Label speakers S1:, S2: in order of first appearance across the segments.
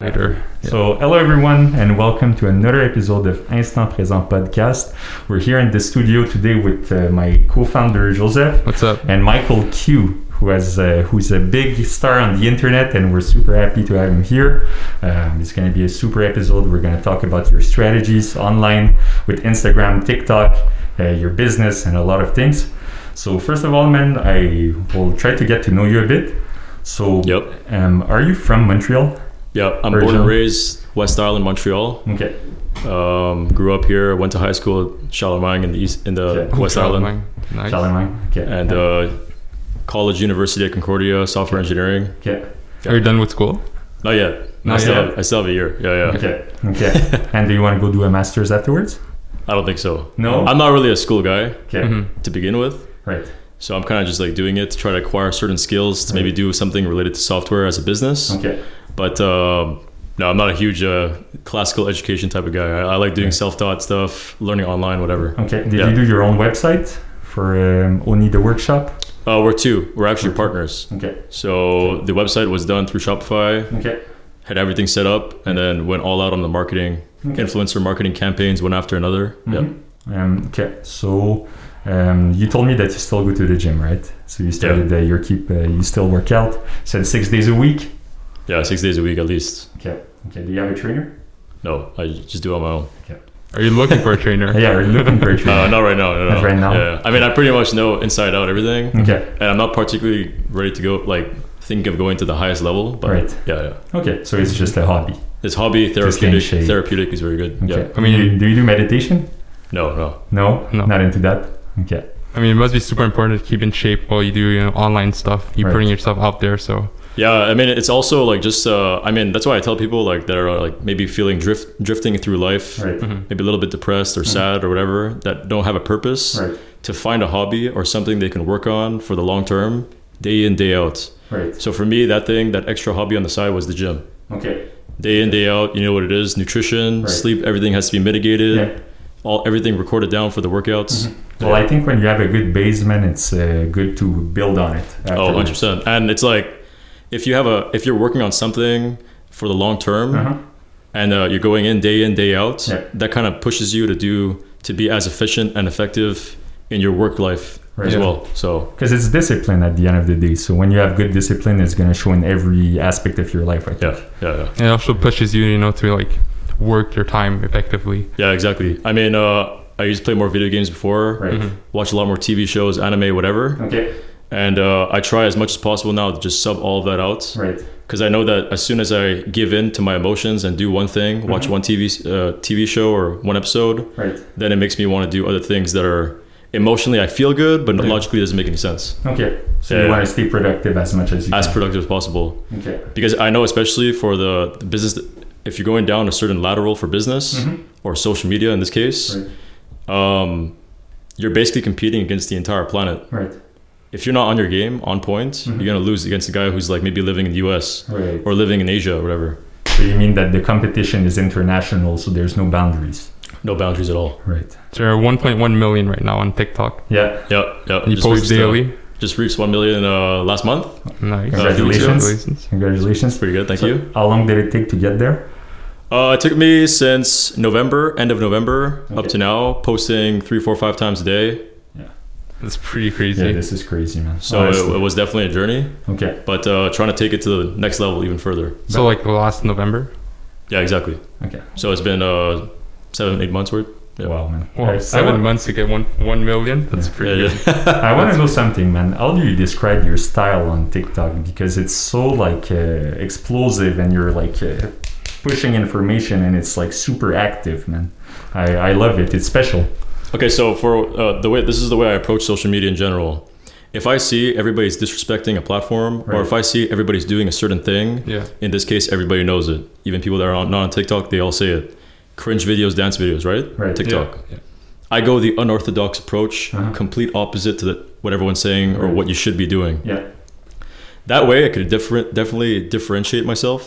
S1: later. So, hello everyone, and welcome to another episode of Instant Présent podcast. We're here in the studio today with uh, my co-founder Joseph
S2: What's up?
S1: and Michael Q, who has uh, who's a big star on the internet, and we're super happy to have him here. Um, it's going to be a super episode. We're going to talk about your strategies online with Instagram, TikTok, uh, your business, and a lot of things. So, first of all, man, I will try to get to know you a bit. So,
S3: Yep.
S1: um, are you from Montreal?
S3: Yeah, I'm born
S1: Original.
S3: and raised West Island, Montreal.
S1: Okay.
S3: Um, grew up here. Went to high school at Charlemagne in the east in the
S1: Okay.
S3: West Island,
S2: Charlemagne. Nice.
S1: Charlemagne. Okay.
S3: and uh, college, University of Concordia, software engineering.
S1: okay.
S2: Are you done with school?
S3: Not yet.
S2: Not
S3: I, still
S2: yet.
S3: Have, I still have a year. Yeah, yeah.
S1: Okay. Okay. and do you want to go do a master's afterwards?
S3: I don't think so.
S1: No?
S3: I'm not really a school guy
S1: Okay.
S3: to begin with,
S1: Right.
S3: so I'm kind of just like doing it to try to acquire certain skills to maybe do something related to software as a business.
S1: Okay.
S3: But um, no, I'm not a huge uh, classical education type of guy. I, I like doing self-taught stuff, learning online, whatever.
S1: Okay. Did
S3: Yeah.
S1: you do your own website for um, only the workshop?
S3: Uh, we're two. We're actually partners.
S1: Okay.
S3: So the website was done through Shopify,
S1: Okay.
S3: had everything set up, and then went all out on the marketing,
S1: Okay.
S3: influencer marketing campaigns, one after another. Yeah.
S1: Mhm. Um, okay. So um, you told me that you still go to the gym, right? So you started uh, your keep. Uh, you still work out. Said six days a week.
S3: Yeah, six days a week at least.
S1: Okay. Okay. Do you have a trainer?
S3: No, I just do it on my own.
S2: Are you looking for a trainer?
S1: Yeah, we're looking for a
S3: Uh,
S1: trainer.
S3: not right now. No, no.
S1: Not right now?
S3: Yeah. I mean, I pretty much know inside out everything,
S1: Okay.
S3: and I'm not particularly ready to go like think of going to the highest level. But
S1: Right.
S3: yeah, yeah.
S1: Okay. So it's just a hobby.
S3: It's hobby
S1: Just getting
S3: therapeutic.
S1: shape.
S3: Therapeutic is very good.
S1: Okay.
S3: Yeah.
S1: I mean, do you, do you do meditation?
S3: No, no.
S1: No,
S2: No.
S1: not into that. Okay.
S2: I mean, it must be super important to keep in shape while you do you know, online stuff. You're
S1: Right.
S2: putting yourself out there, so
S3: Yeah, I mean, it's also like just. Uh, I mean, that's why I tell people like that are uh, like maybe feeling drift drifting through life.
S1: Right. Mm-hmm.
S3: maybe a little bit depressed or sad or whatever that don't have a purpose
S1: Right.
S3: to find a hobby or something they can work on for the long term day in day out
S1: Right.
S3: so for me that thing that extra hobby on the side was the gym
S1: Okay.
S3: day in day out you know what it is nutrition
S1: Right.
S3: sleep everything has to be mitigated
S1: Yeah. Mm-hmm.
S3: all everything recorded down for the workouts
S1: Well, I think when you have a good basement, it's uh, good to build on it.
S3: oh
S1: afterwards.
S3: 100% and it's like if you have a if you're working on something for the long term
S1: Uh-huh.
S3: and uh, you're going in day in day out
S1: Yeah.
S3: that kind of pushes you to do to be as efficient and effective in your work life
S1: Right.
S3: as
S1: Yeah.
S3: well so
S1: Because it's discipline at the end of the day. So when you have good discipline, it's going to show in every aspect of your life, I think.
S3: yeah yeah yeah,
S2: it also pushes you, you know, to like work your time effectively.
S3: yeah exactly i mean uh, i used to play more video games before
S1: Right.
S3: watch a lot more tv shows anime whatever
S1: Okay.
S3: and uh, i try as much as possible now to just sub all of that out
S1: Right.
S3: because I know that as soon as I give in to my emotions and do one thing,
S1: Mm-hmm.
S3: watch one TV s- uh, TV show or one episode,
S1: Right.
S3: then it makes me want to do other things that are emotionally I feel good, but
S2: Yeah.
S3: logically doesn't make any sense.
S1: Okay. So you
S3: Yeah.
S1: want to stay productive as much as you
S3: As
S1: can.
S3: productive as possible,
S1: okay.
S3: because I know especially for the, the business, if you're going down a certain lateral for business or social media in this case,
S1: Mm-hmm. Right.
S3: um, you're basically competing against the entire planet.
S1: Right.
S3: If you're not on your game, on point, you're gonna lose against a guy who's like maybe living in the U.S.
S1: Mm-hmm. Right.
S3: or living in Asia or whatever.
S1: So you mean that the competition is international, so there's no boundaries.
S3: No boundaries at all.
S1: Right.
S2: There are 1.1 million right now on TikTok.
S1: Yeah.
S3: Yeah, yeah.
S2: You
S3: just
S2: post
S3: reached, uh,
S2: daily.
S3: just reached one million uh, last month.
S2: nice.
S1: Congratulations.
S2: Congratulations.
S1: Congratulations.
S3: Pretty good, thank
S1: So
S3: you.
S1: How long did it take to get there?
S3: Uh, it took me since November, end of November, up
S1: Okay.
S3: to now, posting three, four, five times a day.
S2: That's pretty crazy.
S1: Yeah, this is crazy, man.
S3: So uh, it,
S1: Honestly.
S3: it was definitely a journey,
S1: okay.
S3: but uh, trying to take it to the next level even further.
S2: so like last November.
S3: Yeah, exactly.
S1: Okay.
S3: So it's been uh, seven, eight months worth. Yeah.
S1: Wow, man.
S2: Well,
S1: I- I
S2: seven
S1: wa-
S2: months to get one one million. That's
S3: Yeah,
S2: pretty good.
S3: yeah.
S1: I want to know something, man. How do you describe your style on TikTok? Because it's so like uh, explosive, and you're like uh, pushing information, and it's like super active, man. I, I love it. It's special.
S3: okay, so for uh, the way this is the way I approach social media in general. If I see everybody's disrespecting a platform,
S1: Right.
S3: or if I see everybody's doing a certain thing,
S2: Yeah.
S3: In this case, everybody knows it. Even people that are on, not on TikTok, they all say it. Cringe videos, dance videos, right?
S1: Right.
S3: TikTok.
S2: Yeah.
S3: I go the unorthodox approach,
S1: Uh-huh.
S3: complete opposite to the, what everyone's saying or
S1: Right.
S3: what you should be doing.
S1: Yeah.
S3: That way, I could different, definitely differentiate myself,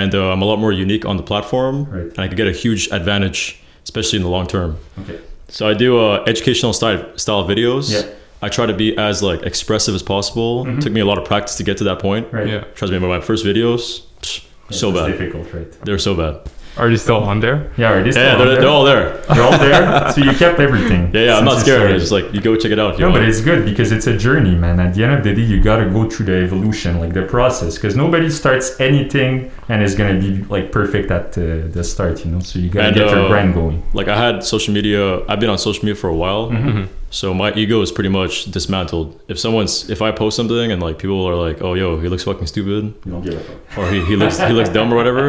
S3: and uh, I'm a lot more unique on the platform,
S1: Right.
S3: and I could get a huge advantage, especially in the long term.
S1: Okay.
S3: So I do uh, educational style style videos.
S1: Yeah. Mm-hmm.
S3: I try to be as like expressive as possible. Took me a lot of practice to get to that point.
S1: Right.
S2: Yeah.
S3: Trust me, my my first videos, psh, So
S1: it's
S3: bad.
S1: difficult, right?
S3: They're so
S1: Oh,
S3: bad.
S2: Are you still on there?
S1: Yeah, right.
S3: Yeah, they're, they're all there.
S1: They're all there. so you kept everything.
S3: Yeah, yeah. I'm
S1: since
S3: not
S1: you
S3: scared.
S1: started.
S3: It's just like you go check it out. You
S1: No,
S3: know?
S1: but it's good because it's a journey, man. At the end of the day, you gotta go through the evolution, like the process, because nobody starts anything and is gonna be like perfect at uh, the start, you know. So you gotta
S3: And,
S1: get your
S3: uh,
S1: brand going.
S3: like I had social media. I've been on social media for a while,
S1: Mm-hmm.
S3: so my ego is pretty much dismantled. If someone's, if I post something and like people are like, "Oh, yo, he looks fucking stupid,"
S1: You don't give a fuck.
S3: or he, he looks he looks dumb or whatever,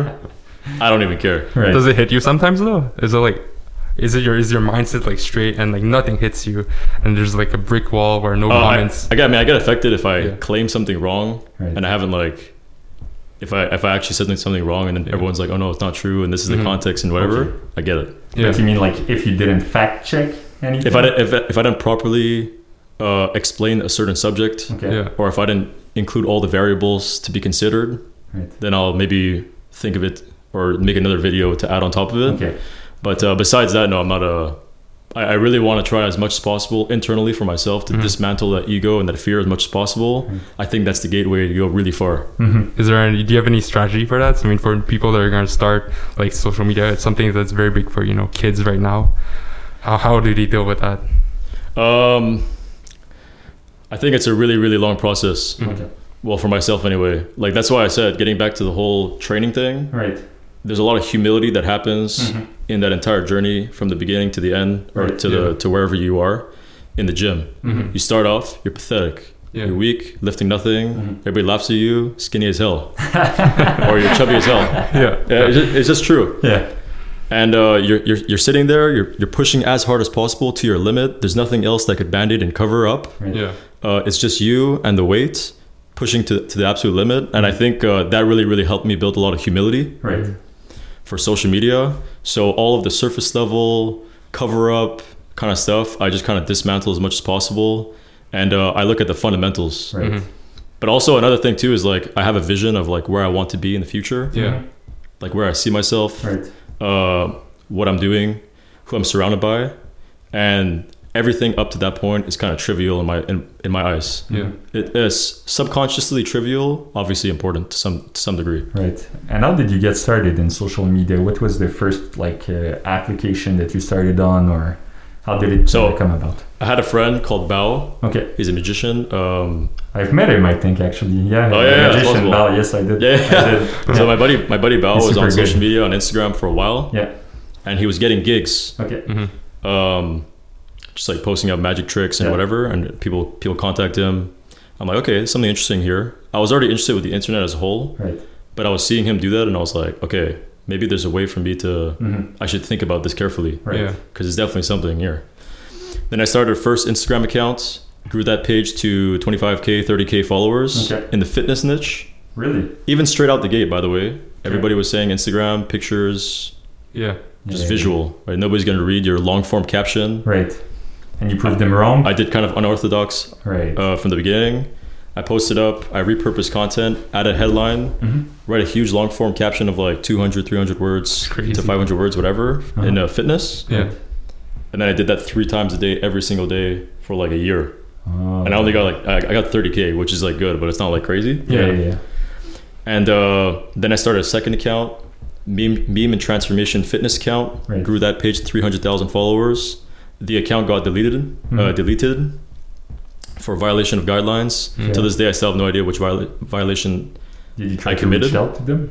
S3: I don't even care.
S1: Right.
S2: Does it hit you sometimes though? Is it like, is it your is your mindset like straight and like nothing hits you and there's like a brick wall where no
S3: Oh, I,
S2: comments?
S3: I got I mean, I get affected if I
S2: Yeah.
S3: claim something wrong
S1: Right.
S3: and I haven't like if I if I actually said something- something wrong and then everyone's like, "Oh no, it's not true," and this is the
S2: Mhm.
S3: context and whatever.
S1: Mm-hmm. Okay.
S3: I get it.
S1: But you mean like if you didn't fact check anything?
S3: If I didn't- if, if I didn't properly uh, explain a certain subject,
S1: Okay.
S2: yeah.
S3: or if I didn't include all the variables to be considered,
S1: Right.
S3: then I'll maybe think of it or make another video to add on top of it.
S1: Okay.
S3: But uh, besides that, no, I'm not a. I, I really want to try as much as possible internally for myself to dismantle that ego and that fear as much as possible. I think that's the gateway to go really far.
S1: hmm
S2: Is there any? Do you have any strategy for that? I mean, for people that are gonna start like social media, it's something that's very big for you know kids right now. How how do they deal with that?
S3: Um, I think it's a really, really long process.
S1: Okay.
S3: Well, for myself anyway. Like that's why I said getting back to the whole training thing.
S1: Right.
S3: there's a lot of humility that happens
S2: Mm-hmm.
S1: Mhm.
S3: in that entire journey from the beginning to the end or
S1: Right,
S3: to
S2: yeah.
S3: the to wherever you are in the gym
S2: Mhm.
S3: you start off you're pathetic
S2: Yeah. Mm-hmm.
S3: you're weak lifting nothing
S1: Mhm.
S3: everybody laughs at you skinny as hell or you're chubby as hell
S2: Yeah.
S3: yeah, it's, just, it's just true
S1: Yeah.
S3: and uh, you're, you're, you're sitting there you're, you're pushing as hard as possible to your limit there's nothing else that could band-aid and cover up
S1: Right.
S2: Yeah.
S3: uh, it's just you and the weight pushing to, to the absolute limit and i
S2: Mm-hmm.
S3: think uh, that really really helped me build a lot of humility
S1: Right.
S3: for social media. So all of the surface level cover up kind of stuff, I just kind of dismantle as much as possible. And uh, I look at the fundamentals.
S1: Right.
S2: Mhm.
S3: But also another thing too is like I have a vision of like where I want to be in the future,
S2: Yeah.
S3: like where I see myself,
S1: Right.
S3: uh, what I'm doing, who I'm surrounded by, and everything up to that point is kind of trivial in my in, in my eyes.
S2: Yeah.
S3: It is subconsciously trivial, obviously important to some to some degree.
S1: Right. And how did you get started in social media? What was the first like uh, application that you started on, or how did it
S3: So-
S1: uh, come about?
S3: I had a friend called Bao.
S1: Okay.
S3: He's a magician. Um,
S1: I've met him, I think, actually. Yeah,
S3: Oh, yeah, yeah, it's
S1: magician
S3: possible.
S1: Bal. Yes, I did.
S3: Yeah,
S1: I did.
S3: So my buddy, my buddy Bao
S1: He's
S3: was on
S1: super good.
S3: social media on Instagram for a while,
S1: yeah.
S3: and he was getting gigs,
S1: Okay.
S2: Mhm.
S3: um, just like posting up magic tricks and
S1: Yeah.
S3: whatever. And people people contact him. I'm like, okay, there's something interesting here. I was already interested with the internet as a whole,
S1: Right.
S3: but I was seeing him do that, and I was like, okay, maybe there's a way for me to.
S1: hmm
S3: I should think about this carefully
S1: Right.
S2: Yeah.
S3: because there's definitely something here. Then I started first Instagram account, grew that page to 25k, 30k followers
S1: Okay.
S3: in the fitness niche.
S1: Really?
S3: Even straight out the gate, by the way, everybody was saying Instagram pictures,
S2: Yeah.
S3: just
S1: Yeah.
S3: visual. Right? Nobody's gonna read your long form caption.
S1: Right. And you proved them wrong?
S3: I did kind of unorthodox
S1: right.
S3: uh, from the beginning. I posted up, I repurposed content, added headline,
S1: Mhm.
S3: write a huge long form caption of like 200, 300 words
S2: Crazy.
S3: to 500 words, whatever, in uh, fitness.
S2: Yeah.
S3: And then I did that three times a day, every single day for like a year.
S1: Oh.
S3: And I only got like, I I got 30K, which is like good, but it's not like crazy.
S1: Yeah,
S2: Yeah.
S1: yeah, yeah.
S3: And uh, then I started a second account, meme, meme and transformation fitness account.
S1: Right.
S3: Grew that page to 300,000 followers. The account got deleted, uh,
S1: Mhm.
S3: deleted for violation of guidelines.
S1: Yeah.
S3: To this day, I still have no idea which viola- violation.
S1: Did you try
S3: I
S1: to
S3: committed.
S1: reach out to them?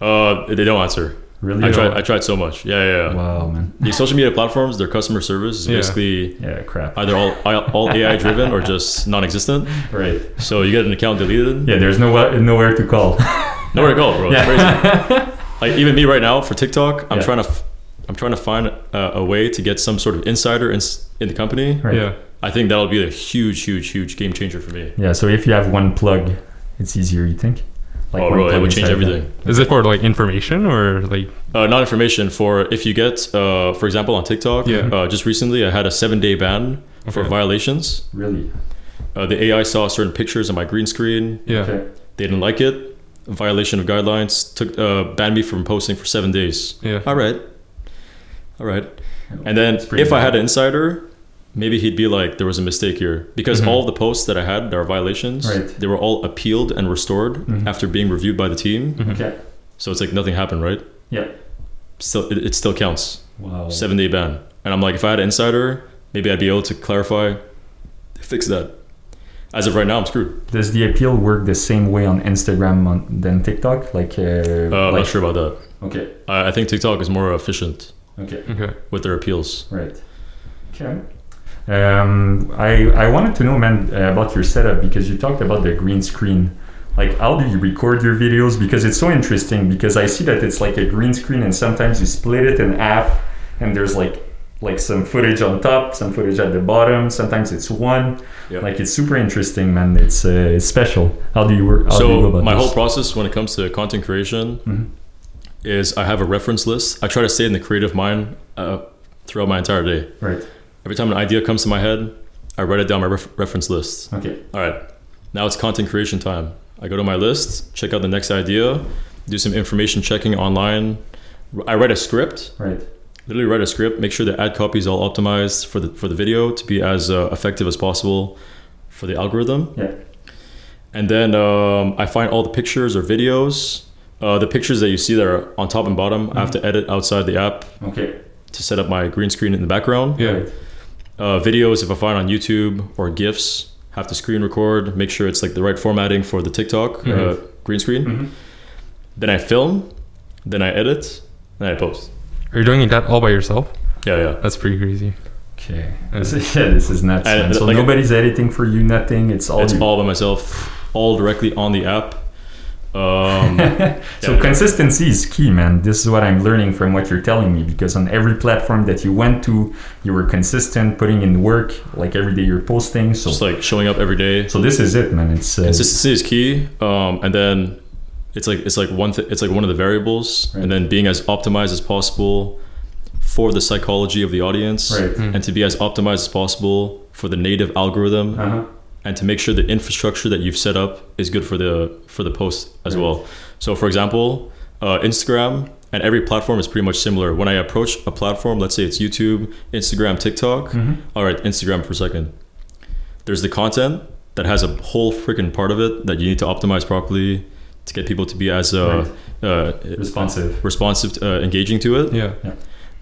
S3: Uh, they don't answer.
S1: Really? Oh,
S3: I tried. I tried so much. Yeah, yeah. yeah.
S1: wow, man.
S3: The social media platforms, their customer service is
S2: Yeah.
S3: basically
S1: Yeah, crap.
S3: either all all AI driven or just non-existent.
S1: right.
S3: So you get an account deleted.
S1: Yeah, there's nowhere, nowhere to call.
S3: Nowhere to go, bro. It's crazy. like even me right now for TikTok, I'm
S1: Yeah.
S3: trying to, f- I'm trying to find a, a way to get some sort of insider in, s- in the company.
S1: Right.
S2: Yeah.
S3: I think that'll be a huge, huge, huge game changer for me.
S1: Yeah, so if you have one plug, it's easier, you think?
S3: oh,
S1: one
S3: bro, it
S1: plug
S3: would change
S1: inside
S3: everything.
S2: Is it for like information or like?
S3: Uh, not information for if you get, uh, for example, on TikTok.
S2: Yeah.
S3: Uh, just recently, I had a seven-day ban for
S2: Okay.
S3: violations.
S1: that. Really?
S3: Uh, the AI saw certain pictures on my green screen.
S2: Yeah.
S1: Okay.
S3: They didn't like it. Violation of guidelines. Took uh, banned me from posting for seven days.
S2: Yeah.
S3: All right. All right. And then
S1: It's pretty
S3: if I
S1: bad.
S3: had an insider, maybe he'd be like, there was a mistake here. Because all the posts that I had that are violations,
S1: Right.
S3: Mm-hmm. they were all appealed and restored after being reviewed by the team.
S1: Okay.
S3: So it's like nothing happened, right?
S1: Yeah.
S3: Still, it, it still counts.
S1: Wow.
S3: Seven day ban. And I'm like, if I had an insider, maybe I'd be able to clarify, fix that. As of right now, I'm screwed.
S1: Does the appeal work the same way on Instagram on, than TikTok? Like, uh,
S3: Uh, I'm
S1: like-
S3: not sure about that.
S1: Okay.
S3: I, I think TikTok is more efficient
S1: Okay.
S2: Okay.
S3: with their appeals.
S1: Right. Okay. Um, I I wanted to know, man, uh, about your setup because you talked about the green screen. Like, how do you record your videos? Because it's so interesting. Because I see that it's like a green screen, and sometimes you split it in half, and there's like like some footage on top, some footage at the bottom. Sometimes it's one.
S3: Yeah.
S1: Like, it's super interesting, man. It's uh, it's special. How do you work? How do you
S3: so
S1: go about
S3: my
S1: this? Mm-hmm.
S3: whole process when it comes to content creation is I have a reference list. I try to stay in the creative mind uh, throughout my entire day.
S1: right.
S3: Every time an idea comes to my head, I write it down my ref- reference list.
S1: Okay.
S3: All right, now it's content creation time. I go to my list, check out the next idea, do some information checking online. I write a script,
S1: Right.
S3: literally write a script, make sure the ad copy is all optimized for the for the video to be as uh, effective as possible for the algorithm.
S1: Yeah.
S3: And then um, I find all the pictures or videos. Uh, the pictures that you see that are on top and bottom, I have
S2: Mm-hmm.
S3: to edit outside the app
S1: Okay.
S3: to set up my green screen in the background.
S2: Yeah.
S1: Right.
S3: Uh, videos, if I find on YouTube or GIFs, have to screen record, make sure it's like the right formatting for the TikTok uh,
S2: Mm-hmm.
S3: green screen.
S1: Mhm.
S3: Then I film, then I edit, then I post.
S2: Are you doing that all by yourself?
S3: Yeah, yeah.
S2: That's pretty crazy.
S1: Okay. This is, yeah, this is nuts.
S3: And,
S1: man. So
S3: like-
S1: nobody's editing for you. Nothing. It's all
S3: it's
S1: you.
S3: all by myself, all directly on the app. Um,
S1: so
S3: Yeah.
S1: consistency is key, man. This is what I'm learning from what you're telling me because on every platform that you went to, you were consistent, putting in work. Like every day you're posting. So
S3: just like showing up every day.
S1: so this is it, man. It's uh,
S3: consistency is key um, and then it's like it's like one th- it's like one of the variables
S1: Right.
S3: and then being as optimized as possible for the psychology of the audience
S1: Right.
S3: and to be as optimized as possible for the native algorithm
S1: uh-huh.
S3: and to make sure the infrastructure that you've set up is good for the for the post as
S1: Right.
S3: well so for example uh, instagram and every platform is pretty much similar when i approach a platform let's say it's youtube instagram tiktok
S1: Mhm.
S3: all right instagram for a second there's the content that has a whole freaking part of it that you need to optimize properly to get people to be as uh, uh,
S1: responsive.
S3: responsive uh, engaging to it
S2: Yeah.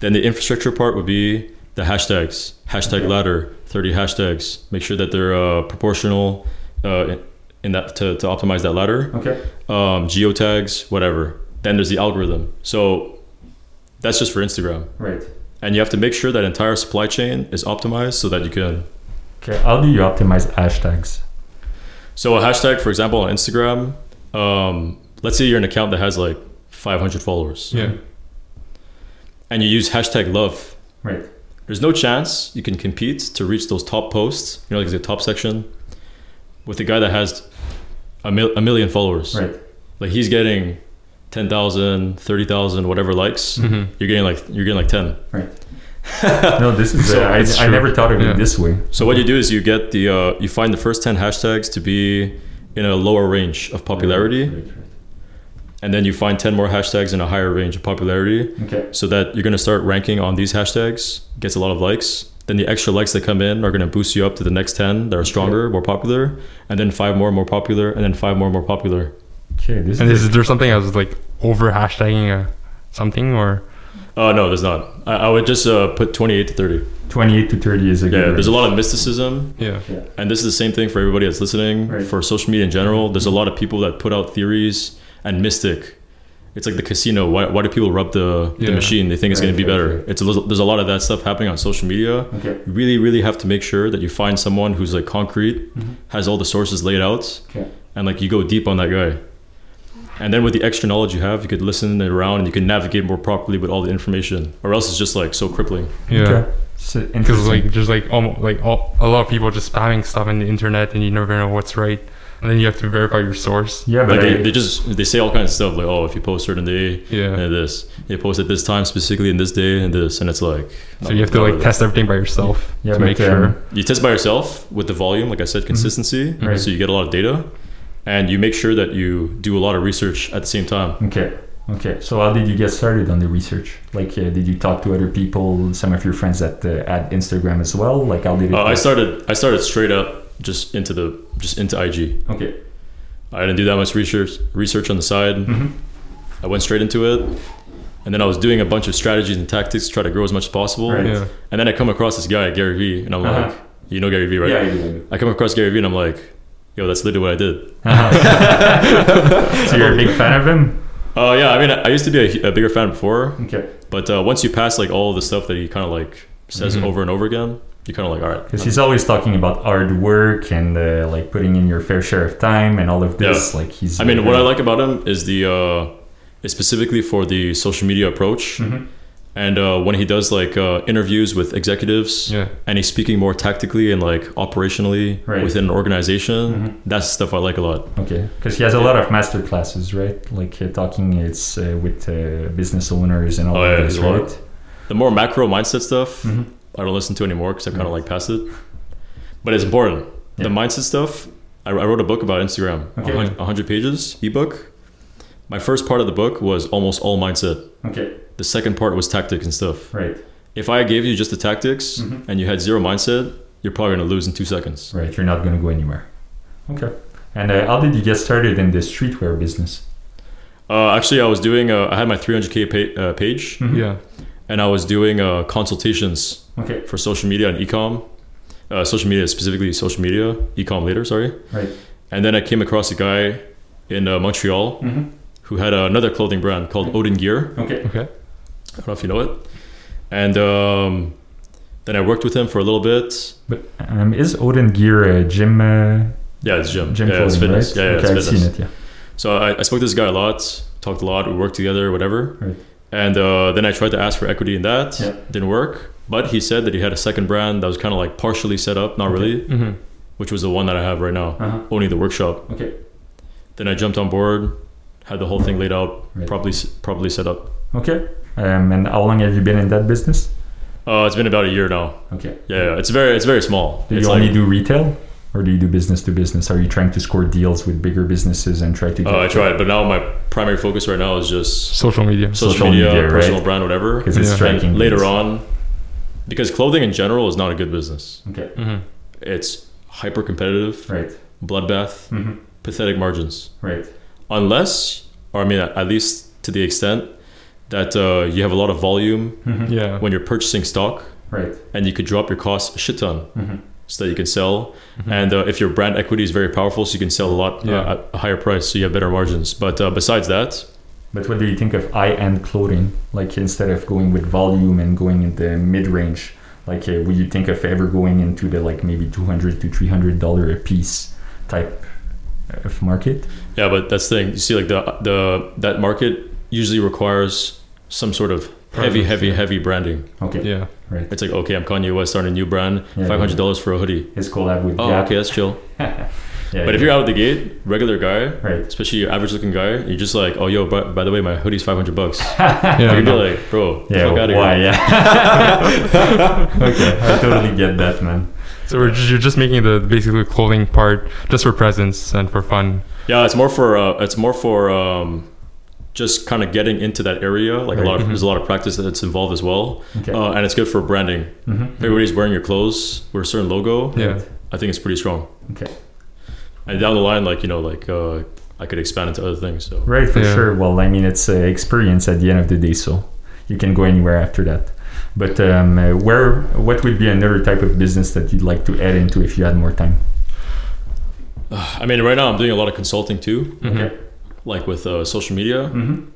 S3: then the infrastructure part would be the hashtags, hashtag ladder, 30 hashtags. Make sure that they're uh, proportional uh, in that to, to optimize that ladder.
S1: Okay.
S3: Um, geotags, whatever. Then there's the algorithm. So that's just for Instagram.
S1: Right.
S3: And you have to make sure that entire supply chain is optimized so that you can.
S1: Okay. How do you optimize hashtags?
S3: So a hashtag, for example, on Instagram, um, let's say you're an account that has like 500 followers
S2: Yeah.
S3: and you use hashtag love
S1: Right.
S3: There's no chance you can compete to reach those top posts, you know, like the top section, with a guy that has a, mil- a million followers.
S1: Right.
S3: Like he's getting 10,000, 30,000, whatever likes.
S2: Mhm.
S1: Mm-hmm.
S3: You're getting like you're getting like 10.
S1: No, this is.
S3: So
S1: uh,
S2: it's
S1: I, I
S2: true.
S1: never thought of
S2: Yeah.
S1: it this way.
S3: So what you do is you get the uh, you find the first 10 hashtags to be in a lower range of popularity,
S1: Right, right.
S3: and then you find 10 more hashtags in a higher range of popularity.
S1: Okay.
S3: so that you're going to start ranking on these hashtags gets a lot of likes then the extra likes that come in are going to boost you up to the next 10 that are stronger more popular and then five more more popular and then five more more popular
S1: Okay. This
S2: And
S1: is.
S2: is, there something I was like over hashtagging uh, something or?
S3: oh no there's not i, I would just uh, put 28 to 30
S1: Twenty-eight to thirty is a
S3: yeah
S1: good.
S3: there's a lot of mysticism
S2: Yeah.
S3: and this is the same thing for everybody that's listening
S1: Right.
S3: for social media in general there's a lot of people that put out theories and mystic it's like the casino why, why do people rub the, the
S2: Yeah.
S3: machine they think it's
S1: Right,
S3: going to be
S1: right,
S3: better
S1: right.
S3: it's a, little- there's a lot of that stuff happening on social media
S1: Okay.
S3: you really really have to make sure that you find someone who's like concrete
S2: Mm-hmm.
S3: has all the sources laid out
S1: Okay.
S3: and like you go deep on that guy and then with the extra knowledge you have you could listen it around and you can navigate more properly with all the information or else it's just like so crippling
S2: Yeah.
S1: Okay. So
S2: Because
S1: interesting.
S2: like there's like almost like all, a lot of people just spamming stuff in the internet and you never know what's right, and then you have to verify your source.
S1: yeah, but
S3: like
S1: I-
S3: they, they just they say all kinds of stuff like oh if you post certain day
S2: Yeah.
S3: and this they post at this time specifically in this day and this and it's like
S2: So
S3: not-
S2: you have to
S3: not
S2: like
S3: really.
S2: test everything by yourself
S1: Yeah,
S2: to
S1: but,
S2: make
S1: um,
S2: sure.
S3: you test by yourself with the volume like i said
S2: Mm-hmm.
S3: consistency
S1: Right.
S3: so you get a lot of data and you make sure that you do a lot of research at the same time
S1: Okay. Okay. So how did you get started on the research? Like, uh, did you talk to other people, some of your friends that uh, had Instagram as well? Like, how did it?
S3: Uh, I
S1: work?
S3: started. I started straight up just into the just into IG.
S1: okay.
S3: I didn't do that much research research on the side.
S1: Mhm.
S3: I went straight into it. And then I was doing a bunch of strategies and tactics to try to grow as much as possible.
S1: Right.
S2: Yeah.
S3: And then I come across this guy, Gary Vee, and I'm
S1: Uh-huh.
S3: like, you know Gary Vee, right?
S1: Yeah, you do.
S3: I come across Gary Vee and I'm like, yo, that's literally what I did.
S1: Uh-huh. so you're a big fan of him?
S3: Oh, yeah. I mean, I I used to be a, a bigger fan before,
S1: Okay.
S3: but uh, once you pass like all the stuff that he kind of like says
S1: Mm-hmm.
S3: over and over again, you're kind of like, all right.
S1: Because he's always talking about hard work and uh, like putting in your fair share of time and all of this. Like he's.
S3: I mean, what I like about him is the uh, is specifically for the social media approach,
S1: Hmm. Mm-hmm.
S3: and uh, when he does like uh, interviews with executives,
S2: Yeah.
S3: and he's speaking more tactically and like operationally
S1: Right. Mm-hmm.
S3: within an organization. That's the stuff I like a lot.
S1: Okay, because he has a lot of master classes, right? Like uh, talking it's uh, with uh, business owners and all
S3: Oh,
S1: of this,
S3: yeah, there's a lot.
S1: right?
S3: The more macro mindset stuff,
S1: Mm-hmm.
S3: I don't listen to anymore because I kind of like past it, but it's important. The
S1: Yeah.
S3: mindset stuff. I, I wrote a book about Instagram, a
S1: Okay.
S3: hun- a hundred pages ebook. My first part of the book was almost all mindset.
S1: Okay,
S3: The second part was tactics and stuff.
S1: right,
S3: if I gave you just the tactics
S1: Mm-hmm.
S3: and you had zero mindset, you're probably gonna lose in two seconds.
S1: right. You're not going to go anywhere. Okay. And uh, how did you get started in the streetwear business?
S3: Uh, actually, I was doing. Uh, I had my 300k pa- uh, page,
S1: Hmm. Mm-hmm.
S2: Yeah.
S3: and I was doing uh, consultations
S1: Okay,
S3: for social media and ecom. Uh, social media, specifically social media, ecom later, sorry.
S1: right.
S3: And then I came across a guy in uh, Montreal
S1: Mm-hmm.
S3: who had another clothing brand
S1: Hmm.
S3: called Odin Gear.
S1: Okay,
S2: Okay.
S3: I don't know if you know it. And um, then I worked with him for a little bit.
S1: but um, is Odin Gear a gym? Uh,
S3: Yeah, it's gym.
S1: Gym
S3: yeah, it's
S1: clothing,
S3: fitness.
S1: right?
S3: Yeah, yeah,
S1: okay,
S3: it's
S1: I've
S3: fitness.
S1: seen it. Yeah.
S3: So I, I spoke to this guy a lot, talked a lot, we worked together, whatever.
S1: Right.
S3: And uh, then I tried to ask for equity in that.
S1: Yeah.
S3: Didn't work. But he said that he had a second brand that was kind of like partially set up, not really,
S2: hmm
S3: which was the one that I have right now,
S1: Uh-huh.
S3: only the workshop.
S1: Okay.
S3: Then I jumped on board, had the whole thing laid out,
S1: Right.
S3: properly, s- properly set up.
S1: Okay. Um, and how long have you been in that business?
S3: Uh, it's been about a year now.
S1: Okay.
S3: Yeah, yeah, it's very, it's very small.
S1: Do
S3: it's
S1: you only do retail, or do you do business to business? Are you trying to score deals with bigger businesses and try to?
S3: uh, I tried, but now my primary focus right now is just
S2: Social media.
S3: social,
S1: Social
S3: media,
S1: media,
S3: personal
S1: right?
S3: brand, whatever.
S1: Because it's
S2: Yeah.
S1: striking.
S3: And later on, because clothing in general is not a good business.
S1: Okay.
S2: hmm
S3: it's hyper competitive,
S1: Right.
S3: bloodbath,
S1: Mhm.
S3: pathetic margins.
S1: Right.
S3: Unless, or I mean, at at least to the extent that uh, you have a lot of volume
S2: Hmm. Yeah.
S3: when you're purchasing stock
S1: Right.
S3: and you could drop your costs a shit ton
S2: Mm-hmm.
S3: so that you can sell. And uh, if your brand equity is very powerful, so you can sell a lot
S2: Yeah.
S3: uh, at a higher price, so you have better margins. But uh, besides that,
S1: But what do you think of high-end clothing? Like instead of going with volume and going in the mid-range, like uh, would you think of ever going into the like maybe two hundred to three hundred dollar a piece type of market?
S3: yeah, but that's the thing. You see, like the the that market usually requires some sort of heavy,
S2: Presence,
S3: heavy,
S2: yeah.
S3: heavy branding.
S1: Okay.
S2: Yeah.
S1: Right.
S3: It's like, okay, I'm Kanye West starting a new brand,
S1: Yeah, yeah,
S3: five hundred dollars for a hoodie.
S1: His collab with
S3: Oh,
S1: Gap.
S3: okay, that's chill.
S1: Yeah,
S3: But if you're out of the gate, regular guy,
S1: Right.
S3: especially your average looking guy, you're just like, oh, yo, by, by the way, my hoodie's 500 bucks.
S2: Yeah.
S3: You'd be
S2: no.
S3: like, bro,
S1: yeah,
S3: fuck out of
S1: why?
S3: here.
S1: Yeah. okay, I totally get that, man.
S2: So we're just, you're just making the basically clothing part just for presence and for fun.
S3: Yeah, it's more for, uh, it's more for um, just kind of getting into that area. Like
S1: Right. Mm-hmm.
S3: a lot of, there's a lot of practice that's involved as well.
S1: Okay. Mm-hmm.
S3: Uh, and it's good for branding. Everybody's wearing your clothes with a certain logo.
S2: Yeah.
S3: I think it's pretty strong.
S1: Okay.
S3: And down the line, like, you know, like uh, I could expand into other things. So
S1: Right, for
S2: Yeah.
S1: sure. Well, I mean, it's uh, experience at the end of the day, so you can go anywhere after that. But um, uh, where, what would be another type of business that you'd like to add into if you had more time?
S3: I mean, right now I'm doing a lot of consulting too,
S1: Okay.
S3: like with uh, social media.
S1: Mhm.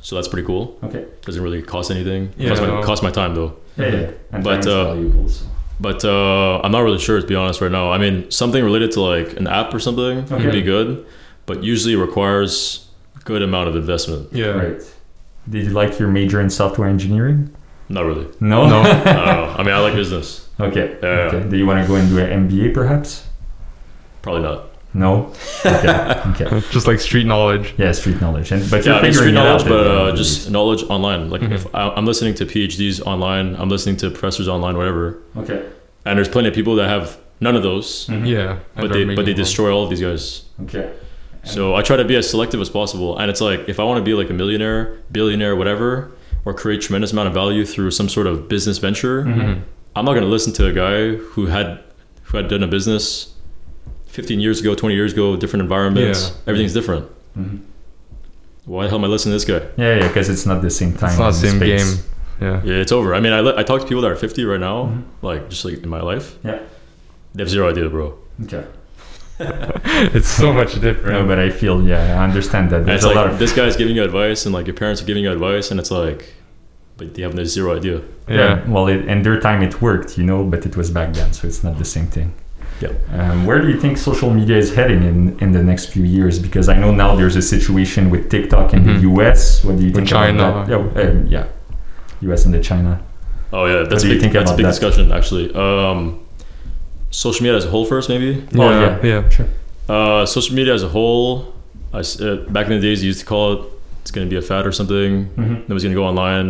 S3: So that's pretty cool.
S1: Okay.
S3: doesn't really cost anything.
S2: Yeah,
S3: cost, my,
S2: no.
S3: cost my time though.
S1: Yeah. yeah. And
S3: But,
S1: time is
S3: uh,
S1: valuable. So.
S3: But uh, I'm not really sure to be honest right now. I mean, something related to like an app or something
S1: Okay.
S3: would be good, but usually requires good amount of investment.
S2: Yeah.
S1: Right. Did you like your major in software engineering?
S3: Not really.
S1: No.
S2: No.
S3: I don't know. I mean, I like business.
S1: okay.
S3: Yeah.
S1: okay. Do you want to go and do an MBA perhaps?
S3: Probably not.
S1: No. Okay. okay.
S2: just like street knowledge.
S1: Yeah, street knowledge. And but you're
S3: Yeah, I mean,
S1: figuring
S3: street
S1: it
S3: knowledge,
S1: out
S3: but
S1: at the end
S3: uh,
S1: of the
S3: just knowledge online. Like if I, I'm listening to PhDs online, I'm listening to professors online, whatever.
S1: day. Okay.
S3: And there's plenty of people that have none of those,
S2: Yeah. and they're
S3: but they but they
S2: Mm-hmm. making
S3: destroy all of these guys.
S1: Okay.
S3: So I try to be as selective as possible. And it's like if I want to be like a millionaire, billionaire, whatever, or create tremendous amount of value through some sort of business venture,
S1: Mm-hmm.
S3: I'm not gonna listen to a guy who had who had done a business 15 years ago, 20 years ago, different environments.
S2: Yeah.
S3: Mm-hmm. Everything's different. Why the hell am I listening to this guy?
S1: Yeah, yeah, because it's not the same time.
S2: It's not the
S1: and
S2: same
S1: space.
S2: game. Yeah.
S3: Yeah, it's over. I mean, I, li- I talk to people that are 50 right now,
S1: Mm-hmm.
S3: like just like in my life.
S1: Yeah.
S3: They have zero idea, bro.
S1: Okay.
S2: it's so much
S1: No,
S2: different.
S1: but I feel yeah, I understand that.
S3: And
S1: There's
S3: it's
S1: a
S3: like
S1: lot of
S3: this guy's giving you advice, and like your parents are giving you advice, and it's like, but they have no zero idea.
S2: yeah.
S1: Well, it, in their time it worked, you know, but it was back then, so it's not the same thing.
S3: Yeah.
S1: Um, where do you think social media is heading in, in the next few years? Because I know now there's a situation with TikTok in
S2: Mhm.
S1: the US. What do you
S2: With
S1: think
S2: China.
S1: about that? Yeah, um, yeah, US and the China.
S3: Oh yeah,
S1: What
S3: that's
S1: do
S3: a
S1: you
S3: big,
S1: think
S3: that's a
S1: about
S3: big
S1: that?
S3: discussion actually. Um, social media as a whole first, maybe.
S1: Oh,
S2: yeah.
S1: yeah.
S2: yeah.
S1: Sure.
S3: Uh, social media as a whole, I s uh, back in the days, you used to call it it's going to be a fad or something.
S1: Mhm.
S3: Nobody's going to go online.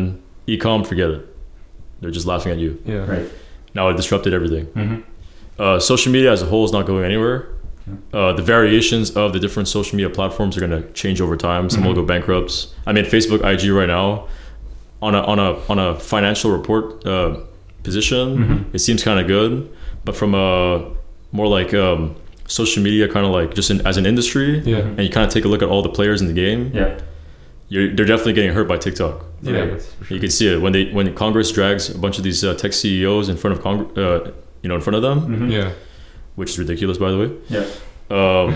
S3: Ecom, forget it. They're just laughing at you.
S2: Yeah.
S1: Right.
S3: Now it disrupted everything.
S1: hmm
S3: Uh, social media as a whole is not going anywhere. Uh, the variations of the different social media platforms are going to change over time. Some will go bankrupt. I mean, Facebook, IG right now, on a on a on a financial report uh, position, it seems kind of good, but from a more like um, social media, kind of like just in, as an industry,
S2: Yeah.
S3: and you kind of take a look at all the players in the game.
S1: Yeah.
S3: You're, they're definitely getting hurt by TikTok.
S2: Yeah.
S1: Right.
S2: that's for
S3: You
S2: sure.
S3: can see it when they when Congress drags a bunch of these uh, tech CEOs in front of Congre- uh, you know in front of them
S1: Mhm.
S2: Yeah.
S3: which is ridiculous, by the way.
S1: Yeah.
S3: Um,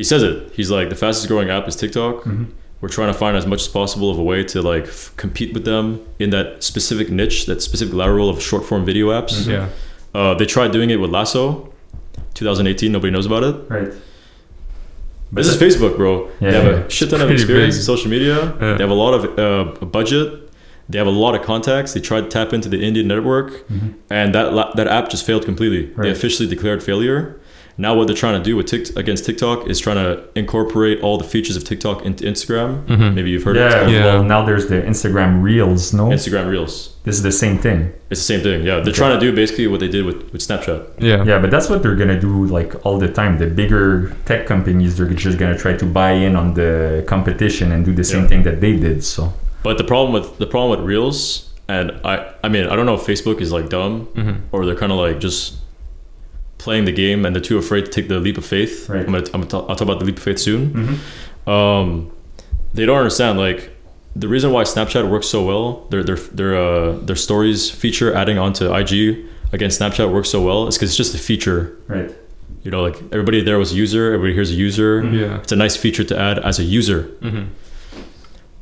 S3: he says it. He's like, the fastest growing app is TikTok.
S1: Mhm.
S3: We're trying to find as much as possible of a way to like f- compete with them in that specific niche, that specific lateral of short form video apps.
S2: Yeah.
S3: Uh, they tried doing it with Lasso, 2018. Nobody knows about it.
S1: Right.
S3: This is Facebook, bro.
S1: Yeah.
S3: They have a shit ton of
S2: Pretty
S3: experience
S2: big.
S3: in social media.
S2: Yeah.
S3: They have a lot of uh, budget. They have a lot of contacts. They tried to tap into the Indian network, and that la- that app just failed completely. They
S1: Right.
S3: officially declared failure. Now what they're trying to do with Tik against TikTok is trying to incorporate all the features of TikTok into Instagram.
S2: Mhm.
S3: Maybe you've heard of
S1: Yeah,
S3: Instagram.
S2: Yeah.
S1: Well, now there's the Instagram Reels. No,
S3: Instagram Reels.
S1: this is the same thing.
S3: It's the same thing. Yeah, they're trying to do basically what they did with, with Snapchat.
S2: Yeah.
S1: Yeah, but that's what they're gonna do like all the time. The bigger tech companies, they're just gonna try to buy in on the competition and do the same
S3: Yeah.
S1: thing that they did. So
S3: But the problem with the problem with Reels, and I, I mean, I don't know if Facebook is like dumb or they're kind of like just playing the game and they're too afraid to take the leap of faith.
S1: Right.
S3: I'm gonna, I'm gonna talk, I'll talk about the leap of faith soon. Um, they don't understand like the reason why Snapchat works so well. Their their their uh, their stories feature adding onto IG against Snapchat works so well is because it's just a feature.
S1: right,
S3: You know, like everybody there was a user. Everybody here's a user.
S2: Yeah.
S3: It's a nice feature to add as a user.
S2: Mhm.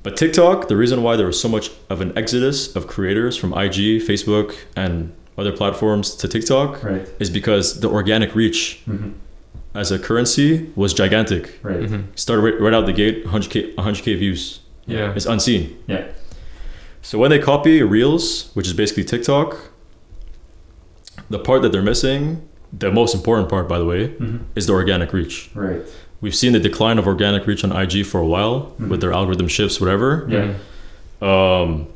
S3: But TikTok, the reason why there was so much of an exodus of creators from IG, Facebook, and other platforms to TikTok
S1: right,
S3: is because the organic reach
S1: Mhm.
S3: as a currency was gigantic.
S1: right,
S2: Mhm.
S3: Started right, right out the gate, 100k, 100k views.
S2: Yeah.
S3: It's unseen.
S1: yeah,
S3: So when they copy Reels, which is basically TikTok, the part that they're missing, the most important part, by the way, is the organic reach.
S1: right,
S3: We've seen the decline of organic reach on IG for a while with their algorithm shifts, whatever.
S1: Mm-hmm. yeah,
S3: Um,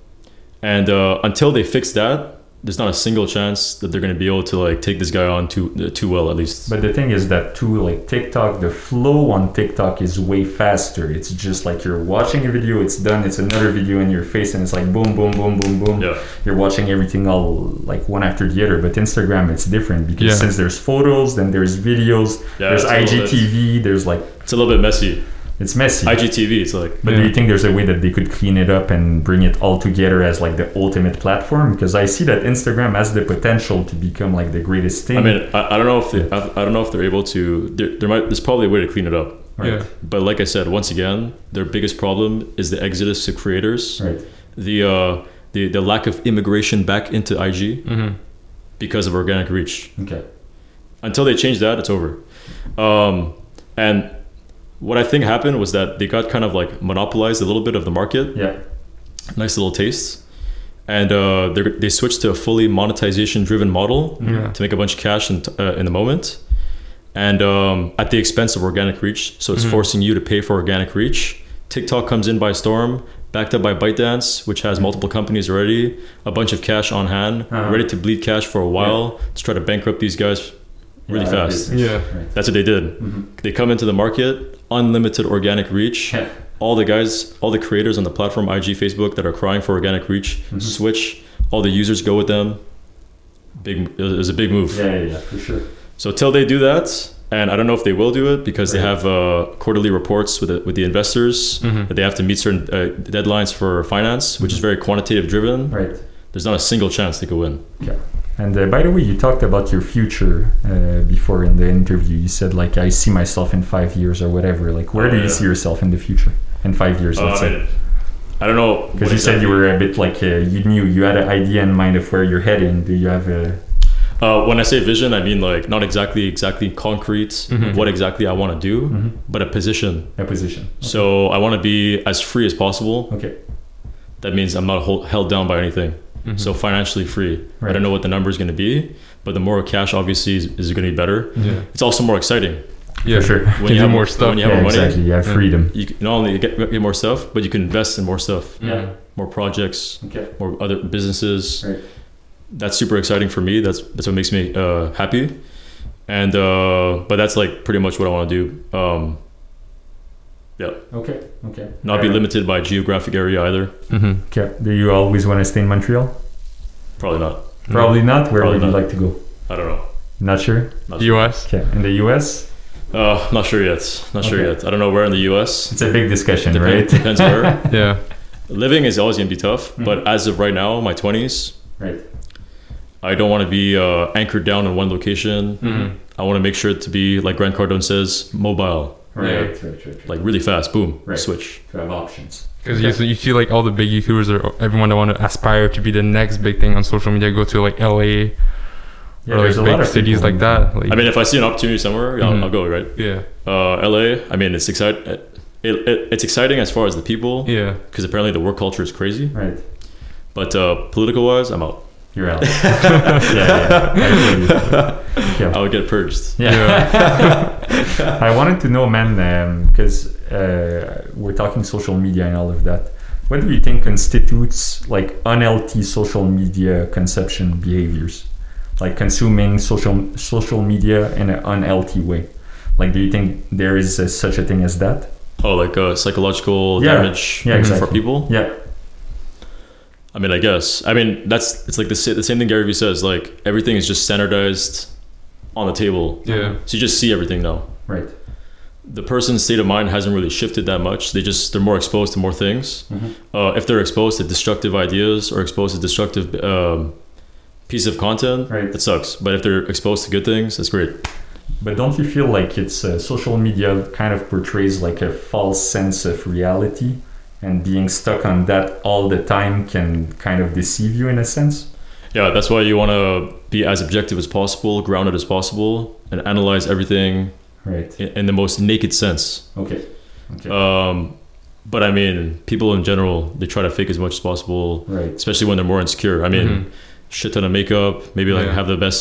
S3: and uh, until they fix that, there's not a single chance that they're going to be able to like take this guy on too uh, too well, at least.
S1: But the thing is that too, like TikTok, the flow on TikTok is way faster. It's just like you're watching a video, it's done, it's another video in your face, and it's like boom, boom, boom, boom, boom.
S3: Yeah.
S1: You're watching everything all like one after the other. But Instagram, it's different because
S2: Yeah.
S1: since there's photos, then there's videos,
S3: Yeah,
S1: there's
S3: it's a little bit-
S1: IGTV, there's like
S3: It's a little bit messy.
S1: it's messy.
S3: IGTV, it's like
S1: But
S2: Yeah.
S1: do you think there's a way that they could clean it up and bring it all together as like the ultimate platform? Because I see that Instagram has the potential to become like the greatest thing.
S3: I mean, I, I don't know if they, I, I don't know if they're able to. There, there might there's probably a way to clean it up.
S2: Yeah.
S3: But like I said, once again, their biggest problem is the exodus to creators,
S1: right,
S3: the uh, the the lack of immigration back into IG
S2: Mhm.
S3: because of organic reach.
S1: okay,
S3: until they change that, it's over. Um, and what I think happened was that they got kind of like monopolized a little bit of the market.
S1: yeah,
S3: Nice little taste. And uh, they're- they switched to a fully monetization-driven model
S2: Yeah.
S3: to make a bunch of cash in, uh, in the moment, and um, at the expense of organic reach. So
S1: Mm-hmm.
S3: it's forcing you to pay for organic reach. TikTok comes in by storm, backed up by ByteDance, which has multiple companies already, a bunch of cash on hand,
S1: Mm-hmm. Uh-huh.
S3: ready to bleed cash for a while to try to bankrupt these guys really
S1: Yeah,
S3: fast.
S2: Yeah.
S1: Right.
S3: That's what they did. They come into the market, unlimited organic reach.
S1: Yeah.
S3: All the guys, all the creators on the platform, IG, Facebook, that are crying for organic reach, switch. All the users go with them. Big, it was a big move.
S1: Yeah, yeah, yeah, for sure.
S3: So till they do that, and I don't know if they will do it because they
S1: Right.
S3: have uh, quarterly reports with the, with the investors
S2: Mhm.
S3: that they have to meet certain uh, deadlines for finance, which is very quantitative driven.
S1: Right.
S3: There's not a single chance they could win.
S1: And uh, by the way, you talked about your future uh, before in the interview. You said like, I see myself in five years or whatever. Like, where
S3: Oh,
S1: do you
S3: yeah. Uh,
S1: see yourself in the future? In five years, let's say.
S3: I don't know
S1: Because you said you were a bit like uh, you knew you had an idea in mind of where you're heading. Do you have a
S3: Uh, when I say vision, I mean like not exactly exactly concrete
S2: Mhm.
S3: what exactly I want to do, but a position.
S1: a position?
S3: So I want to be as free as possible.
S1: Okay.
S3: That means I'm not hol- held down by anything. So financially free. I
S1: Right.
S3: don't know what the number is going to be, but the more cash obviously is, is going to be better.
S2: Yeah.
S3: It's also more exciting
S2: Yeah.
S1: For sure.
S3: when you
S2: do
S3: have
S2: more stuff.
S3: When you
S1: Yeah,
S3: have more money,
S1: exactly. You have
S2: Yeah.
S1: freedom.
S3: you can not only get, get more stuff, but you can invest in more stuff,
S1: Yeah.
S3: more projects,
S1: Okay.
S3: more other businesses.
S1: Right.
S3: That's super exciting for me. That's that's what makes me uh, happy, and uh, but that's like pretty much what I want to do. Um,
S1: Okay. Okay.
S3: not be limited by geographic area either.
S2: Mm-hmm.
S1: Okay. Do you always want to stay in Montreal?
S3: Probably not.
S1: Probably not. Where
S3: Probably
S1: would you
S3: not.
S1: like to go?
S3: I don't know.
S1: Not sure.
S2: U.S.
S1: Okay. In the U.S.,
S3: Uh, not sure yet. Not sure
S1: Okay.
S3: yet. I don't know where in the U.S.
S1: it's a big discussion,
S3: Depends,
S1: right? Mm-hmm.
S3: depends where.
S2: Yeah.
S3: Living is always gonna be tough, but as of right now, my twenties,
S1: Right.
S3: I don't want to be uh, anchored down in one location.
S1: Mm-hmm.
S2: Mhm.
S3: I want to make sure to be like Grant Cardone says, mobile,
S1: Right. Right. Right. right.
S3: like really fast. Boom,
S1: Right.
S3: switch.
S1: to have options.
S2: Because you, you see like all the big YouTubers or everyone that want to aspire to be the next big thing on social media go to like L.A. or like big cities like that. Like,
S3: I mean, if I see an opportunity somewhere, I'll,
S2: Mhm.
S1: Mm-hmm.
S3: I'll go. Right,
S2: yeah,
S3: uh, LA. I mean, it's exciting. It, it, it's exciting as far as the people,
S2: yeah.
S3: because apparently the work culture is crazy.
S1: Right.
S3: But uh, political wise, I'm out.
S1: You're out. yeah. Yeah. I feel you.
S3: I would get purged.
S1: Yeah. I wanted to know, man, because uh, we're talking social media and all of that. What do you think constitutes like unhealthy social media consumption behaviors, like consuming social social media in an unhealthy way? Like, do you think there is uh, such a thing as that?
S3: Oh, like uh, psychological
S1: Yeah.
S3: damage
S1: Yeah,
S3: for
S1: exactly.
S3: people.
S1: Yeah.
S3: I mean, I guess. I mean, that's it's like the sa- the same thing Gary Vee says. Like everything is just standardized on the table.
S2: Yeah.
S3: So you just see everything now.
S1: Right.
S3: the person's state of mind hasn't really shifted that much. They just they're more exposed to more things.
S1: Mhm.
S3: Uh, if they're exposed to destructive ideas or exposed to destructive um, piece of content,
S1: Right.
S3: that sucks. But if they're exposed to good things, that's great.
S1: But don't you feel like it's uh, social media kind of portrays like a false sense of reality, and being stuck on that all the time can kind of deceive you in a sense?
S3: Yeah, that's why you want to be as objective as possible, grounded as possible, and analyze everything
S1: Right.
S3: in, in the most naked sense.
S1: Okay. Okay.
S2: Uh,
S3: Um, but I mean, people in general, they try to fake as much as possible,
S1: right.
S3: especially when they're more insecure. I mean.
S2: Mhm.
S1: Mm-hmm.
S3: shit ton of makeup. Maybe like
S2: Yeah.
S3: have the best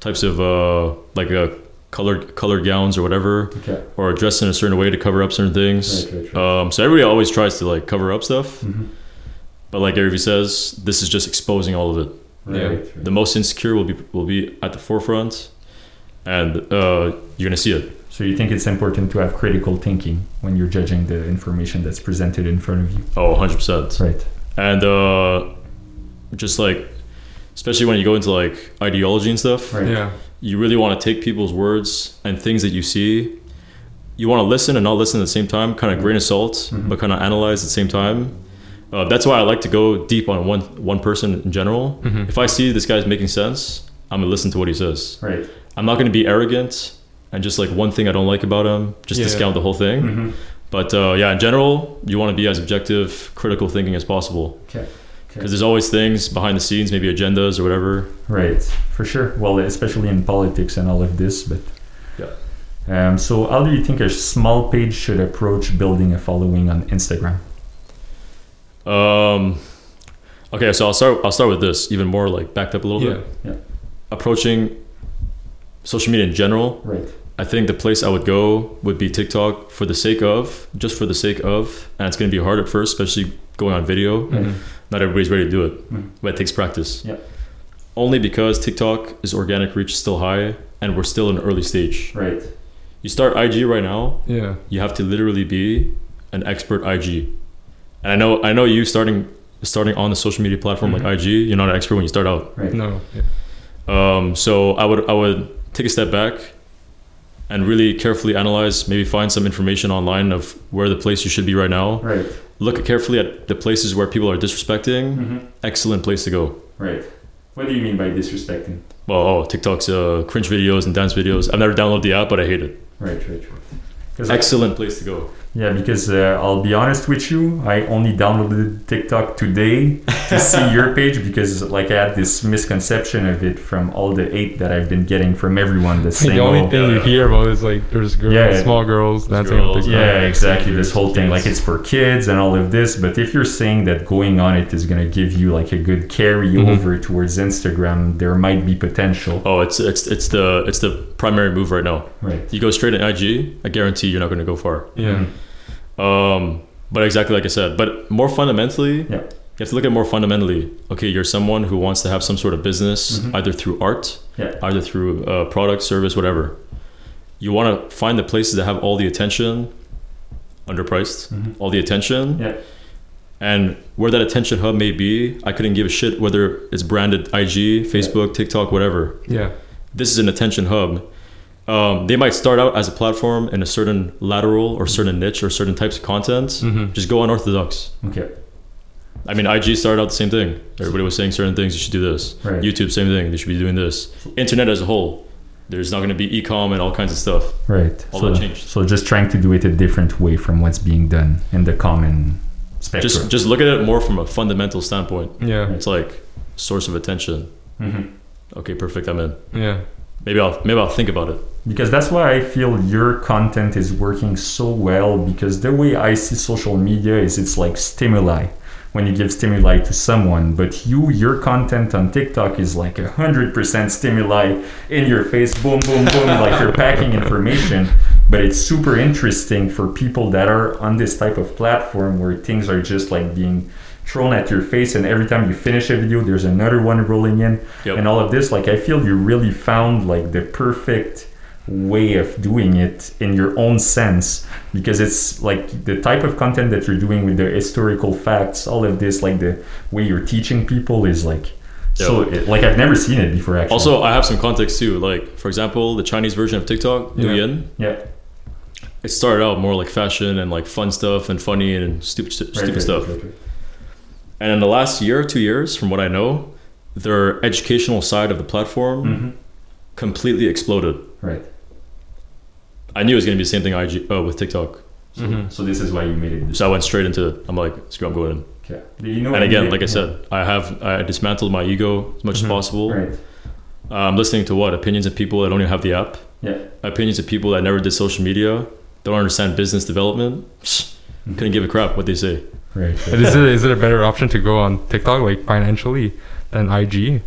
S3: types of uh, like uh, colored colored gowns or whatever,
S1: Okay. Right,
S3: or dress in a certain way to cover up certain things.
S1: right, right.
S3: Um, so everybody always tries to like cover up stuff,
S1: Mhm.
S3: but like Gary Vee says, this is just exposing all of it.
S2: yeah.
S1: Right, right.
S3: The most insecure will be will be at the forefront, and uh, you're gonna see it.
S1: So you think it's important to have critical thinking when you're judging the information that's presented in front of you?
S3: Oh, 100 percent.
S1: Right.
S3: And uh, just like, especially when you go into like ideology and stuff,
S1: Right.
S2: Yeah.
S3: you really want to take people's words and things that you see. You want to listen and not listen at the same time, kind of grain of salt, but kind of analyze at the same time. Uh, that's why I like to go deep on one one person in general. If I see this guy's making sense, I'm gonna listen to what he says.
S1: Right.
S3: I'm not gonna be arrogant and just like one thing I don't like about him, just
S2: Yeah.
S3: discount the whole thing. But uh, yeah, in general, you want to be as objective, critical thinking as possible
S1: Okay.
S3: because there's always things behind the scenes, maybe agendas or whatever.
S1: Right, for sure. Well, especially in politics and all of this, but
S3: Yeah.
S1: Um, so, how do you think a small page should approach building a following on Instagram?
S3: Um, okay, so I'll start. I'll start with this, even more like backed up a little
S2: Yeah.
S3: bit. Approaching social media in general,
S1: Right.
S3: I think the place I would go would be TikTok for the sake of, just for the sake of, and it's going to be hard at first, especially going on video.
S2: Mhm.
S3: Not everybody's ready to do it,
S2: Mm-hmm.
S1: Mhm.
S3: but it takes practice.
S1: Yeah.
S3: Only because TikTok is organic reach is still high, and we're still in early stage.
S1: Right.
S3: You start IG right now,
S2: Yeah.
S3: you have to literally be an expert IG. And I know I know you starting starting on the social media platform
S2: Mhm.
S1: Mm-hmm.
S3: like IG, you're not an expert when you start out.
S1: Right.
S2: No. Yeah.
S3: Um, so I would I would take a step back, and really carefully analyze, maybe find some information online of where the place you should be right now.
S1: Right.
S3: Look carefully at the places where people are disrespecting.
S1: Mm-hmm.
S3: Excellent place to go.
S1: Right. What do you mean by disrespecting?
S3: Well, oh, TikTok's uh, cringe videos and dance videos. I've never downloaded the app, but I hate it.
S1: Right, right, right. 'Cause I-
S3: Excellent place to go.
S1: Yeah, because uh, I'll be honest with you, I only downloaded TikTok today to see your page because like I had this misconception of it from all the hate that I've been getting from everyone. The same
S2: the only
S1: old-
S2: thing you
S3: Yeah.
S2: hear about is like there's girls,
S1: Yeah.
S2: small girls dancing on
S3: Girls,
S2: TikTok.
S1: yeah, exactly. This whole thing, like
S3: Yes.
S1: it's for kids and all of this. But if you're saying that going on it is gonna give you like a good carryover towards Instagram, there might be potential.
S3: Oh, it's it's it's the it's the primary move right now.
S1: Right.
S3: You go straight in IG, I guarantee you're not going to go far.
S2: Yeah.
S1: Mm-hmm.
S3: Um, but exactly like I said, but more fundamentally,
S1: Yeah.
S3: you have to look at more fundamentally. Okay, you're someone who wants to have some sort of business,
S1: Mhm.
S3: either through art,
S1: Yeah.
S3: either through uh, product, service, whatever. You want to find the places that have all the attention, underpriced,
S1: Mhm.
S3: all the attention,
S1: Yeah.
S3: and where that attention hub may be. I couldn't give a shit whether it's branded IG, Facebook, TikTok, whatever
S2: Yeah.
S3: this is an attention hub. Um, they might start out as a platform in a certain lateral or certain niche or certain types of content.
S2: Mhm.
S3: Just go unorthodox.
S1: Okay.
S3: I mean, IG started out the same thing. Everybody was saying certain things. You should do this.
S1: Right.
S3: YouTube, same thing. They should be doing this. Internet as a whole, there's not going to be e-com and all kinds of stuff.
S1: Right.
S3: All
S1: so,
S3: that changed.
S1: so just trying to do it a different way from what's being done in the common spectrum.
S3: Just just look at it more from a fundamental standpoint.
S2: Yeah.
S3: It's like source of attention.
S1: Mhm.
S3: Okay, perfect. I'm in.
S2: Yeah.
S3: Maybe I'll maybe I'll think about it.
S1: because that's why I feel your content is working so well because the way I see social media is it's like stimuli when you give stimuli to someone but you your content on TikTok is like a hundred percent stimuli in your face boom boom boom like you're packing information but it's super interesting for people that are on this type of platform where things are just like being thrown at your face and every time you finish a video there's another one rolling in
S3: Yep.
S1: and all of this like i feel you really found like the perfect way of doing it in your own sense because it's like the type of content that you're doing with the historical facts all of this like the way you're teaching people is like so it, like i've never seen it before actually
S3: Also, I have some context too. Like for example, the Chinese version of TikTok,
S2: Yeah.
S3: Douyin.
S1: yeah
S3: it started out more like fashion and like fun stuff and funny and stupid stu-
S1: right,
S3: stupid
S1: right,
S3: stuff.
S1: right, right.
S3: And in the last year or two years, from what I know, their educational side of the platform
S1: Mhm.
S3: completely exploded.
S1: right
S3: I knew it was going to be the same thing IG, uh, with TikTok,
S1: so,
S3: Mm-hmm.
S2: Mhm.
S1: so this is why you made it this
S3: so I went straight into it. I'm like, screw, I'm going in.
S1: okay Do you know
S3: And again,
S1: any-
S3: like I
S1: yeah.
S3: said, I have I dismantled my ego as much
S2: Mhm.
S3: as possible.
S1: Mm-hmm. right
S3: I'm listening to what opinions of people that don't even have the app,
S1: yeah
S3: opinions of people that never did social media, don't understand business development.
S1: Mm-hmm.
S3: Couldn't give a crap what they say.
S1: right, right.
S2: But is it is it a better option to go on TikTok like financially than IG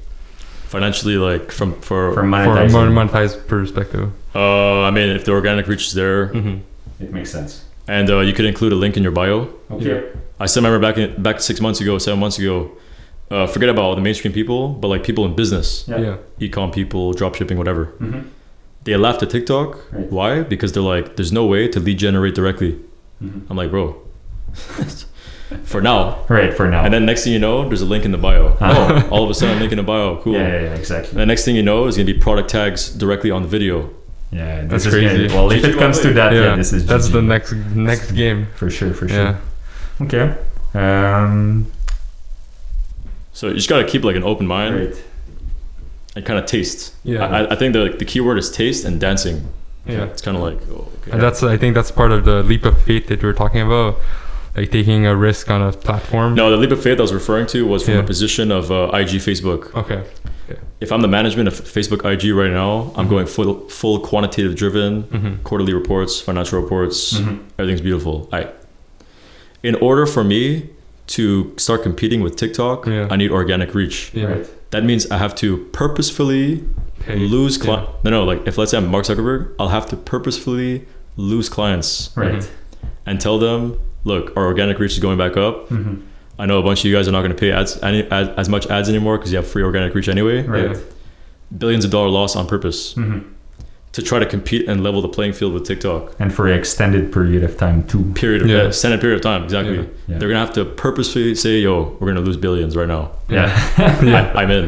S3: Financially, like from for
S1: for
S2: for a
S1: monetizing
S2: more monetized perspective?
S3: Uh, I mean, if the organic reach is there,
S2: Mm-hmm.
S1: it makes sense
S3: and uh, you could include a link in your bio.
S1: okay
S3: I still remember back in, back six months ago, seven months ago. Uh, forget about all the mainstream people, but like people in business,
S1: Yeah.
S2: Yeah. yeah.
S3: ecom people, dropshipping, whatever.
S1: hmm
S3: They laughed at TikTok.
S1: Right.
S3: Why? Because they're like, there's no way to lead generate directly.
S1: Mhm.
S3: I'm like, bro, for now.
S1: right for now
S3: And then next thing you know, there's a link in the bio.
S1: Ah.
S3: Oh, all of a sudden, link in the bio. Cool.
S1: yeah, yeah, yeah exactly
S3: And the next thing you know is gonna be product tags directly on the video.
S1: Yeah, this
S2: That's
S1: is crazy.
S2: crazy.
S1: Well, if
S3: GG
S1: it comes to
S3: one way.
S1: that, yeah, this is
S2: That's
S1: GG.
S2: the next next game.
S1: for sure, for sure.
S2: Yeah.
S1: Okay. Um,
S3: So you just gotta keep like an open mind.
S1: great.
S3: and kind of taste.
S2: Yeah.
S3: I, I- I think the, the key word is taste and dancing.
S2: Yeah.
S3: It's kind of like, oh, okay.
S2: And that's I think that's part of the leap of faith that we are talking about, like taking a risk on a platform.
S3: no, the leap of faith I was referring to was from
S2: Yeah.
S3: a position of uh, IG Facebook.
S2: Okay.
S3: If I'm the management of Facebook IG right now, I'm going full, full quantitative driven,
S2: Mm-hmm.
S3: quarterly reports, financial reports,
S1: Mhm.
S3: everything's beautiful. I, in order for me to start competing with TikTok,
S2: Yeah.
S3: I need organic reach.
S2: Yeah.
S1: Right.
S3: That means I have to purposefully
S2: Pay-
S3: lose
S2: yeah.
S3: clients. No, no, like if let's say I'm Mark Zuckerberg, I'll have to purposefully lose clients.
S1: Right.
S2: Mm-hmm.
S3: and tell them, look, our organic reach is going back up.
S2: Mm-hmm.
S1: Mhm.
S3: I know a bunch of you guys are not going to pay ads any, as, as much ads anymore because you have free organic reach anyway.
S1: Right.
S2: Yeah.
S3: Billions of dollar loss on purpose
S2: Mm-hmm.
S1: Mhm.
S3: to try to compete and level the playing field with TikTok.
S1: And for an extended period of time too.
S3: Period of
S2: Yeah.
S3: yeah. extended period of time. Exactly.
S2: Yeah.
S1: Yeah.
S3: They're gonna have to purposefully say, "Yo, we're gonna lose billions right now."
S1: Yeah.
S2: yeah.
S3: I, am in.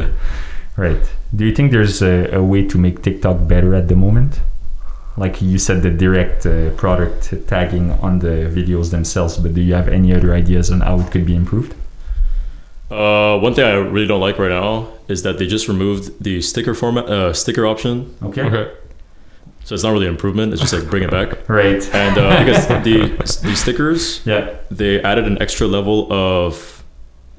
S1: right. Do you think there's a, a way to make TikTok better at the moment? like you said, the direct uh, product tagging on the videos themselves. But do you have any other ideas on how it could be improved?
S3: Uh, one thing I really don't like right now is that they just removed the sticker format, uh, sticker option.
S1: Okay.
S2: Okay.
S3: So it's not really an improvement. It's just like bring it back.
S1: Right.
S3: And uh, because the the stickers,
S1: Yeah.
S3: they added an extra level of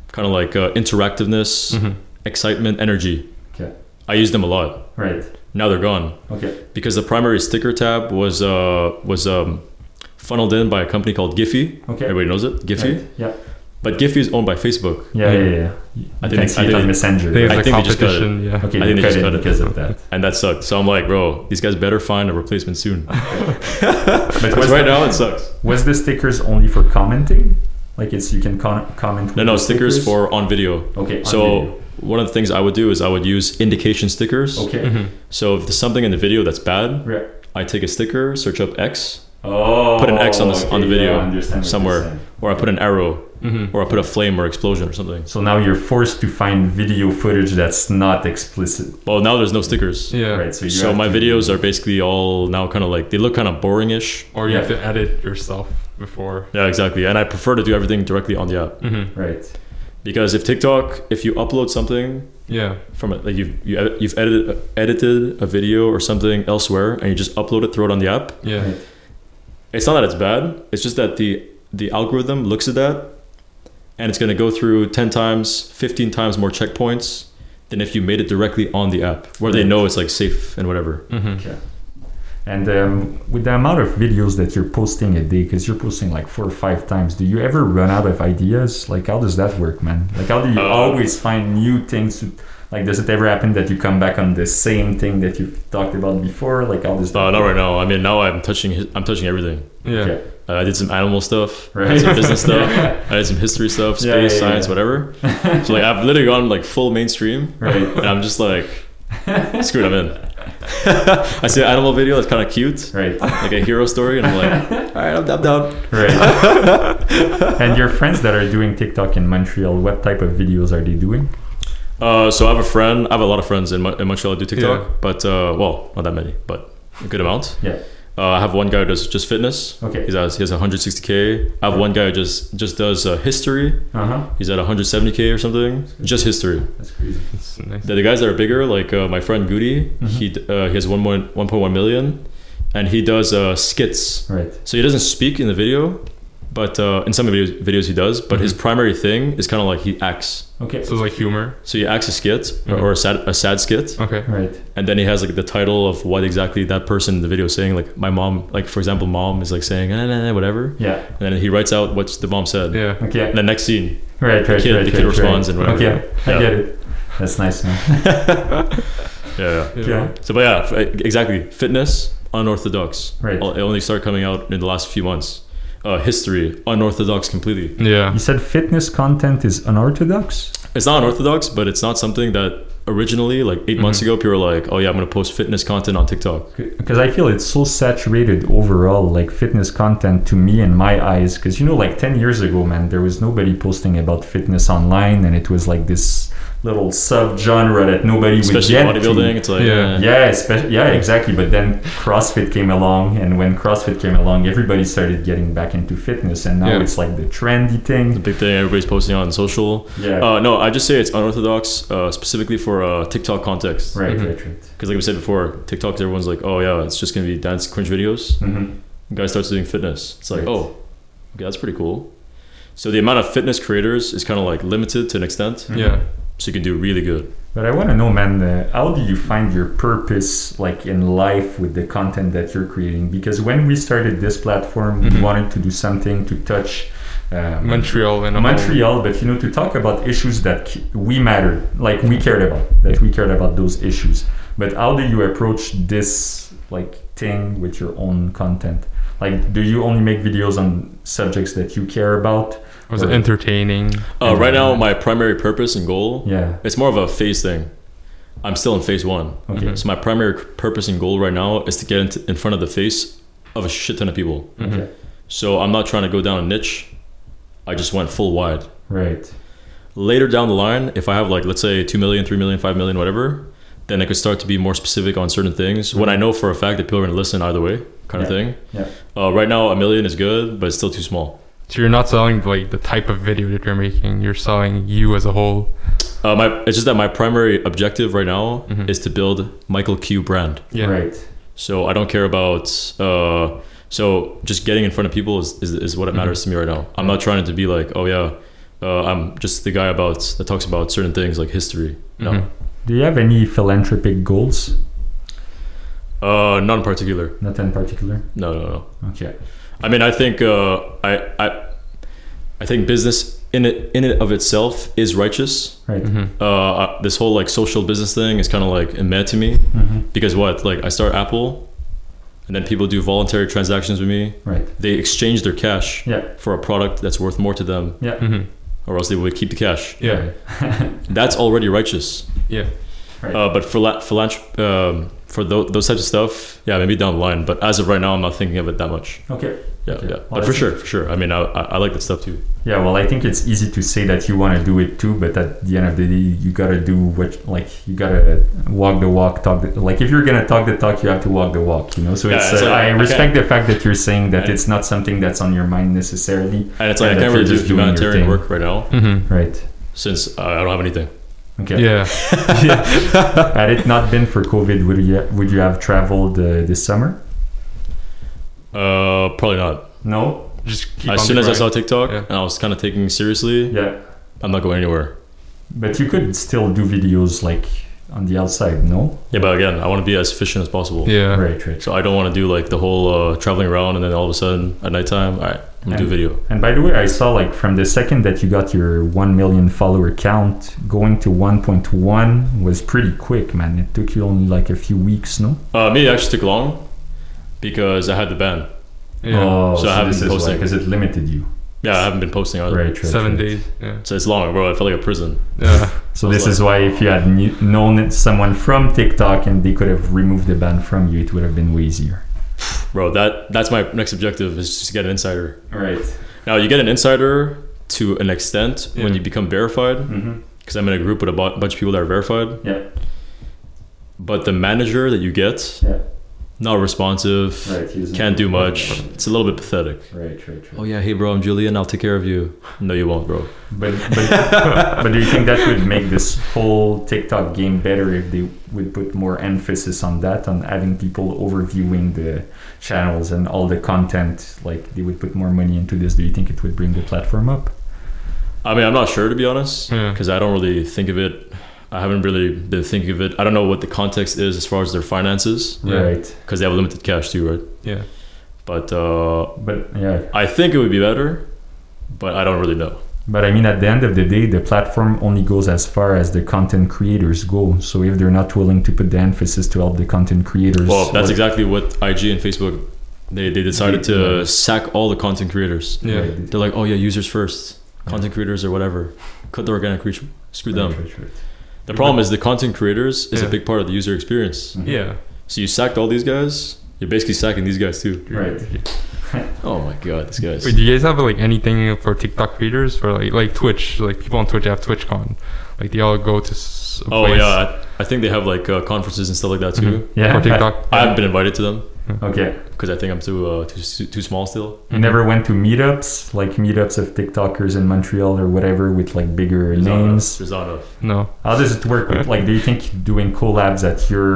S3: kind of like uh, interactiveness,
S1: Mm-hmm.
S2: Mhm.
S3: excitement, energy.
S1: Okay.
S3: I used them a lot.
S1: Right.
S3: Now they're gone
S1: Okay.
S3: because the primary sticker tab was uh, was um, funneled in by a company called Giphy.
S1: Okay.
S3: Everybody knows it, Giphy.
S1: Right. Yeah.
S3: But Giphy is owned by Facebook.
S1: Yeah. Yeah. Yeah.
S3: I
S1: I
S3: think-
S1: can see
S3: I
S1: it
S3: think-
S1: on Messenger.
S2: I think it's
S3: I
S2: like
S3: think they just got it.
S2: competition. Yeah.
S1: Okay.
S3: I
S1: you
S3: think they
S1: cut
S3: just
S1: it
S3: cut it.
S1: because of that.
S3: And that sucked. So I'm like, bro, these guys better find a replacement soon.
S1: But
S3: Because
S1: was,
S3: right
S1: the,
S3: now it sucks.
S1: was the stickers only for commenting? Like it's you can con- comment.
S3: No,
S1: with
S3: no,
S1: the
S3: stickers for on video.
S1: Okay. on
S3: So one of the things I would do is I would use indication stickers.
S1: video. Okay.
S3: Mm-hmm.
S2: Mhm.
S3: So if there's something in the video that's bad,
S1: Right.
S3: I take a sticker, search up X,
S1: Oh.
S3: put an X on the on
S1: okay, yeah,
S3: the
S1: I
S3: video
S1: understand what you're
S3: somewhere,
S1: saying.
S3: or I put an arrow,
S2: Mhm.
S3: or I put a flame or explosion or something.
S1: So now you're forced to find video footage that's not explicit,
S3: Well, now there's no stickers.
S2: Yeah.
S1: right? So, you
S3: So
S1: have
S3: my
S1: to-
S3: videos are basically all now kind of like they look kind of boringish.
S2: Or you have
S1: Yeah.
S2: to edit yourself before.
S3: Yeah, exactly. And I prefer to do everything directly on the app
S2: hmm
S1: right.
S3: because if TikTok, if you upload something
S2: Yeah.
S3: from it. Like you've you, ed- you've edited edited a video or something elsewhere, and you just upload it, throw it on the app.
S2: Yeah.
S1: Right.
S3: It's not that it's bad. It's just that the the algorithm looks at that, and it's gonna go through ten times, fifteen times more checkpoints than if you made it directly on the app, where they know it's like safe and whatever.
S2: hmm
S1: Okay. And um, with the amount of videos that you're posting a day, because you're posting like four or five times, do you ever run out of ideas? Like, how does that work, man? Like, how do you
S3: Uh,
S1: always find new things? To, like, does it ever happen that you come back on the same thing that you've talked about before? Like, how does that?
S3: Uh, not right now. I mean, now I'm touching his- I'm touching everything.
S2: Yeah.
S1: Okay.
S3: Uh, I did some animal stuff, I
S1: Right.
S3: did some business stuff,
S1: Yeah.
S3: I did some history stuff, space,
S1: Yeah, yeah, yeah,
S3: science,
S1: yeah.
S3: whatever. So like I've literally gone like full mainstream.
S1: Right.
S3: and I'm just like, screw it, I'm in. I see an animal video that's kind of cute,
S1: Right.
S3: like a hero story, and I'm like, all right, I'm, I'm down.
S1: Right. and your friends that are doing TikTok in Montreal, what type of videos are they doing?
S3: Uh, so I have a friend, I have a lot of friends in, Mo- in Montreal that do TikTok,
S2: Yeah.
S3: but uh, well, not that many, but a good amount.
S1: Yeah.
S3: Uh, I have one guy who does just fitness.
S1: Okay.
S3: He's at, he has 160k. I have one guy who just just does uh, history.
S1: Uh huh.
S3: He's at 170k or something. Just history.
S1: That's crazy.
S2: It's nice.
S3: The, the guys that are bigger, like uh, my friend Goody,
S1: Mhm.
S3: he d- uh, he has one point- 1.1 million, and he does uh, skits.
S1: Right.
S3: So he doesn't speak in the video, but uh, in some videos, videos he does. But his primary thing is kind of like he acts.
S1: Okay.
S2: So it's like humor.
S3: So he acts a skit or a sad, a sad skit,
S2: Okay.
S1: Right.
S3: and then he has like the title of what exactly that person in the video is saying. Like my mom, like for example, mom is like saying nah, nah, nah, whatever,
S1: Yeah.
S3: and then he writes out what the mom said.
S2: Yeah.
S1: Okay.
S3: And the next scene,
S1: Right. Right.
S3: the kid-
S1: right,
S3: the
S1: right,
S3: kid responds
S1: right.
S3: and whatever.
S1: Okay.
S3: Yeah.
S1: I get it. That's nice, man.
S3: yeah. yeah.
S2: Yeah.
S1: Okay.
S3: So, but yeah, f- exactly. Fitness, unorthodox.
S1: Right.
S3: It only started coming out in the last few months. Uh, history, unorthodox completely.
S2: Yeah.
S1: You said fitness content is unorthodox.
S3: it's not unorthodox, but it's not something that originally, like 8 months ago, people were like, "Oh yeah, I'm gonna post fitness content on TikTok."
S1: because I feel it's so saturated overall, like fitness content to me in my eyes. Because you know, like 10 years ago, man, there was nobody posting about fitness online, and it was like this little sub genre that nobody
S3: Especially
S1: would get.
S3: bodybuilding,
S1: To.
S3: it's like,
S2: Yeah.
S3: eh.
S1: Yeah, especially yeah, exactly. But then CrossFit came along, and when CrossFit came along, everybody started getting back into fitness, and now
S2: Yeah.
S1: it's like the trendy
S3: the
S1: thing.
S3: big thing everybody's posting on social.
S1: Yeah,
S3: Uh, no, I just say it's unorthodox uh, specifically for uh, TikTok context.
S1: right,
S2: mhm.
S1: right, right.
S3: Because like we said before, TikTok, everyone's like, "Oh yeah, it's just gonna be dance cringe videos."
S1: hmm
S3: Guy starts doing fitness. It's like,
S1: Right.
S3: "Oh, okay, that's pretty cool." So the amount of fitness creators is kind of like limited to an extent.
S1: Mm-hmm.
S2: Yeah.
S3: So you can do really good.
S1: But I want to know, man, uh, how do you find your purpose, like in life, with the content that you're creating? Because when we started this platform, we
S2: Mhm.
S1: wanted to do something to touch um,
S2: Montreal and all.
S1: Montreal, but you know, to talk about issues that c- we matter, like we cared about, that we cared about those issues. But how do you approach this like thing with your own content? Like, do you only make videos on subjects that you care about?
S2: Was it entertaining?
S3: Uh, right now, my primary purpose and goal
S1: Yeah.
S3: It's more of a phase thing. I'm still in phase one. Mm-hmm.
S1: Okay.
S2: Mhm.
S3: So my primary purpose and goal right now is to get into, in front of the face of a shit ton of people.
S2: Mm-hmm.
S1: Okay.
S3: So I'm not trying to go down a niche. I just went full wide.
S1: Right.
S3: Later down the line, if I have like let's say 2 million, 3 million, 5 million, whatever, then I could start to be more specific on certain things when I know for a fact that people are going to listen either way, kind of thing.
S1: Yeah.
S3: Uh, right now, a million is good, but it's still too small.
S2: So you're not selling like the type of video that you're making. You're selling you as a whole.
S3: Uh, my, it's just that my primary objective right now
S2: Mhm.
S3: is to build Michael Q brand.
S2: Yeah.
S1: Right.
S3: So I don't care about. Uh, so just getting in front of people is, is, is what it matters to me right now. I'm not trying to be like, oh yeah, uh, I'm just the guy about that talks about certain things like history. No,
S2: Mhm.
S1: Do you have any philanthropic goals?
S3: uh, not in particular.
S1: Not in particular.
S3: No, no, no.
S1: Okay.
S3: I mean, I think uh, I, I I think business in it in it of itself is righteous.
S1: Right.
S2: Mhm.
S3: Uh, I- this whole like social business thing is kind of like mad to me
S1: hmm
S3: because what like I start Apple, and then people do voluntary transactions with me.
S1: Right.
S3: They exchange their cash
S1: Yeah.
S3: for a product that's worth more to them
S1: Yeah.
S2: Mhm.
S3: or else they would keep the cash.
S2: Yeah.
S3: That's already righteous.
S2: Yeah.
S1: Right.
S3: Uh, but for la- for lunch, um, for tho- those types of stuff, yeah, maybe down the line. But as of right now, I'm not thinking of it that much.
S1: Okay.
S3: Yeah,
S1: Okay.
S3: yeah.
S1: Well,
S3: but for
S1: that's-
S3: sure, for sure. I mean, I, I, I like that stuff too.
S1: Yeah, well, I think it's easy to say that you want to do it too, but at the end of the day, you gotta do what, like, you gotta walk the walk, talk the, like, if you're gonna talk the talk, you have to walk the walk, you know? So
S3: Yeah,
S1: it's,
S3: it's
S1: uh,
S3: like-
S1: I
S3: I
S1: respect the fact that you're saying that
S3: And-
S1: it's not something that's on your mind necessarily.
S3: And it's
S1: Yeah,
S3: like I
S1: that
S3: can't really
S1: you're
S3: do
S1: just doing your
S3: humanitarian
S1: thing.
S3: work right now
S2: Mhm.
S1: Right.
S3: since uh, I don't have anything.
S1: Okay.
S2: Yeah.
S1: Had it not been for COVID, would you, would you have traveled uh, this summer?
S3: Uh, probably not.
S1: No?
S2: Just keep on
S3: as soon
S2: the
S3: as I saw
S2: grind.
S3: TikTok
S2: Yeah.
S3: and I was kind of taking it seriously,
S1: Yeah.
S3: I'm not going anywhere.
S1: But you could still do videos, like, on the outside, no?
S3: Yeah, but again, I want to be as efficient as possible.
S2: Yeah.
S1: Right, right.
S3: So I don't want to do like the whole uh, traveling around and then all of a sudden at nighttime, all right, I'm gonna do
S1: And-
S3: video.
S1: And by the way, I saw like from the second that you got your 1 million follower count, going to 1.1 was pretty quick, man. It took you only like a few weeks, no?
S3: Uh, me, it actually took long because I had the ban.
S2: Yeah.
S1: Oh,
S3: So I haven't been posting.
S1: because it limited you.
S3: Yeah, I haven't been posting either.
S1: Right, right.
S2: Seven
S1: right.
S2: days. Yeah.
S3: So it's long, bro. I felt like a prison.
S2: Yeah.
S1: So this is why if you had knew, known it- someone from TikTok and they could have removed the ban from you, it would have been way easier.
S3: Bro, that that's my next objective is just to get an insider.
S1: Right.
S3: Now you get an insider to an extent when
S2: Yeah.
S3: you become verified,
S1: Mm-hmm.
S3: because I'm in a group with a bu- bunch of people that are verified.
S1: Yeah.
S3: But the manager that you get,
S1: Yeah.
S3: not responsive, can't do much. It's a little bit pathetic.
S1: Right, right, right.
S3: Oh yeah, hey bro, I'm Julian. I'll take care of you. No, you won't, bro.
S1: But but, but do you think that would make this whole TikTok game better if they would put more emphasis on that, on having people overviewing the channels and all the content? Like they would put more money into this. Do you think it would bring the platform up?
S3: I mean, I'm not sure to be honest,
S2: Yeah.
S3: because I don't really think of it. I haven't really been thinking of it. I don't know what the context is as far as their finances,
S2: Yeah.
S1: Right.
S3: because they have limited cash too, right?
S2: Yeah.
S3: But uh,
S1: But yeah.
S3: I think it would be better, but I don't really know.
S1: But I mean, at the end of the day, the platform only goes as far as the content creators go. So if they're not willing to put the emphasis to help the content creators,
S3: Well, that's
S1: or-
S3: exactly what IG and Facebook they they decided to sack all the content creators.
S2: Yeah.
S1: Right.
S3: They're like, oh yeah, users first, content creators or whatever. Cut the organic reach. Screw
S1: Right,
S3: them.
S1: right, right.
S3: The problem is the content creators is a
S2: Yeah. Mm.
S3: big part of the user experience.
S2: Yeah.
S3: So you sacked all these guys. You're basically sacking these guys too.
S1: Right.
S3: Oh my god, these guys.
S2: Wait, do you guys have like anything for TikTok creators for like like Twitch? Like people on Twitch have TwitchCon. Like they all go to. s- a
S3: Oh
S2: place
S3: yeah, I, I think they have like uh, conferences and stuff like that too.
S2: Mhm.
S1: Yeah.
S2: For TikTok.
S3: I haven't been invited to them
S1: Okay.
S3: because I think I'm too uh, too too small still.
S1: You never went to meetups, like meetups of TikTokers in Montreal or whatever with like bigger
S3: There's not enough.
S1: names.
S3: There's not enough.
S2: No.
S1: How does it work? With, like, do you think doing collabs at your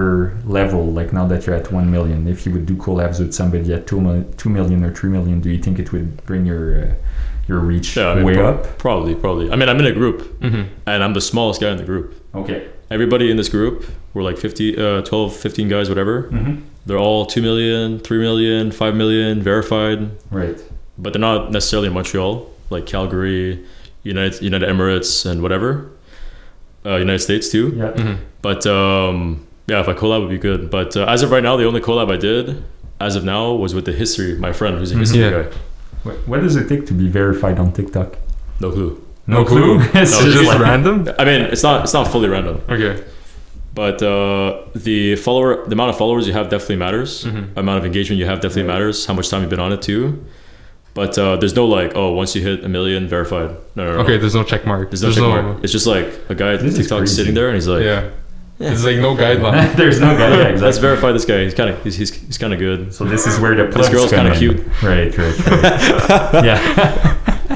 S1: level, like now that you're at 1 million, if you would do collabs with somebody at 2, mil- 2 million or 3 million, do you think it would bring your uh, your reach
S3: Yeah, I mean,
S1: way
S3: prob-
S1: up?
S3: Probably, probably. I mean, I'm in a group,
S2: hmm
S3: and I'm the smallest guy in the group.
S1: Okay.
S3: Everybody in this group, we're like 50, uh, 12, 15 guys, whatever.
S1: Mm-hmm.
S3: They're all 2 million, 3 million, 5 million, verified,
S1: Right.
S3: but they're not necessarily in Montreal, like Calgary, United, United Emirates, and whatever. Uh, United States, too.
S1: Yeah.
S2: hmm
S3: But um, yeah, if I collab would be good. But uh, as of right now, the only collab I did, as of now, was with the history, my friend who's a history
S2: Yeah.
S3: guy.
S1: What, what does it take to be verified on TikTok?
S3: No clue.
S2: No clue.
S1: it's
S3: No,
S1: just,
S2: just
S1: like-
S2: random.
S3: I mean, it's not it's not fully random,
S2: Okay.
S3: but uh, the follower, the amount of followers you have definitely matters.
S2: Mhm.
S3: Amount of engagement you have definitely
S1: Right.
S3: matters. How much time you've been on it too. But uh, there's no like, oh, once you hit a million, verified. No, no, no.
S2: Okay. There's no check mark.
S3: There's no check mark. It's just like a guy at
S1: This is
S3: TikTok
S1: crazy.
S3: sitting there and he's like,
S2: yeah. It's like no guideline.
S1: There's no guy. Yeah,
S3: Let's
S1: exactly.
S3: verify this guy. He's kind of he's, he's, he's kind of good.
S1: So this is where the plugs
S3: girl's
S1: come
S3: kinda
S1: in.
S3: cute.
S1: Right, right, right. yeah.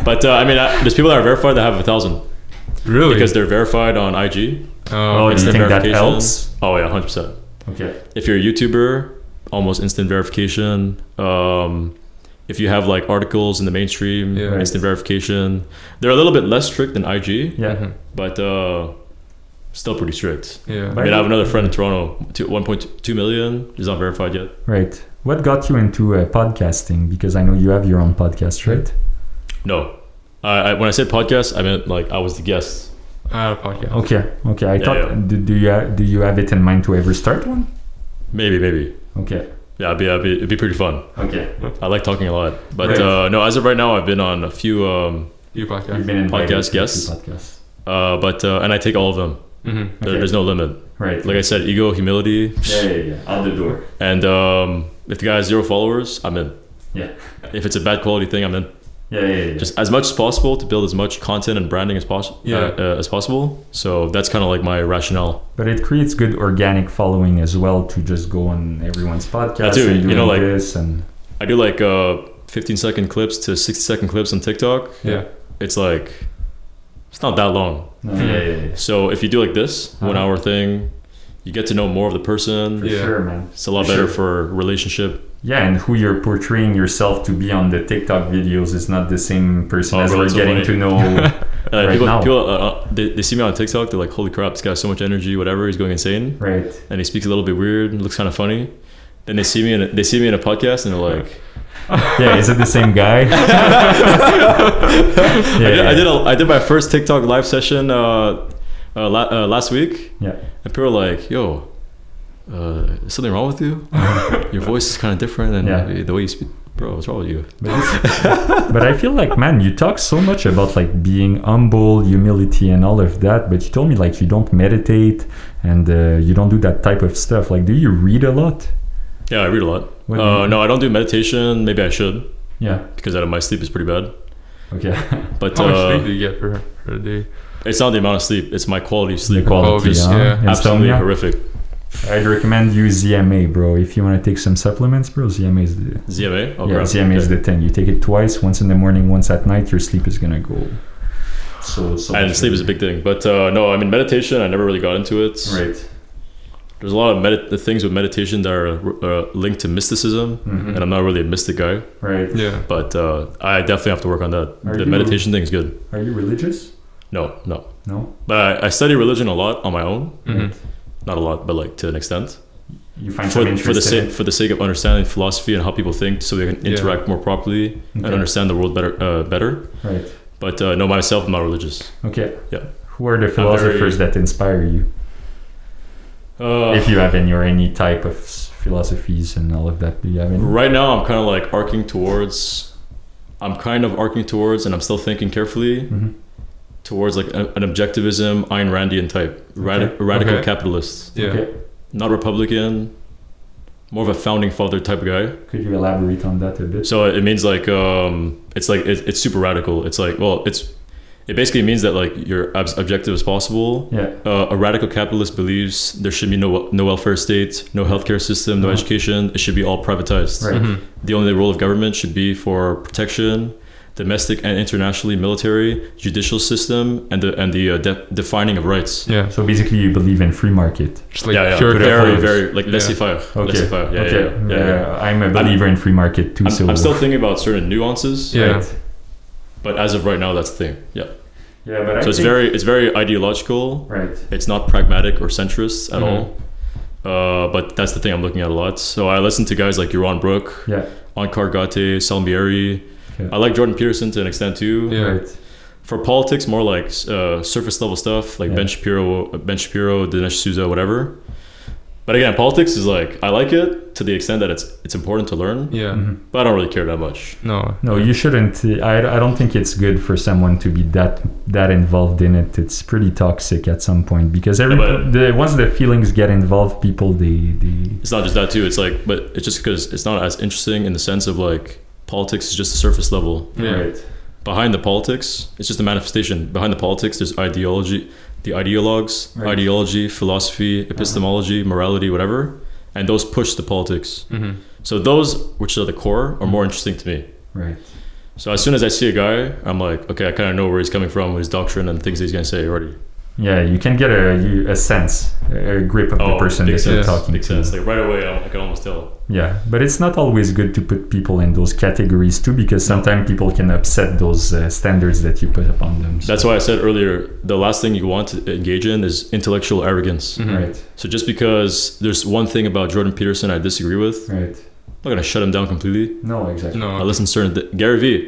S3: But uh, I mean, I, there's people that are verified that have a thousand
S2: Really?
S3: because they're verified on IG.
S1: Oh,
S2: oh,
S1: do you
S3: Instant
S1: think that
S3: verification.
S1: helps?
S3: Oh yeah, hundred percent.
S1: Okay.
S3: If you're a YouTuber, almost instant verification. Um, if you have like articles in the mainstream,
S2: Yeah.
S3: instant verification. They're a little bit less strict than IG,
S1: Yeah.
S2: Mhm.
S3: but uh, still pretty strict.
S2: yeah.
S3: I mean, I have another friend in Toronto, to 1.2 million. He's not verified yet.
S1: Right. What got you into uh, podcasting? Because I know you have your own podcast, right?
S3: No. I, I, when I said podcast, I meant like I was the guest.
S2: Out of pocket.
S1: Okay. Okay. I
S3: Yeah,
S1: thought.
S3: yeah.
S1: Do, do you ha- do you have it in mind to ever start one?
S3: Maybe, maybe.
S1: Okay.
S3: Yeah, it'd be, it'd be, it'd be pretty fun.
S1: Okay.
S3: I like talking a lot. But
S1: Right.
S3: uh, no, as of right now, I've been on a few, um,
S2: You podcast.
S1: You've been invited
S3: Podcast
S1: to a few
S3: guests?
S1: Podcasts.
S3: uh, but uh, and I take all of them.
S2: hmm
S3: There,
S1: Okay.
S3: There's no limit.
S1: Right.
S3: Like I said, ego, humility,
S1: yeah, yeah, yeah. Out the door.
S3: and um, if the guy has zero followers, I'm in.
S1: Yeah.
S3: If it's a bad quality thing, I'm in.
S1: Yeah, yeah, yeah.
S3: Just as much as possible to build as much content and branding as possible.
S2: Yeah.
S3: Uh, uh, as possible. So that's kind of like my rationale.
S1: But it creates good organic following as well to just go on everyone's podcast
S3: too,
S1: and
S3: you know,
S1: doing
S3: like-
S1: this and
S3: I do like uh, 15 second clips to 60 second clips on TikTok.
S2: Yeah.
S3: It's like, it's not that long.
S1: no, yeah, yeah, yeah.
S3: So if you do like this one
S1: Uh-huh.
S3: hour thing, you get to know more of the person.
S1: For
S2: Yeah.
S1: sure, man.
S3: It's a lot
S1: For
S3: better
S1: sure.
S3: for relationship.
S1: Yeah, and who you're portraying yourself to be on the TikTok videos is not the same person
S3: Oh,
S1: as
S3: bro,
S1: we're
S3: that's so
S1: getting
S3: funny.
S1: to know.
S3: Uh,
S1: Right
S3: people
S1: now.
S3: people uh, uh, they, they see me on TikTok. They're like, holy crap, this guy has so much energy, whatever. He's going insane.
S1: right.
S3: And he speaks a little bit weird and looks kind of funny. Then they see me in a, they see me in a podcast and they're like,
S1: Yeah, is it the same guy? yeah,
S3: I, did,
S1: yeah,
S3: I did a, I did my first TikTok live session uh, uh, la- uh, last week.
S1: yeah.
S3: And people are like, yo, uh, is something wrong with you? Your voice is kind of different, and
S1: Yeah.
S3: the way you speak, bro, what's wrong with you?
S1: But, it's- but I feel like, man, you talk so much about like being humble, humility, and all of that. But you told me like you don't meditate and uh, you don't do that type of stuff. Like, do you read a lot?
S3: Yeah, I read a lot.
S1: What do you
S3: uh,
S1: mean?
S3: no, I don't do meditation. Maybe I should
S1: Yeah.
S3: because I, my sleep is pretty bad.
S1: Okay.
S3: But
S2: How much
S3: uh,
S2: sleep do you get per, per day?
S3: it's not the amount of sleep; it's my quality of
S1: the
S3: sleep.
S1: quality,
S2: Obvious,
S1: huh?
S2: yeah.
S1: Insomnia?
S3: Absolutely horrific.
S1: I'd recommend you ZMA, bro. If you want to take some supplements, bro, ZMA is the
S3: ZMA. Oh,
S1: yeah,
S3: crap.
S1: ZMA is
S3: Okay.
S1: the thing. You take it twice, once in the morning, once at night. Your sleep is gonna go. So, so
S3: And sleep is a big thing. But uh, no, I mean meditation. I never really got into it.
S1: right.
S3: There's a lot of medi- the things with meditation that are uh, linked to mysticism,
S1: Mhm.
S3: and I'm not really a mystic guy.
S1: Right.
S2: Yeah.
S3: But uh, I definitely have to work on that.
S1: Are
S3: the
S1: you-
S3: meditation thing is good.
S1: Are you religious?
S3: No, no.
S1: No.
S3: But I, I study religion a lot on my own.
S2: hmm
S3: Not a lot, but like to an extent.
S1: You find some
S3: For,
S1: interest
S3: for the
S1: in
S3: sake
S1: it?
S3: for the sake of understanding philosophy and how people think, so they can
S2: Yeah.
S3: interact more properly and
S1: Okay.
S3: understand the world better. Uh, better.
S1: Right.
S3: But uh, no, myself, I'm not religious.
S1: Okay.
S3: Yeah.
S1: Who are the philosophers that inspire you?
S3: Uh,
S1: If you have any or any type of s- philosophies and all of that, do you have any?
S3: right now, I'm kind of like arcing towards. I'm kind of arcing towards, and I'm still thinking carefully
S1: Mhm.
S3: towards like a- an objectivism, Ayn Randian type, rad-
S1: Okay.
S3: radical
S2: Okay.
S3: capitalist,
S2: Yeah.
S1: Okay.
S3: not Republican, more of a founding father type of guy.
S1: Could you elaborate on that a bit?
S3: So it means like um, it's like it, it's super radical. It's like well, it's it basically means that like your ob- objective is possible.
S1: Yeah.
S3: Uh, a radical capitalist believes there should be no no welfare state, no healthcare system, no
S1: Uh-huh.
S3: education. It should be all privatized.
S1: Right.
S2: hmm
S3: The only role of government should be for protection, domestic and internationally, military, judicial system, and the and the uh, de- defining of rights.
S2: Yeah.
S1: So basically, you believe in free market.
S2: Just like
S3: yeah, yeah,
S2: pure
S3: very,
S2: difference.
S3: very like laissez faire,
S1: Okay.
S3: laissez faire. Yeah,
S1: okay.
S3: yeah, yeah, yeah, yeah.
S1: I'm a believer in free market too.
S3: I'm,
S1: so
S3: I'm still thinking about certain nuances,
S2: Yeah.
S1: Right.
S3: but as of right now, that's the thing. Yeah.
S1: Yeah, but I
S3: so it's
S1: think-
S3: very it's very ideological.
S1: right.
S3: It's not pragmatic or centrist at
S2: Mhm.
S3: all. Uh, but that's the thing I'm looking at a lot. So I listen to guys like Yaron Brook,
S1: Yeah.
S3: Ankar Gatte, Salmieri.
S1: Okay.
S3: I like Jordan Peterson to an extent too.
S2: Yeah.
S1: Right.
S3: For politics, more like uh, surface level stuff, like
S1: Yeah.
S3: Ben Shapiro, Ben Shapiro, Dinesh D'Souza, whatever. But again, politics is like I like it to the extent that it's it's important to learn,
S2: Yeah.
S1: Mhm.
S3: but I don't really care that much.
S2: No.
S1: No, you shouldn't. I, I don't think it's good for someone to be that that involved in it. It's pretty toxic at some point because every
S3: Yeah, but-
S1: the, once the feelings get involved, people they they
S3: It's not just that too. It's like, but it's just because it's not as interesting in the sense of like politics is just the surface level.
S2: Yeah.
S1: right.
S3: behind the politics, it's just a manifestation. Behind the politics, there's ideology, the ideologues,
S1: Right. Uh-huh.
S3: ideology, philosophy, epistemology, morality, whatever, and those push the politics.
S2: Mhm.
S3: So those, which are the core,
S1: Mm-hmm.
S3: are more interesting to me.
S1: Right.
S3: So as soon as I see a guy, I'm like, okay, I kind of know where he's coming from, his doctrine, and things he's gonna say already.
S1: Yeah, you can get a you, a sense, a grip of the person
S3: makes
S1: that you're
S2: sense,
S1: talking
S3: makes
S1: to.
S3: Oh, sense. Like right away, I'm, I can almost tell.
S1: Yeah, but it's not always good to put people in those categories too, because sometimes people can upset those uh, standards that you put upon them. So-
S3: That's why I said earlier, the last thing you want to engage in is intellectual arrogance.
S2: Mhm.
S1: right,
S3: So just because there's one thing about Jordan Peterson I disagree with,
S1: right.
S3: I'm not gonna shut him down completely.
S1: No, exactly.
S2: No.
S3: I listen to certain th- Gary Vee.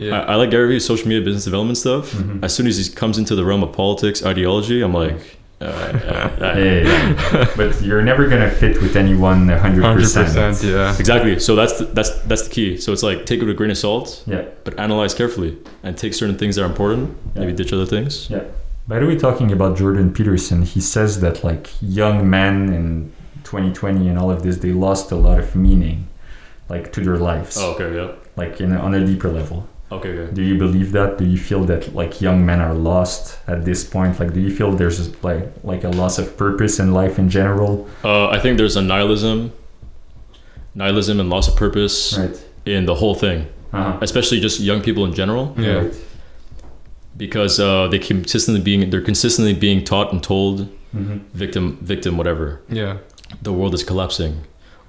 S3: I
S2: Yeah.
S3: I like Gary Vee's social media business development stuff.
S1: Mhm.
S3: As soon as he comes into the realm of politics, ideology, I'm like,
S1: Mm.
S3: uh,
S1: Yeah, yeah, yeah. but you're never gonna fit with anyone hundred percent.
S2: 100%. Yeah.
S3: exactly. So that's the, that's that's the key. So it's like take it with a grain of salt,
S1: Yeah,
S3: but analyze carefully and take certain things that are important. Maybe
S1: Yeah.
S3: ditch other things.
S1: yeah. By the way, talking about Jordan Peterson, he says that like young men in 2020 and all of this, they lost a lot of meaning, like to their lives,
S3: Oh, okay, yeah.
S1: like in, on a deeper level.
S3: Okay, yeah.
S1: Do you believe that? Do you feel that like young men are lost at this point? Like, do you feel there's like like a loss of purpose in life in general?
S3: Uh, I think there's a nihilism, nihilism and loss of purpose
S1: Right.
S3: in the whole thing,
S1: Uh-huh.
S3: especially just young people in general,
S2: Yeah.
S1: Right.
S3: because uh, they consistently being they're consistently being taught and told
S1: hmm
S3: victim victim whatever
S2: Yeah.
S3: the world is collapsing,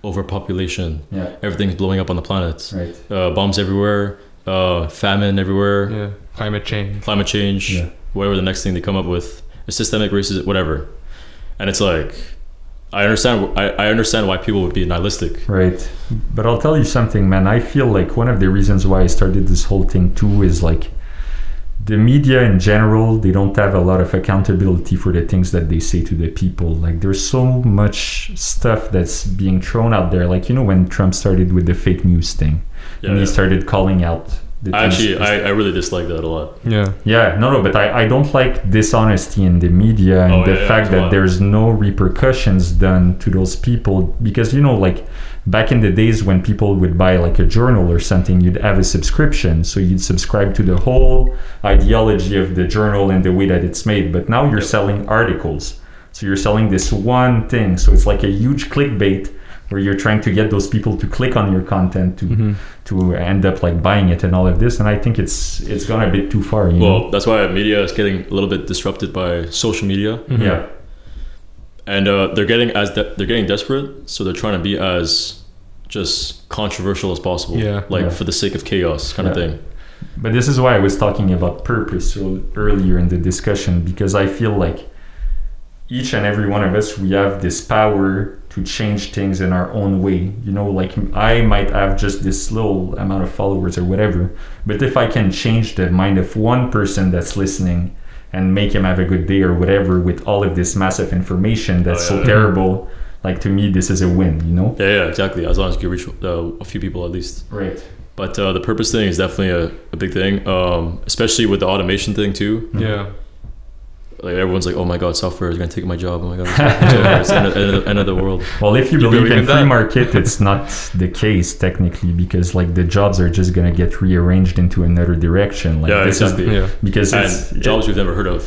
S3: overpopulation,
S1: Yeah.
S3: everything's blowing up on the planet,
S1: Right.
S3: uh, bombs everywhere, uh, famine everywhere,
S2: Yeah. Climate change.
S3: climate change,
S1: Yeah.
S3: whatever the next thing they come up with, systemic racism, whatever, and it's like. I understand. I, I understand why people would be nihilistic.
S1: Right. But I'll tell you something, man. I feel like one of the reasons why I started this whole thing too is like the media in general, they don't have a lot of accountability for the things that they say to the people. Like there's so much stuff that's being thrown out there. Like, you know, when Trump started with the fake news thing
S3: Yeah,
S1: and he
S3: yeah.
S1: started calling out the
S3: I
S1: things-
S3: actually, I, I really dislike that a lot.
S1: Mm-hmm.
S2: Yeah.
S1: Yeah, no, no, but I, I don't like dishonesty in the media and
S3: Oh,
S1: the
S3: yeah, yeah,
S1: fact
S3: come
S1: that
S3: on.
S1: there's no repercussions done to those people because you know like back in the days when people would buy like a journal or something, you'd have a subscription, so you'd subscribe to the whole ideology of the journal and the way that it's made. But now you're selling articles, so you're selling this one thing, so it's like a huge clickbait where you're trying to get those people to click on your content to to end up like buying it and all of this and i think it's it's gone a bit too far you know?
S3: Well, that's why media is getting a little bit disrupted by social media,
S1: yeah
S3: and uh, they're getting as de- they're getting desperate, so they're trying to be as just controversial as possible.
S2: Yeah.
S3: like
S1: Yeah.
S3: for the sake of chaos, kind of
S1: Yeah.
S3: thing.
S1: but this is why i was talking about purpose so earlier in the discussion because i feel like each and every one of us we have this power to change things in our own way you know like i might have just this little amount of followers or whatever but if i can change the mind of one person that's listening and make him have a good day or whatever with all of this massive information that's
S3: Oh,
S1: so
S3: yeah, yeah.
S1: terrible like to me this is a win you know
S3: Yeah, yeah, exactly. As long as you can reach uh, a few people at least.
S1: right
S3: But uh, the purpose thing is definitely a, a big thing, um, especially with the automation thing too.
S2: Yeah.
S3: Like everyone's like, "Oh my god, software is gonna take my job. Oh my god, it's over. It's the end of- end of- end of the world."
S1: Well, if you,
S2: You
S1: believe
S2: believe
S1: in
S2: in
S1: free
S2: that?
S1: market, it's not the case technically because like the jobs are just gonna get rearranged into another direction. Like
S3: Yeah,
S1: this
S3: exactly.
S1: is
S2: Yeah.
S1: because it's,
S3: And jobs we've never heard of.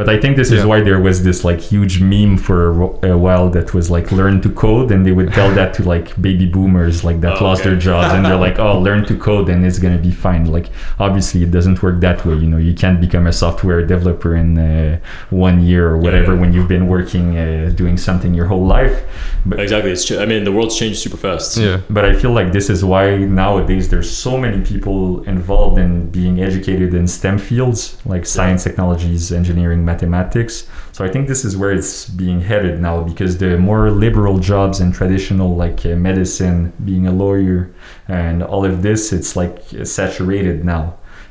S1: but I think this is
S2: Yeah.
S1: why there was this like huge meme for a, ro- a while that was like learn to code, and they would tell that to like baby boomers like that
S3: Oh,
S1: lost their
S3: okay.
S1: jobs, and they're like, oh, learn to code, and it's gonna be fine. Like obviously, it doesn't work that way. You know, you can't become a software developer in uh, one year or whatever
S3: yeah.
S1: when you've been working uh, doing something your whole life. But
S3: Exactly. It's. Ch- I mean, the world's changed super fast.
S2: Yeah.
S1: but I feel like this is why nowadays there's so many people involved in being educated in STEM fields like science, technologies, engineering, mathematics. So I think this is where it's being headed now because the more liberal jobs in traditional like uh, medicine, being a lawyer, and all of this, it's like saturated now.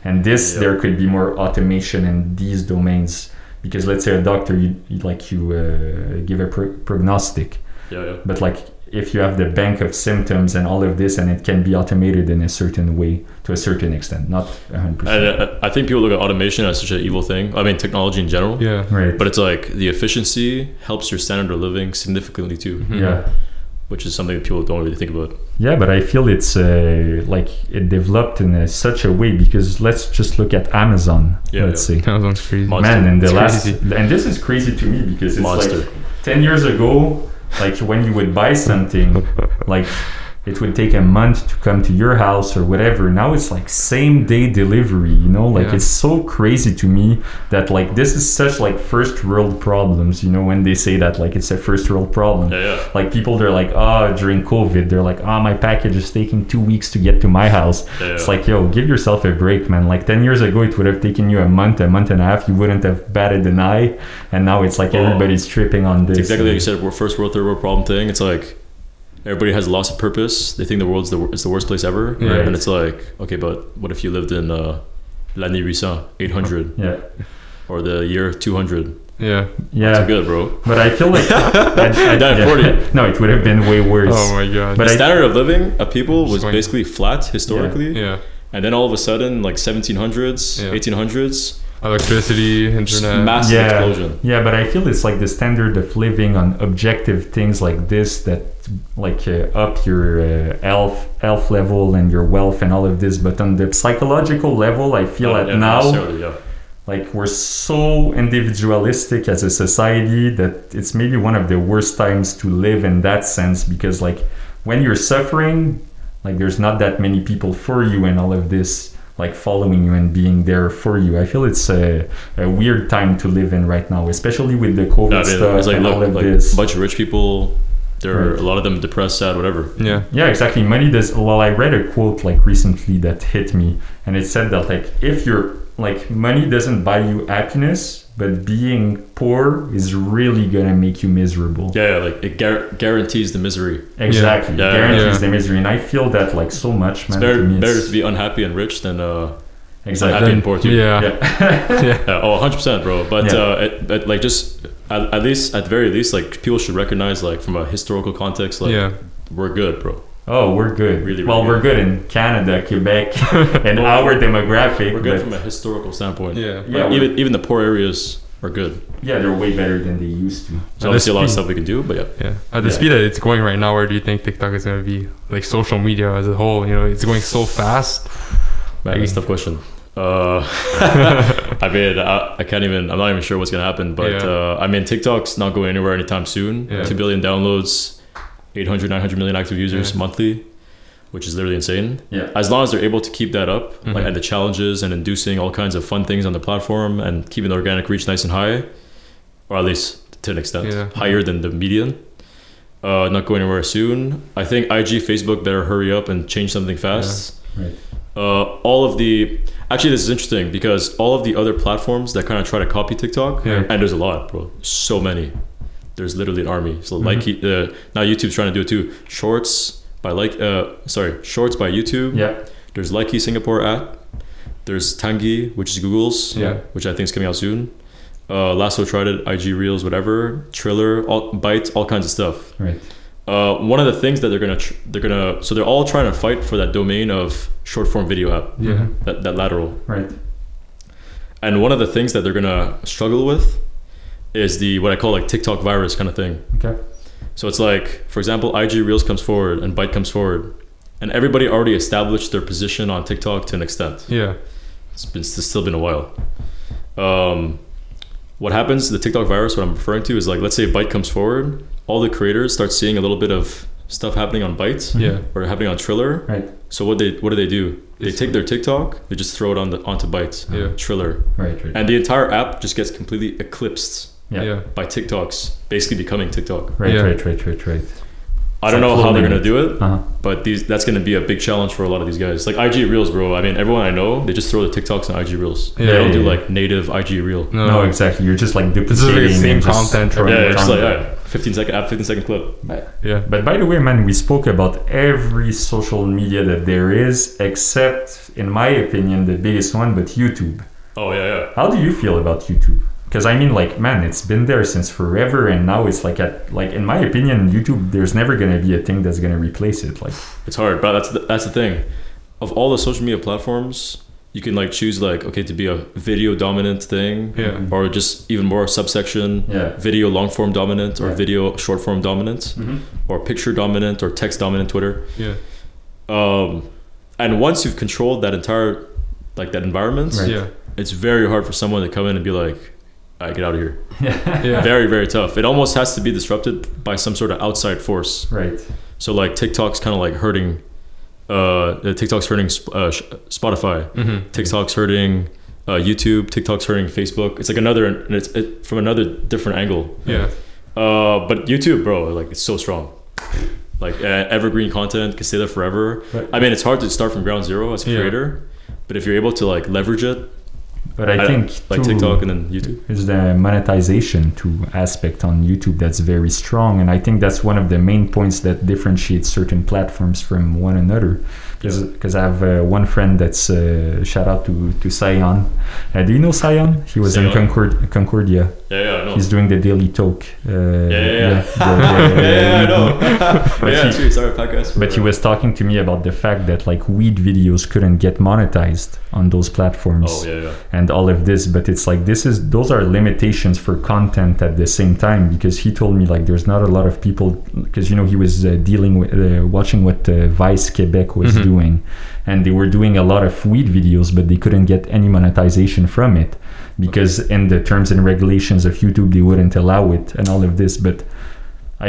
S1: And this,
S3: Yeah.
S1: there could be more automation in these domains because let's say a doctor, you you- like you uh, give a pro- prognostic
S3: Yeah. yeah.
S1: but like if you have the bank of symptoms and all of this and it can be automated in a certain way to a certain extent not 100%
S3: And uh, I think people look at automation as such an evil thing. I mean, technology in general.
S2: Yeah.
S1: right
S2: Mm-hmm.
S3: mm-hmm. But it's like the efficiency helps your standard of living significantly too.
S1: yeah
S3: which is something that people don't really think about.
S1: Yeah, but I feel it's uh, like it developed in a, such a way because let's just look at Amazon.
S3: Yeah,
S1: let's
S3: yeah.
S1: see,
S2: Amazon's crazy.
S3: Monster.
S1: man. In the
S2: It's
S1: last,
S2: crazy.
S1: and this is crazy to me because it's
S3: Monster.
S1: like ten years ago, like when you would buy something, like it would take a month to come to your house or whatever. Now it's like same day delivery. You know, like
S2: Yeah.
S1: it's so crazy to me that like this is such like first world problems. You know, when they say that like it's a first world problem
S3: Yeah, yeah.
S1: like people they're like oh during covid they're like oh my package is taking two weeks to get to my house
S3: Yeah,
S1: it's
S3: yeah.
S1: like yo give yourself a break man like 10 years ago it would have taken you a month a month and a half you wouldn't have batted an eye and now it's like
S3: Well,
S1: everybody's tripping on this
S3: It's Oh. exactly like you said, we're first world, third world problem thing. It's like everybody has loss of purpose. They think the world's the wor- it's the worst place ever,
S2: Yeah.
S3: and it's like okay, but what if you lived in uh, l'année 800, 800
S1: yeah
S3: or the year 200?
S2: Yeah.
S3: That's
S1: yeah
S3: good, bro.
S1: but i feel like I,
S3: Died at 40.
S1: no it would have been way worse
S2: Oh my god.
S1: But
S3: The
S1: I-
S3: standard of living of people was
S2: Swing.
S3: basically flat historically,
S2: yeah.
S3: and then all of a sudden, like 1700s,
S2: Yeah.
S3: 1800s,
S2: Electricity,
S3: just
S2: internet.
S3: massive
S1: yeah,
S3: explosion.
S1: Yeah, but I feel it's like the standard of living on objective things like this that like uh, up your uh, elf elf level and your wealth and all of this. But on the psychological level, I feel
S3: Not-
S1: that
S3: Oh, Uh, yeah, not
S1: now
S3: necessarily, yeah.
S1: like we're so individualistic as a society that it's maybe one of the worst times to live in that sense because like when you're suffering like there's not that many people for you and all of this like following you and being there for you i feel it's a, a weird time to live in right now especially with the covid
S3: No, I mean,
S1: stuff
S3: it's like
S1: and all
S3: look,
S1: of
S3: like
S1: this
S3: a bunch of rich people. There are
S1: Right.
S3: a lot of them depressed, sad, whatever.
S2: yeah.
S1: yeah, exactly. Money does. Well, I read a quote like recently that hit me, and it said that like if you're like money doesn't buy you happiness, but being poor is really gonna make you miserable.
S3: Yeah, yeah like it gar- guarantees the misery.
S1: Exactly.
S3: Yeah, yeah,
S1: Guarantees
S2: yeah.
S1: the misery, and I feel that like so much, man.
S3: It's better,
S1: to me,
S3: better
S1: it's-
S3: to be unhappy and rich than uh,
S1: exactly.
S3: unhappy and poor too.
S2: Yeah.
S1: Yeah.
S3: Yeah, oh, 100%, bro. But
S1: Yeah.
S3: uh, at, at, like just at, at least, at the very least, like people should recognize, like from a historical context, like
S2: Yeah.
S3: we're good, bro.
S1: Oh, we're good.
S3: Really, really
S1: well, we're
S3: good.
S1: good in Canada, Quebec, and our demographic.
S3: We're good
S1: but-
S3: from a historical standpoint.
S2: Yeah.
S3: Like,
S1: Yeah, we're-
S3: even even the poor areas are good.
S1: yeah, they're way better than they used to.
S3: So
S2: And
S3: obviously a lot of
S2: that's-
S3: stuff we can do, but yeah.
S2: Yeah. At the
S1: Yeah.
S2: speed that it's going right now, where do you think TikTok is going to be? Like social media as a whole, you know, it's going so fast.
S3: Man, that's a tough question. Uh, I mean, I, I can't even. I'm not even sure what's gonna happen. But
S2: Yeah.
S3: uh, I mean, TikTok's not going anywhere anytime soon.
S2: Yeah.
S3: Two billion downloads, 800, 900 million active users
S2: Yeah.
S3: monthly, which is literally insane.
S1: Yeah.
S3: As long as they're able to keep that up, like
S2: Mhm.
S3: and the challenges and inducing all kinds of fun things on the platform and keeping the organic reach nice and high, or at least to an extent
S2: Yeah.
S3: higher than the median. Uh, not going anywhere soon. I think IG, Facebook better hurry up and change something fast
S1: Right.
S3: uh, all of the actually this is interesting because all of the other platforms that kind of try to copy TikTok
S2: Yeah.
S3: and there's a lot, bro. So many. There's literally an army. So like
S2: Mm-hmm.
S3: uh, now YouTube's trying to do it too. Shorts by like uh, sorry, Shorts by YouTube.
S1: Yeah.
S3: There's Likey Singapore app. There's Tangi, which is Google's,
S2: Yeah.
S3: which I think is coming out soon. Uh, Lasso tried it, IG Reels, whatever, Triller, all, Byte, all kinds of stuff
S1: Right.
S3: uh, one of the things that they're gonna tr- they're gonna so they're all trying to fight for that domain of short form video app
S2: Yeah.
S1: Mm-hmm.
S3: that, that lateral
S1: Right.
S3: and one of the things that they're gonna struggle with is the what I call like TikTok virus kind of thing
S1: Okay.
S3: so it's like for example IG Reels comes forward and Byte comes forward and everybody already established their position on TikTok to an extent
S2: Yeah.
S3: it's, been, it's still been a while um, what happens the TikTok virus what I'm referring to is like let's say Byte comes forward all the creators start seeing a little bit of stuff happening on Byte
S1: Mm-hmm.
S2: Yeah.
S3: or happening on Triller.
S1: Right.
S3: So what they what do they do? They
S2: It's-
S3: take their TikTok, they just throw it on the onto Byte,
S2: Yeah.
S3: Triller,
S1: Right. Right.
S3: and the entire app just gets completely eclipsed
S1: Yeah.
S2: Yeah.
S3: by TikToks, basically becoming TikTok.
S1: Right,
S2: Yeah.
S1: right, right, right, right.
S3: I don't know how they're gonna
S1: Exploding.
S3: do it,
S1: Uh-huh.
S3: but these that's gonna be a big challenge for a lot of these guys. Like IG Reels, bro. I mean, everyone I know, they just throw the TikToks on IG Reels. they
S2: Yeah,
S3: don't
S1: yeah,
S3: do
S1: yeah.
S3: like native IG Reel.
S2: No.
S1: No, exactly. You're just like
S2: This is
S1: duplicating
S2: like the same
S1: and just
S2: content, right?
S1: throwing
S3: Yeah,
S1: it
S3: it's
S1: on
S3: like
S1: there.
S3: yeah, 15 second app, 15 second clip.
S2: Yeah.
S1: But by the way, man, we spoke about every social media that there is, except, in my opinion, the biggest one, but YouTube.
S3: Oh yeah, yeah.
S1: How do you feel about YouTube? Because I mean, like, man, it's been there since forever, and now it's like, at, like, in my opinion, YouTube. There's never gonna be a thing that's gonna replace it. Like,
S3: It's hard, but that's the, that's the thing. Of all the social media platforms, you can like choose like okay to be a video dominant thing
S2: Yeah.
S3: or just even more subsection
S1: Yeah.
S3: video long form dominant or
S1: Yeah.
S3: video short form dominant
S1: Mhm.
S3: or picture dominant or text dominant Twitter.
S2: Yeah.
S3: Um, and once you've controlled that entire like that environment,
S1: Right.
S2: Yeah.
S3: it's very hard for someone to come in and be like, "I get out of here."
S2: Yeah.
S3: Very very tough. It almost has to be disrupted by some sort of outside force.
S1: Right.
S3: So like TikTok's kind of like hurting. Uh, uh, TikTok's hurting Sp- uh, Sh- Spotify.
S2: Mhm.
S3: TikTok's hurting uh, YouTube. TikTok's hurting Facebook. It's like another, and it's it, from another different angle.
S2: Yeah.
S3: Uh, but YouTube, bro, like it's so strong. Like uh, evergreen content can stay there forever.
S1: Right.
S3: I mean, it's hard to start from ground zero as a
S2: Yeah.
S3: creator, but if you're able to like leverage it,
S1: But I,
S3: I-
S1: think
S3: like
S1: too,
S3: TikTok and then YouTube.
S1: is the monetization too aspect on YouTube that's very strong, and I think that's one of the main points that differentiates certain platforms from one another. Because I have uh, one friend that's uh, shout out to to Sion. Uh, do you know Sion? He was in
S3: Sion?
S1: Concord- Concordia.
S3: Yeah, yeah, I know.
S1: He's doing the Daily Talk. Uh,
S3: yeah, yeah.
S1: the- the-
S3: yeah, yeah, I
S1: the-
S3: know.
S1: But
S3: yeah,
S1: he-
S3: true. Sorry, podcast.
S1: But he was talking to me about the fact that like weed videos couldn't get monetized on those platforms
S3: Oh yeah, yeah.
S1: and all of this but it's like this is those are limitations for content at the same time because he told me like there's not a lot of people because you know he was uh, dealing with uh, watching what uh, Vice Quebec was
S2: Mhm.
S1: doing and they were doing a lot of weed videos but they couldn't get any monetization from it because in the terms and regulations of YouTube they wouldn't allow it and all of this but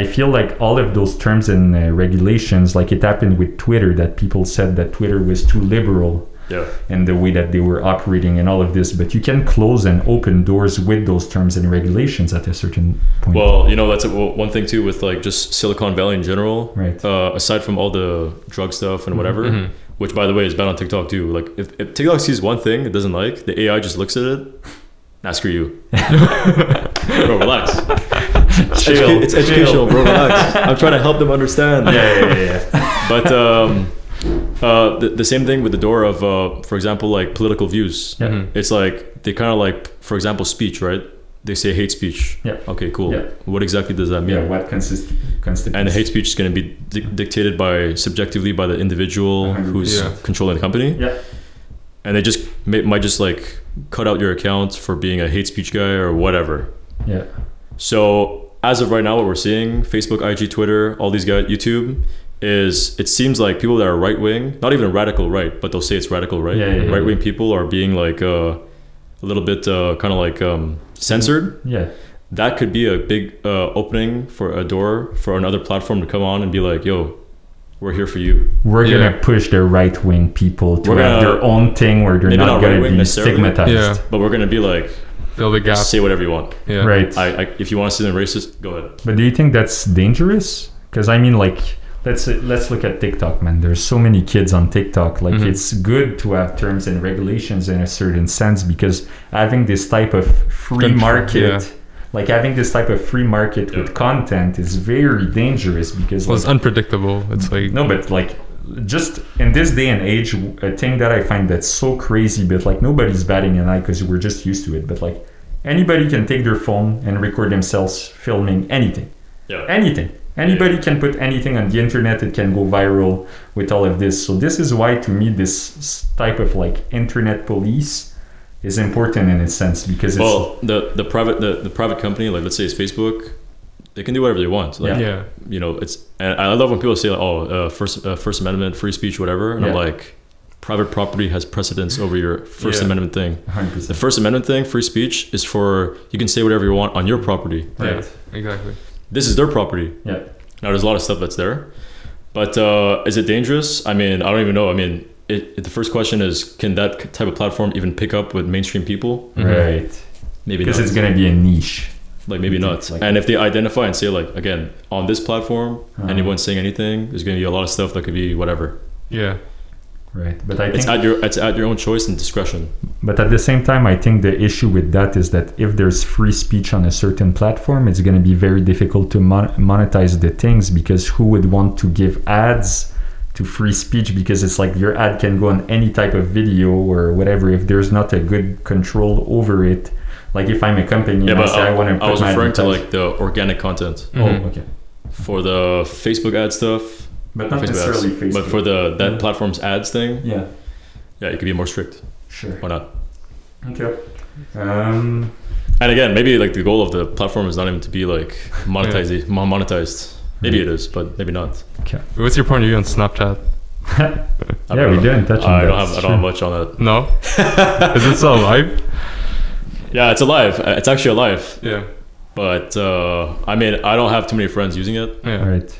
S1: I feel like all of those terms and uh, regulations like it happened with Twitter that people said that Twitter was too liberal
S3: Yeah.
S1: and the way that they were operating and all of this, but you can close and open doors with those terms and regulations at a certain point.
S3: Well, you know that's a, well, one thing too with like just Silicon Valley in general.
S1: Right. Mm-hmm.
S3: Uh, aside from all the drug stuff and whatever,
S2: Mhm.
S3: which by the way is bad on TikTok too. Like if, if TikTok sees one thing it doesn't like, the AI just looks at it. Nah, screw you. bro, relax. It's, educa- it's educational, bro. Relax. I'm trying to help them understand.
S1: yeah, yeah, yeah, yeah.
S3: But um, uh, the, the same thing with the door of, uh, for example, like political views.
S1: Yeah.
S2: Mhm.
S3: It's like they kind of like, for example, speech, right? They say hate speech.
S1: Yeah.
S3: Okay, cool.
S1: Yeah.
S3: What exactly does that mean?
S1: yeah, what consist- constitutes
S3: and the hate speech is going to be dic dictated by subjectively by the individual
S1: Mhm.
S3: who's
S2: Yeah.
S3: controlling the company
S1: Yeah,
S3: and they just may, might just like cut out your account for being a hate speech guy or whatever
S1: yeah,
S3: so as of right now what we're seeing facebook ig twitter all these guys youtube is it seems like people that are right wing not even radical right but they'll say it's radical right
S1: Yeah, yeah, yeah.
S3: right wing people are being like uh, a little bit uh, kind of like um, censored
S1: yeah,
S3: that could be a big uh, opening for a door for another platform to come on and be like, yo, we're here for you.
S1: we're
S2: Yeah.
S1: gonna push the right wing people to
S3: We're
S1: have
S3: gonna-
S1: their own thing where they're
S3: maybe
S1: not,
S3: not
S1: gonna
S3: right-wing
S1: be
S3: necessarily.
S1: stigmatized.
S2: Yeah.
S3: But we're going to be like,
S2: Fill the gap.
S3: say whatever you want.
S2: Yeah.
S1: Right.
S3: I, I If you want to see them racist, go ahead.
S1: But do you think that's dangerous? Because I mean, like, let's let's look at TikTok, man. There's so many kids on TikTok. Like,
S2: Mhm.
S1: it's good to have terms and regulations in a certain sense because having this type of free
S2: Control, yeah.
S1: market. Like having this type of free market
S3: Yeah.
S1: with content is very dangerous because
S2: Well,
S1: like,
S2: it's unpredictable. It's like
S1: no, but like just in this day and age, a thing that I find that's so crazy, but like nobody's batting an eye because we're just used to it. But like anybody can take their phone and record themselves filming anything
S3: Yeah.
S1: anything. Anybody can put anything on the internet, it can go viral with all of this. So, this is why, to me, this s- type of like internet police is important in a sense because it's
S3: Well, the, the private the, the private company, like let's say it's Facebook, they can do whatever they want. Like,
S1: Yeah.
S2: yeah.
S3: you know, it's, and I love when people say, like, oh, uh, first, uh, first Amendment, free speech, whatever. And I'm
S1: Yeah.
S3: like, private property has precedence over your First
S2: Yeah.
S3: Amendment thing.
S1: 100%.
S3: The First Amendment thing, free speech, is for you can say whatever you want on your property.
S1: Right.
S2: Yeah. Exactly.
S3: This is their property.
S1: Yeah.
S3: Now, there's a lot of stuff that's there, but uh, is it dangerous? I mean, I don't even know. I mean, it, it- the first question is, can that c- type of platform even pick up with mainstream people?
S1: Right.
S3: Maybe
S1: Mm. Because
S3: not.
S1: it's going to be a niche.
S3: like maybe not.
S1: it's like-
S3: and if they identify and say, like, again, on this platform,
S1: Uh-huh.
S3: anyone saying anything, there's going to be a lot of stuff that could be whatever.
S2: Yeah.
S1: Right. But I think.
S3: It's at your it's at your own choice and discretion.
S1: But at the same time, I think the issue with that is that if there's free speech on a certain platform, it's going to be very difficult to mon- monetize the things because who would want to give ads to free speech? Because it's like your ad can go on any type of video or whatever. If there's not a good control over it, like if I'm a company
S3: Yeah,
S1: and I
S3: but
S1: say I,
S3: I,
S1: want to
S3: I
S1: put
S3: was
S1: my
S3: referring to
S1: advertis-
S3: like mm-hmm. the organic content
S2: Mhm.
S1: oh, okay,
S3: for the Facebook ad stuff.
S1: but not
S3: Facebook ads.
S1: necessarily Facebook. Mm.
S3: But for the that
S1: Yeah.
S3: platform's ads thing,
S1: yeah,
S3: yeah, you could be more strict.
S1: Sure.
S3: why not?
S1: Okay. Um,
S3: And again, maybe like the goal of the platform is not even to be like monetized. mo- monetized. Maybe it is, but maybe not.
S2: What's your point of view on Snapchat?
S3: I
S1: Yeah,
S3: don't
S1: we
S3: know.
S1: didn't touch on
S3: I
S1: that,
S3: don't have.
S1: it's
S3: I don't have
S1: true.
S3: much on that.
S2: No, is it still alive?
S3: Yeah, it's alive. Uh, It's actually alive.
S2: Yeah,
S3: But uh, I mean, I don't have too many friends using it,
S2: yeah.
S1: all right.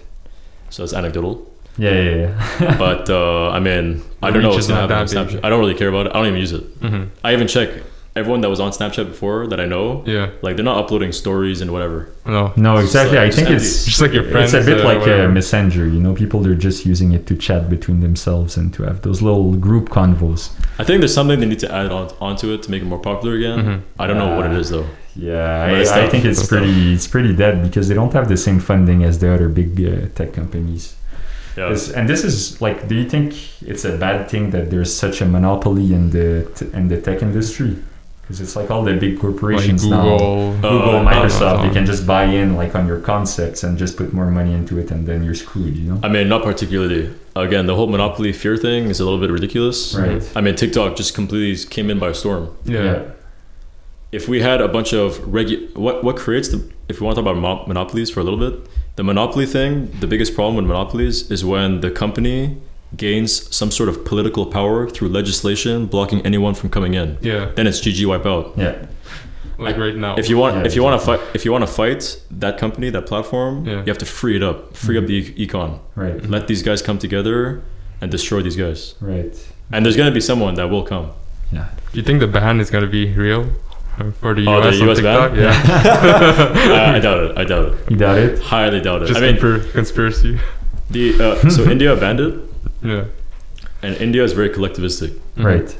S3: so it's anecdotal.
S1: Yeah, yeah, yeah.
S3: but uh, I mean, I don't know
S2: Reach
S3: what's
S2: is
S3: gonna
S2: not
S3: happen
S2: that
S3: with
S2: big.
S3: Snapchat. I don't really care about it. I don't even use it.
S2: Mhm.
S3: I even check everyone that was on Snapchat before that I know.
S2: Yeah,
S3: Like they're not uploading stories and whatever.
S2: no,
S1: No,
S3: It's just
S1: exactly.
S3: like-
S1: I think
S3: just
S1: it's
S2: just like your friends.
S1: it's a bit
S2: uh,
S1: like a
S2: whatever.
S1: messenger. You know, people are just using it to chat between themselves and to have those little group convos.
S3: I think there's something they need to add on onto it to make it more popular again.
S2: Mhm.
S3: I don't know what it
S1: Uh,
S3: is though.
S1: Yeah,
S3: But it's
S1: I, I
S3: tough.
S1: think it's
S3: It's
S1: pretty it's pretty dead because they don't have the same funding as the other big uh, tech companies.
S3: Yeah.
S1: This- and this is like, do you think it's a bad thing that there's such a monopoly in the t- in the tech industry? Because it's like all the big
S2: like
S1: corporations now.
S2: Google.
S1: Google,
S3: Oh,
S1: Microsoft,
S2: Amazon.
S1: you can just buy in like on your concepts and just put more money into it, and then you're screwed. You know,
S3: I mean, not particularly. Again, the whole monopoly fear thing is a little bit ridiculous.
S1: right?
S3: I mean, TikTok just completely came in by storm.
S2: Yeah.
S3: If we had a bunch of regu- what what creates the if we want to talk about mo- monopolies for a little bit, the monopoly thing, the biggest problem with monopolies is when the company gains some sort of political power through legislation blocking anyone from coming in.
S2: yeah,
S3: Then it's GG wipe out.
S1: yeah,
S2: Like right now.
S3: If you want,
S1: Yeah,
S3: if you want to fight, if you want to fight that company, that platform,
S2: Yeah.
S3: you have to free it up, free up
S1: Mm-hmm.
S3: the e- econ.
S1: right,
S3: Let these guys come together and destroy these guys.
S1: right.
S3: And there's gonna be someone that will come.
S2: you think the ban is gonna be real uh, for the US,
S3: Oh, the
S2: on
S3: US ban?
S2: TikTok? Yeah,
S1: Uh,
S3: I, I doubt it. I doubt it.
S1: You doubt it?
S3: Highly doubt it.
S2: just
S3: I mean,
S2: for conspiracy.
S3: the uh, so India banned it,
S2: Yeah,
S3: and India is very collectivistic.
S2: Mhm.
S1: Right.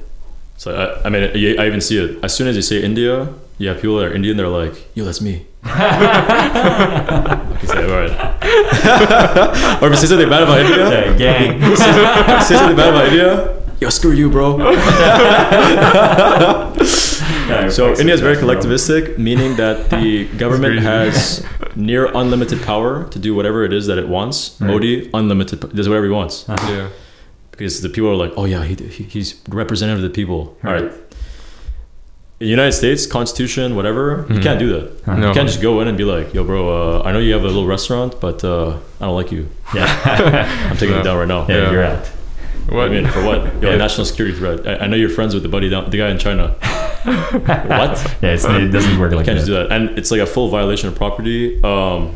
S3: So I, I mean, you, I even see it. As soon as you say India, yeah, people that are Indian, they're like, "Yo, that's me." okay, so, all right. or if it says something bad about India,
S1: Yeah, gang.
S3: Say something bad about India. Yo, screw you, bro. So India is very collectivistic, meaning that the government
S2: crazy.
S3: has near unlimited power to do whatever it is that it wants.
S1: Right.
S3: Modi unlimited p- does whatever he wants
S2: yeah,
S3: because the people are like, oh yeah, he, he, he's representative of the people. All right.
S1: Right.
S3: In the United States Constitution, whatever, you
S2: Mhm.
S3: can't do that.
S2: no,
S1: Huh.
S3: You can't just go in and be like, yo, bro, uh, I know you have a little restaurant, but uh, I don't like you.
S1: Yeah.
S3: I'm taking
S2: Yeah.
S3: it down right now.
S1: yeah,
S2: Yeah.
S1: you're out.
S2: what?
S3: I mean, for what? Yo,
S2: Yeah.
S3: national security threat. I, I know you're friends with the buddy down, the guy in China. what?
S1: Yeah, it's, it doesn't work
S3: I
S1: like
S3: can't
S1: that.
S3: just do that. And it's like a full violation of property. Um,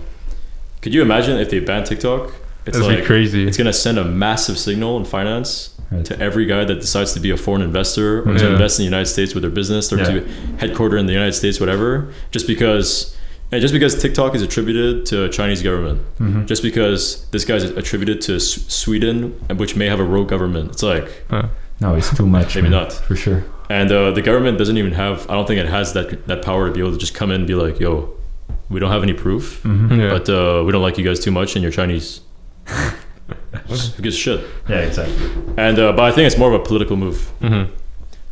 S3: could you imagine if they ban TikTok? It's
S2: That'd be
S3: like
S2: crazy.
S3: it's gonna send a massive signal in finance
S1: Right.
S3: to every guy that decides to be a foreign investor or to
S2: Yeah.
S3: invest in the United States with their business or
S1: Yeah.
S3: to headquarter in the United States, whatever. Just because, and just because TikTok is attributed to Chinese government,
S2: Mm-hmm.
S1: Mhm.
S3: just because this guy's attributed to S- Sweden, which may have a rogue government. It's like
S2: Uh,
S1: No, it's too much.
S3: Maybe
S1: man,
S3: not.
S1: For sure.
S3: and uh, the government doesn't even have. I don't think it has that that power to be able to just come in and be like, "Yo, we don't have any proof,
S1: Mhm.
S2: Mm-hmm. yeah,
S3: but uh, we don't like you guys too much, and you're Chinese." Who gives a shit?
S1: Yeah, exactly.
S3: And uh, but I think it's more of a political move.
S2: Mhm.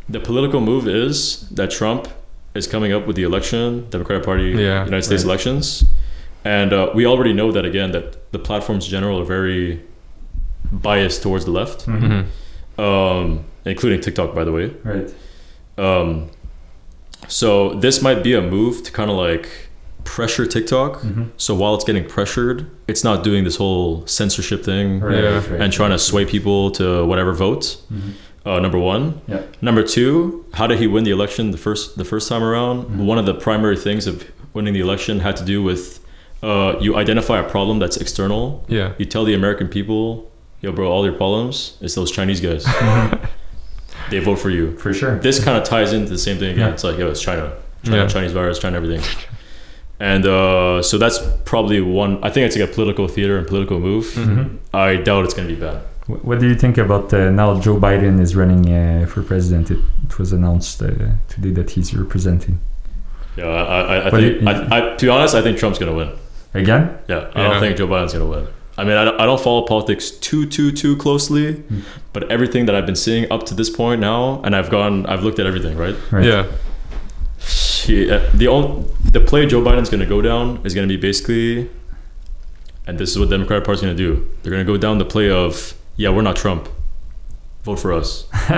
S3: The political move is that Trump is coming up with the election, Democratic Party,
S2: Yeah,
S3: United States
S1: right.
S3: elections, and uh, we already know that again that the platforms in general are very biased towards the left,
S2: Mhm.
S3: um, including TikTok, by the way.
S1: Right.
S3: Um, so this might be a move to kind of like pressure TikTok.
S1: Mhm.
S3: So while it's getting pressured, it's not doing this whole censorship thing
S1: Right.
S2: Yeah.
S1: right, right.
S3: and trying to sway people to whatever vote.
S1: Mhm.
S3: Uh, number one.
S1: Yeah.
S3: Number two. How did he win the election the first the first time around?
S1: Mm-hmm.
S3: One of the primary things of winning the election had to do with uh, you identify a problem that's external.
S2: yeah,
S3: You tell the American people, "Yo, bro, all your problems it's those Chinese guys. they vote for you."
S1: For sure.
S3: this kind of ties into the same thing again.
S1: Yeah.
S3: It's like, yo, it's China, China,
S2: Yeah.
S3: Chinese virus, China, everything. And uh, so that's probably one. I think it's like a political theater and political move. I doubt it's going to be bad.
S1: Wh- What do you think about uh, now Joe Biden is running uh, for president? It, it was announced uh, today that he's representing.
S3: Yeah, I, I, I
S1: What do
S3: think.
S1: you-
S3: I, I, to be honest, I think Trump's going to win.
S1: Again?
S3: Yeah, I
S2: Yeah.
S3: don't think Joe Biden's going to win. I mean, I don't, I don't follow politics too, too, too closely, but everything that I've been seeing up to this point now, and I've gone, I've looked at everything, right?
S1: Right.
S2: yeah,
S3: He, uh, the only, the play Joe Biden's going to go down is going to be basically, and this is what the Democratic Party's going to do. They're going to go down the play of yeah, we're not Trump. vote for us.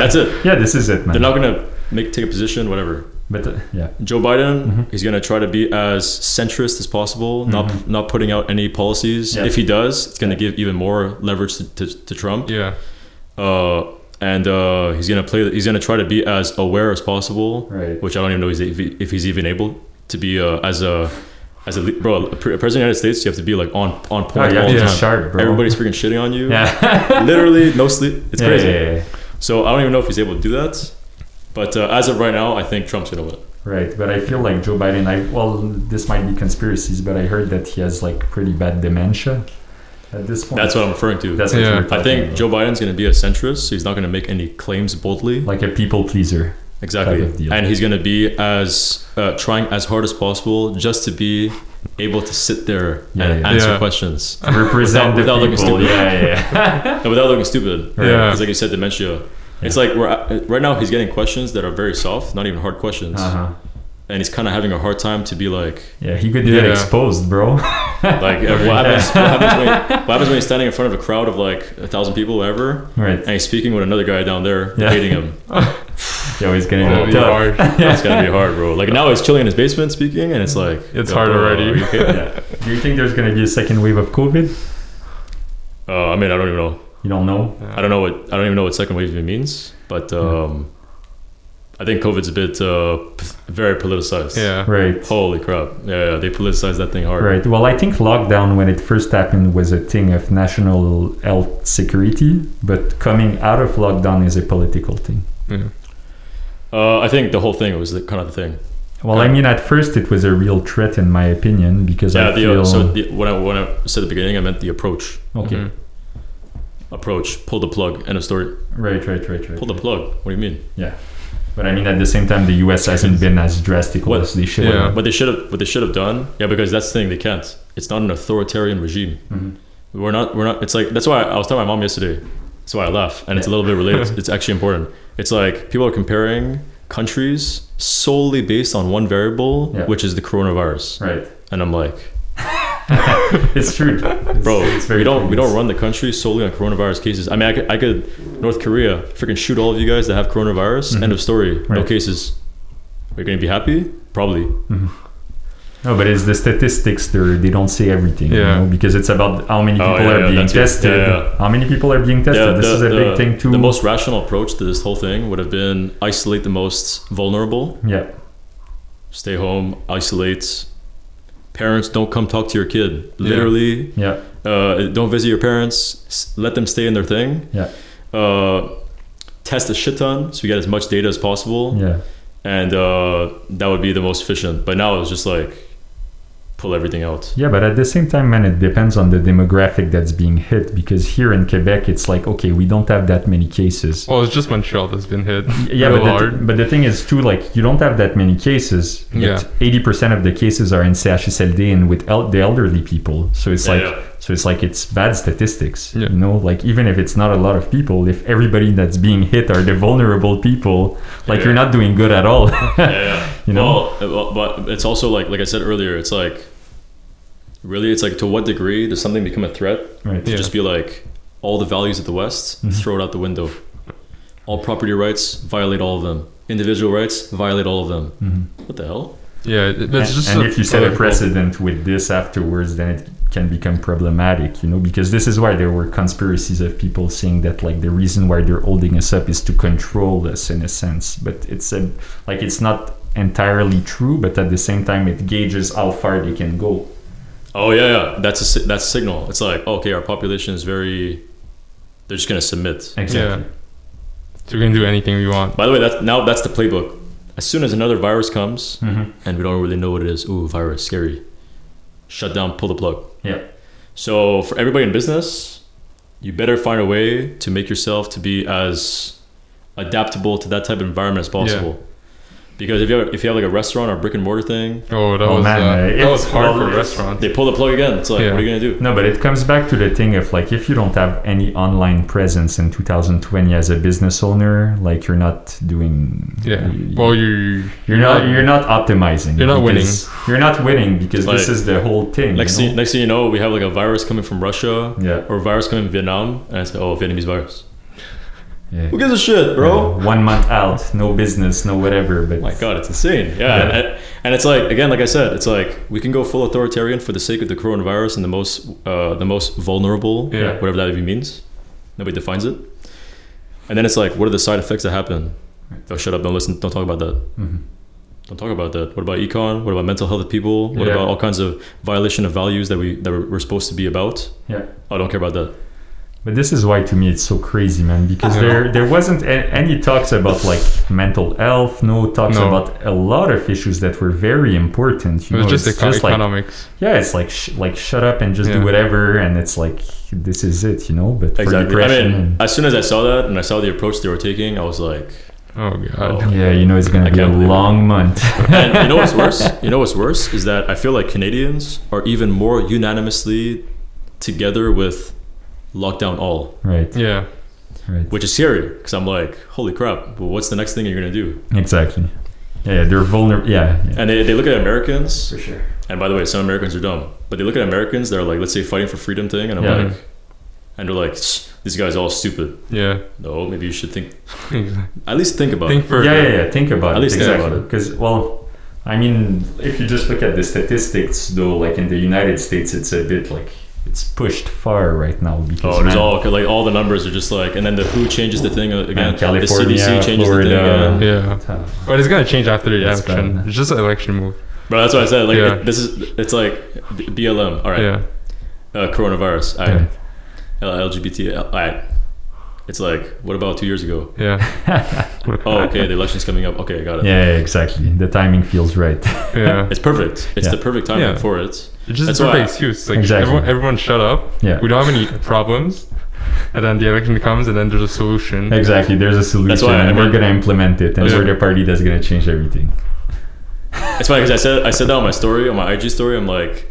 S3: That's it.
S1: Yeah, this is it, man.
S3: They're not gonna make take a position, whatever.
S1: but uh, yeah,
S3: Joe Biden
S1: Mm-hmm.
S3: he's going to try to be as centrist as possible, not not putting out any policies.
S1: Yeah.
S3: If he does, it's going to give even more leverage to, to, to Trump.
S2: Yeah.
S3: Uh, and uh, he's going to play. He's going to try to be as aware as possible,
S1: Right.
S3: which I don't even know he's, if, he, if he's even able to be uh, as a as a le- bro a pre- president of the United States. You have to be like on on
S1: oh,
S3: point
S1: you have
S3: all
S1: to be
S3: the
S2: Yeah.
S3: time.
S1: sharp, bro.
S3: Everybody's freaking shitting on you.
S1: yeah,
S3: Literally, no sleep. It's
S1: Yeah,
S3: crazy.
S1: yeah, yeah, yeah.
S3: So I don't even know if he's able to do that. But uh, as of right now, I think Trump's going to win.
S1: Right, but I feel like Joe Biden. I well, this might be conspiracies, but I heard that he has like pretty bad dementia at this point.
S3: That's what I'm referring to.
S1: That's what you
S2: Yeah.
S1: were
S3: I
S1: talking
S3: think
S1: about.
S3: Joe Biden's going to be a centrist. So he's not going to make any claims boldly.
S1: like a people pleaser.
S3: Exactly.
S1: type of deal.
S3: And he's going to be as uh, trying as hard as possible just to be able to sit there
S1: Yeah,
S3: and
S1: yeah.
S3: answer
S2: Yeah.
S3: questions
S1: Represent
S3: without
S1: the
S3: looking
S1: people.
S3: stupid.
S1: Yeah, yeah, yeah.
S3: No, without looking stupid.
S1: Right.
S2: Yeah.
S3: Because, like you said, dementia. It's like we're, at- right now he's getting questions that are very soft, not even hard questions,
S1: uh-huh.
S3: and he's kind of having a hard time to be like,
S1: yeah. He could get
S2: Yeah.
S1: exposed, bro.
S3: like uh, what happens, what, happens when, what happens when he's standing in front of a crowd of like a thousand people, whatever,
S1: right.
S3: and he's speaking with another guy down there,
S1: Yeah.
S3: hating him.
S1: Yeah, he's gonna
S2: That'd
S1: go
S2: be
S1: tough.
S2: hard.
S3: That's gonna be hard, bro. Like now he's chilling in his basement speaking, and
S1: Mm.
S3: it's like
S2: It's
S3: yo,
S2: hard
S3: bro,
S2: already.
S3: are you kidding?
S1: Yeah. Do you think there's gonna be a second wave of COVID?
S3: Uh, I mean, I don't even know.
S1: You don't know.
S3: I don't know what I don't even know what second wave even means, but
S1: Hmm.
S3: um, I think COVID's a bit uh, p- very politicized.
S2: Yeah.
S1: Right.
S3: Holy crap! Yeah, yeah, they politicized that thing hard.
S1: Right. Well, I think lockdown, when it first happened, was a thing of national health security, but coming out of lockdown is a political thing.
S2: Yeah.
S3: Uh, I think the whole thing was the, kind of the thing.
S1: Well, I mean, at first it was a real threat, in my opinion, because
S3: Yeah.
S1: I
S3: The,
S1: feel
S3: uh, so mm-hmm. the, when I when I said at the beginning, I meant the approach.
S1: okay.
S2: Mhm.
S3: Approach. Pull the plug. End of story.
S1: Right, right, right, right.
S3: Pull the plug. What do you mean?
S1: Yeah, but I mean, at the same time, the U.S. hasn't been as drastic
S3: What-
S1: as they should.
S2: Yeah.
S1: have.
S3: What they should have. What they should have done. Yeah, because that's the thing. They can't. It's not an authoritarian regime.
S1: Mhm.
S3: We're not. We're not. It's like that's why I was telling my mom yesterday. That's why I laugh, and it's a little bit related. it's actually important. It's like people are comparing countries solely based on one variable,
S1: Yeah.
S3: which is the coronavirus,
S1: Right.
S3: and I'm like,
S1: It's true, It's-
S3: bro,
S1: It's
S3: we don't we
S1: true.
S3: don't run the country solely on coronavirus cases. I mean, I could, I could North Korea freaking shoot all of you guys that have coronavirus. End of story. No
S1: Mm-hmm. Right.
S3: cases. Are you gonna be happy? Probably.
S1: No, but it's the statistics. They they don't say everything,
S2: Yeah.
S1: you know, because it's about how many
S3: Oh,
S1: people
S3: yeah,
S1: are
S3: yeah,
S1: being
S3: that's it.
S1: tested.
S3: Yeah, yeah.
S1: How many people are being tested? this
S3: the,
S1: is a
S3: the-
S1: big thing too.
S3: The most rational approach to this whole thing would have been isolate the most vulnerable,
S1: yeah,
S3: stay home, isolate. Parents, don't come talk to your kid. Literally,
S1: yeah,
S3: uh, don't visit your parents. S- Let them stay in their thing.
S1: yeah,
S3: Uh, test a shit ton so we get as much data as possible,
S1: yeah.
S3: and uh, that would be the most efficient. But now it's just like pull everything out.
S1: Yeah, but at the same time, man, it depends on the demographic that's being hit. Because here in Quebec, it's like, okay, we don't have that many cases.
S2: Well, it's just Montreal that's been hit.
S1: Yeah,
S2: real
S1: but the,
S2: hard.
S1: th- but the thing is too, like you don't have that many cases.
S2: Yeah.
S1: eighty percent of the cases are in CHSLD and with el- the elderly people. So it's
S3: Yeah,
S1: like,
S3: yeah.
S1: so it's like it's bad statistics.
S2: Yeah.
S1: You know, like even if it's not a lot of people, if everybody that's being hit are the vulnerable people, like
S3: Yeah.
S1: you're not doing good at all.
S3: yeah.
S1: You know?
S3: Well, uh, well, but it's also like like I said earlier, it's like really, it's like to what degree does something become a threat?
S1: right. Mm-hmm.
S3: To
S2: Yeah.
S3: just be like all the values of the West, throw it out the window. All property rights, violate all of them. Individual rights, violate all of them.
S1: Mm-hmm.
S3: What the hell?
S2: yeah, it- that's
S1: and,
S2: just.
S1: and
S2: a-
S1: if you set
S2: uh,
S1: a precedent with this afterwards then it can become problematic you know because this is why there were conspiracies of people saying that like the reason why they're holding us up is to control us in a sense but it's a like it's not entirely true but at the same time it gauges how far they can go
S3: Oh yeah, yeah. That's a si- that's a signal. It's like oh, okay, our population is very. They're just gonna submit.
S2: Yeah. So we can do anything we want.
S3: By the way, that's now that's the playbook. As soon as another virus comes,
S1: Mm-hmm.
S3: and we don't really know what it is. Ooh, virus, scary. Shut down. Pull the plug.
S1: yeah
S3: So for everybody in business, you better find a way to make yourself to be as adaptable to that type of environment as possible. Because if you have, if you have like a restaurant or brick and mortar thing,
S2: Oh, that
S1: Oh,
S2: was
S1: man,
S2: uh,
S1: uh,
S2: that
S1: it's-
S2: was hard
S1: well,
S2: for a
S1: it's-
S2: restaurant.
S3: they pull the plug again. It's like,
S2: Yeah.
S3: what are you gonna do?
S1: No, but it comes back to the thing of like if you don't have any online presence in 2020 as a business owner, like you're not doing.
S2: yeah.
S1: you-
S2: Well, you
S1: You're not. You're not optimizing.
S2: You're not
S1: because- You're not winning because this
S3: Like-
S1: is the whole thing.
S3: Next
S1: you
S3: thing, next thing you know, we have like a virus coming from Russia
S1: know? yeah.
S3: or a virus coming from Vietnam, and it's like, oh, Vietnamese virus.
S1: Yeah.
S3: Who gives a shit, bro?
S1: Yeah, one month out, no business, no whatever. But
S3: Oh my god, it's insane. Yeah,
S1: Yeah.
S3: And, and it's like again, like I said, it's like we can go full authoritarian for the sake of the coronavirus and the most uh, the most vulnerable,
S2: Yeah.
S3: whatever that even means. Nobody defines it. And then it's like, what are the side effects that happen? Oh, shut up! Don't listen. Don't talk about that.
S1: Mhm.
S3: Don't talk about that. What about econ? What about mental health of people? What
S2: Yeah.
S3: about all kinds of violation of values that we that we're we're supposed to be about? Oh,
S1: yeah.
S3: I don't care about that.
S1: But this is why, to me, it's so crazy, man. Because
S2: Yeah.
S1: there, there wasn't a- any talks about like mental health. No talks
S2: No.
S1: about a lot of issues that were very important.
S2: It
S1: You
S2: was
S1: know,
S2: just
S1: it's
S2: eco-
S1: like
S2: economics.
S1: yeah, it's like sh- like shut up and just
S2: Yeah.
S1: do whatever, and it's like this is it, you know. But for
S3: Exactly. I
S1: depression,
S3: mean, as soon as I saw that and I saw the approach they were taking, I was like,
S2: Oh god.
S3: Oh.
S1: and- yeah, you know, it's
S3: I
S1: gonna be a
S3: can't believe it.
S1: long month.
S3: and you know what's worse? You know what's worse is that I feel like Canadians are even more unanimously together with lockdown all,
S1: right,
S2: Yeah.
S1: right,
S3: which is scary because I'm like, holy crap! But what's the next thing you're gonna do?
S1: exactly. Yeah, they're vulnerable. Yeah, yeah.
S3: And they, they look at Americans,
S1: sure.
S3: and by the way, some Americans are dumb, but they look at Americans that are like, let's say, fighting for freedom thing, and I'm
S1: Yeah.
S3: like, and they're like, "Tch, these guys are all stupid.
S2: Yeah.
S3: No, maybe you should think
S2: Exactly.
S3: at least think about
S2: Think
S3: it.
S2: for
S1: yeah, yeah, yeah. Think about
S3: At
S1: it.
S3: least think
S1: exactly.
S3: about it.
S1: Because well, I mean, if you just look at the statistics, though, like in the United States, it's a bit like it's pushed far right now because
S3: Oh, there's
S1: man,
S3: all like all the numbers are just like, and then the WHO changes the thing uh, again.
S1: man, California,
S3: the CDC changes
S1: Florida,
S3: the thing. again.
S2: Yeah.
S1: uh,
S2: But it's gonna change after the
S1: That's
S2: election.
S1: bad.
S2: It's just an election move.
S3: But that's what I said. Like
S2: Yeah.
S3: it- this is it's like B- BLM. All right,
S2: Yeah.
S3: uh, coronavirus. All
S1: yeah.
S3: right, L- LGBT. All right. It's like what about two years ago?
S2: Yeah.
S3: Oh, okay, the election's coming up. Okay, I got it.
S1: Yeah, exactly. The timing feels right.
S2: Yeah.
S3: It's perfect. It's
S1: Yeah.
S3: the perfect timing
S2: Yeah.
S3: for it.
S2: It's just
S3: That's
S2: a
S3: why-
S2: perfect excuse. Like
S1: Exactly.
S2: everyone, everyone shut up.
S1: Yeah.
S2: We don't have any problems. And then the election comes, and then there's a solution.
S1: exactly. There's a solution,
S3: why I
S1: and we're
S3: mean-
S1: gonna implement it, and
S2: Yeah.
S1: we're the party that's gonna change everything.
S3: It's funny because I said I said that on my story, on my IG story. I'm like,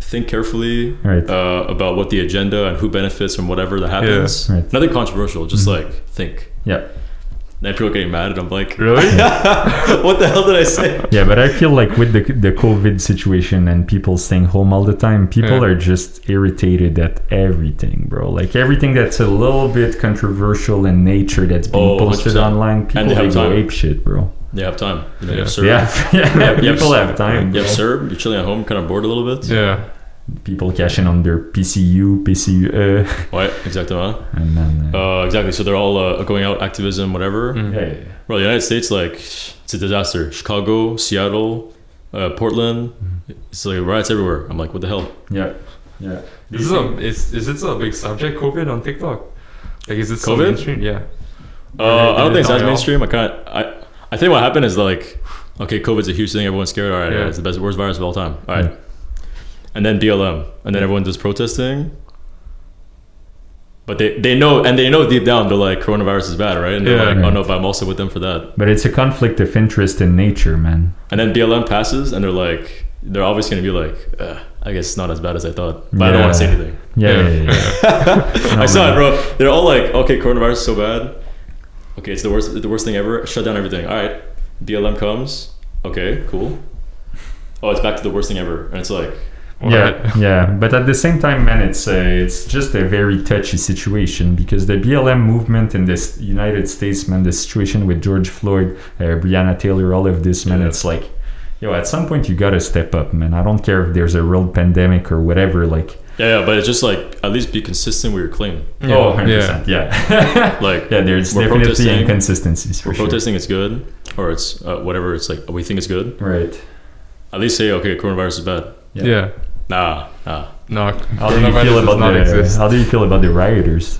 S3: think carefully
S1: Right.
S3: uh, about what the agenda and who benefits from whatever that happens.
S1: Right. Mm-hmm.
S3: Nothing controversial. Just like think.
S1: Yeah.
S3: And then people are getting mad, and I'm like,
S2: Really?
S3: what the hell did I say?
S1: Yeah, but I feel like with the the COVID situation and people staying home all the time, people
S2: Yeah.
S1: are just irritated at everything, bro. Like everything that's a little bit controversial in nature that's being
S3: Oh,
S1: posted
S3: 100%.
S1: online, people
S3: And they
S1: they
S3: have
S1: go
S3: time.
S1: ape shit, bro.
S3: They have time. You know, you
S2: Yeah.
S3: have served.
S1: Yeah, yeah,
S3: Yeah, yeah,
S1: people
S3: s-
S1: have time.
S3: You have
S1: bro.
S3: Serb, you're chilling at home, kind of bored a little bit.
S2: yeah.
S1: People cashing on their PCU, PCU,
S3: Right, exactly. Huh?
S1: uh, and then uh,
S3: Uh, exactly. So they're all uh, going out, activism, whatever.
S2: Mm.
S1: yeah, yeah, yeah.
S3: Well, the United States, like, it's a disaster. Chicago, Seattle, uh, Portland, it's like riots everywhere. I'm like, what the hell?
S1: yeah, yeah.
S2: This is a is is it a big subject? COVID on TikTok. Like is it so
S3: COVID?
S2: mainstream? Yeah.
S3: Uh, I don't think it's
S2: Did it
S3: as
S2: die off?
S3: mainstream. I kind of, I, I think what happened is like, okay, COVID's a huge thing. Everyone's scared. All right,
S2: Yeah. Mm-hmm.
S3: yeah. it's the best, worst virus of all time. All right.
S1: Yeah.
S3: And then BLM, and then everyone does protesting. But they, they know, and they know deep down, they're like, coronavirus is bad, right? And they're
S2: Yeah.
S3: like, oh
S1: Right.
S3: no, but I'm also with them for that.
S1: But it's a conflict of interest in nature, man.
S3: And then BLM passes, and they're like, they're always going to be like, Ugh, I guess it's not as bad as I thought. But I don't want to say
S1: Yeah.
S3: anything.
S1: Yeah,
S2: Yeah.
S1: yeah, yeah. yeah.
S3: I saw it, bro. They're all like, okay, coronavirus is so bad. Okay, it's the worst, the worst thing ever. Shut down everything. All right, BLM comes. Okay, cool. Oh, it's back to the worst thing ever, and it's like,
S1: Yeah, yeah, but at the same time, man, it's uh, it's just a very touchy situation because the BLM movement in the S- United States, man, the situation with George Floyd, uh, Breonna Taylor, all of this, man,
S3: Yeah.
S1: it's like, yo, at some point you gotta step up, man. I don't care if there's a real pandemic or whatever, like,
S3: yeah, yeah. But it's just like, at least be consistent with your claim.
S2: Yeah.
S1: oh, 100 percent, yeah, Mm.
S3: Like,
S1: yeah. There's
S3: We're
S1: definitely
S3: protesting.
S1: inconsistencies for
S3: we're
S1: sure.
S3: protesting, it's good, or it's uh, whatever. It's like we think it's good.
S1: Right.
S3: At least say, okay, coronavirus is bad.
S2: Yeah.
S1: Yeah.
S2: yeah.
S3: Nah, nah.
S2: No.
S1: How do you feel about
S2: not
S1: the
S2: exist.
S1: How do you feel about the rioters?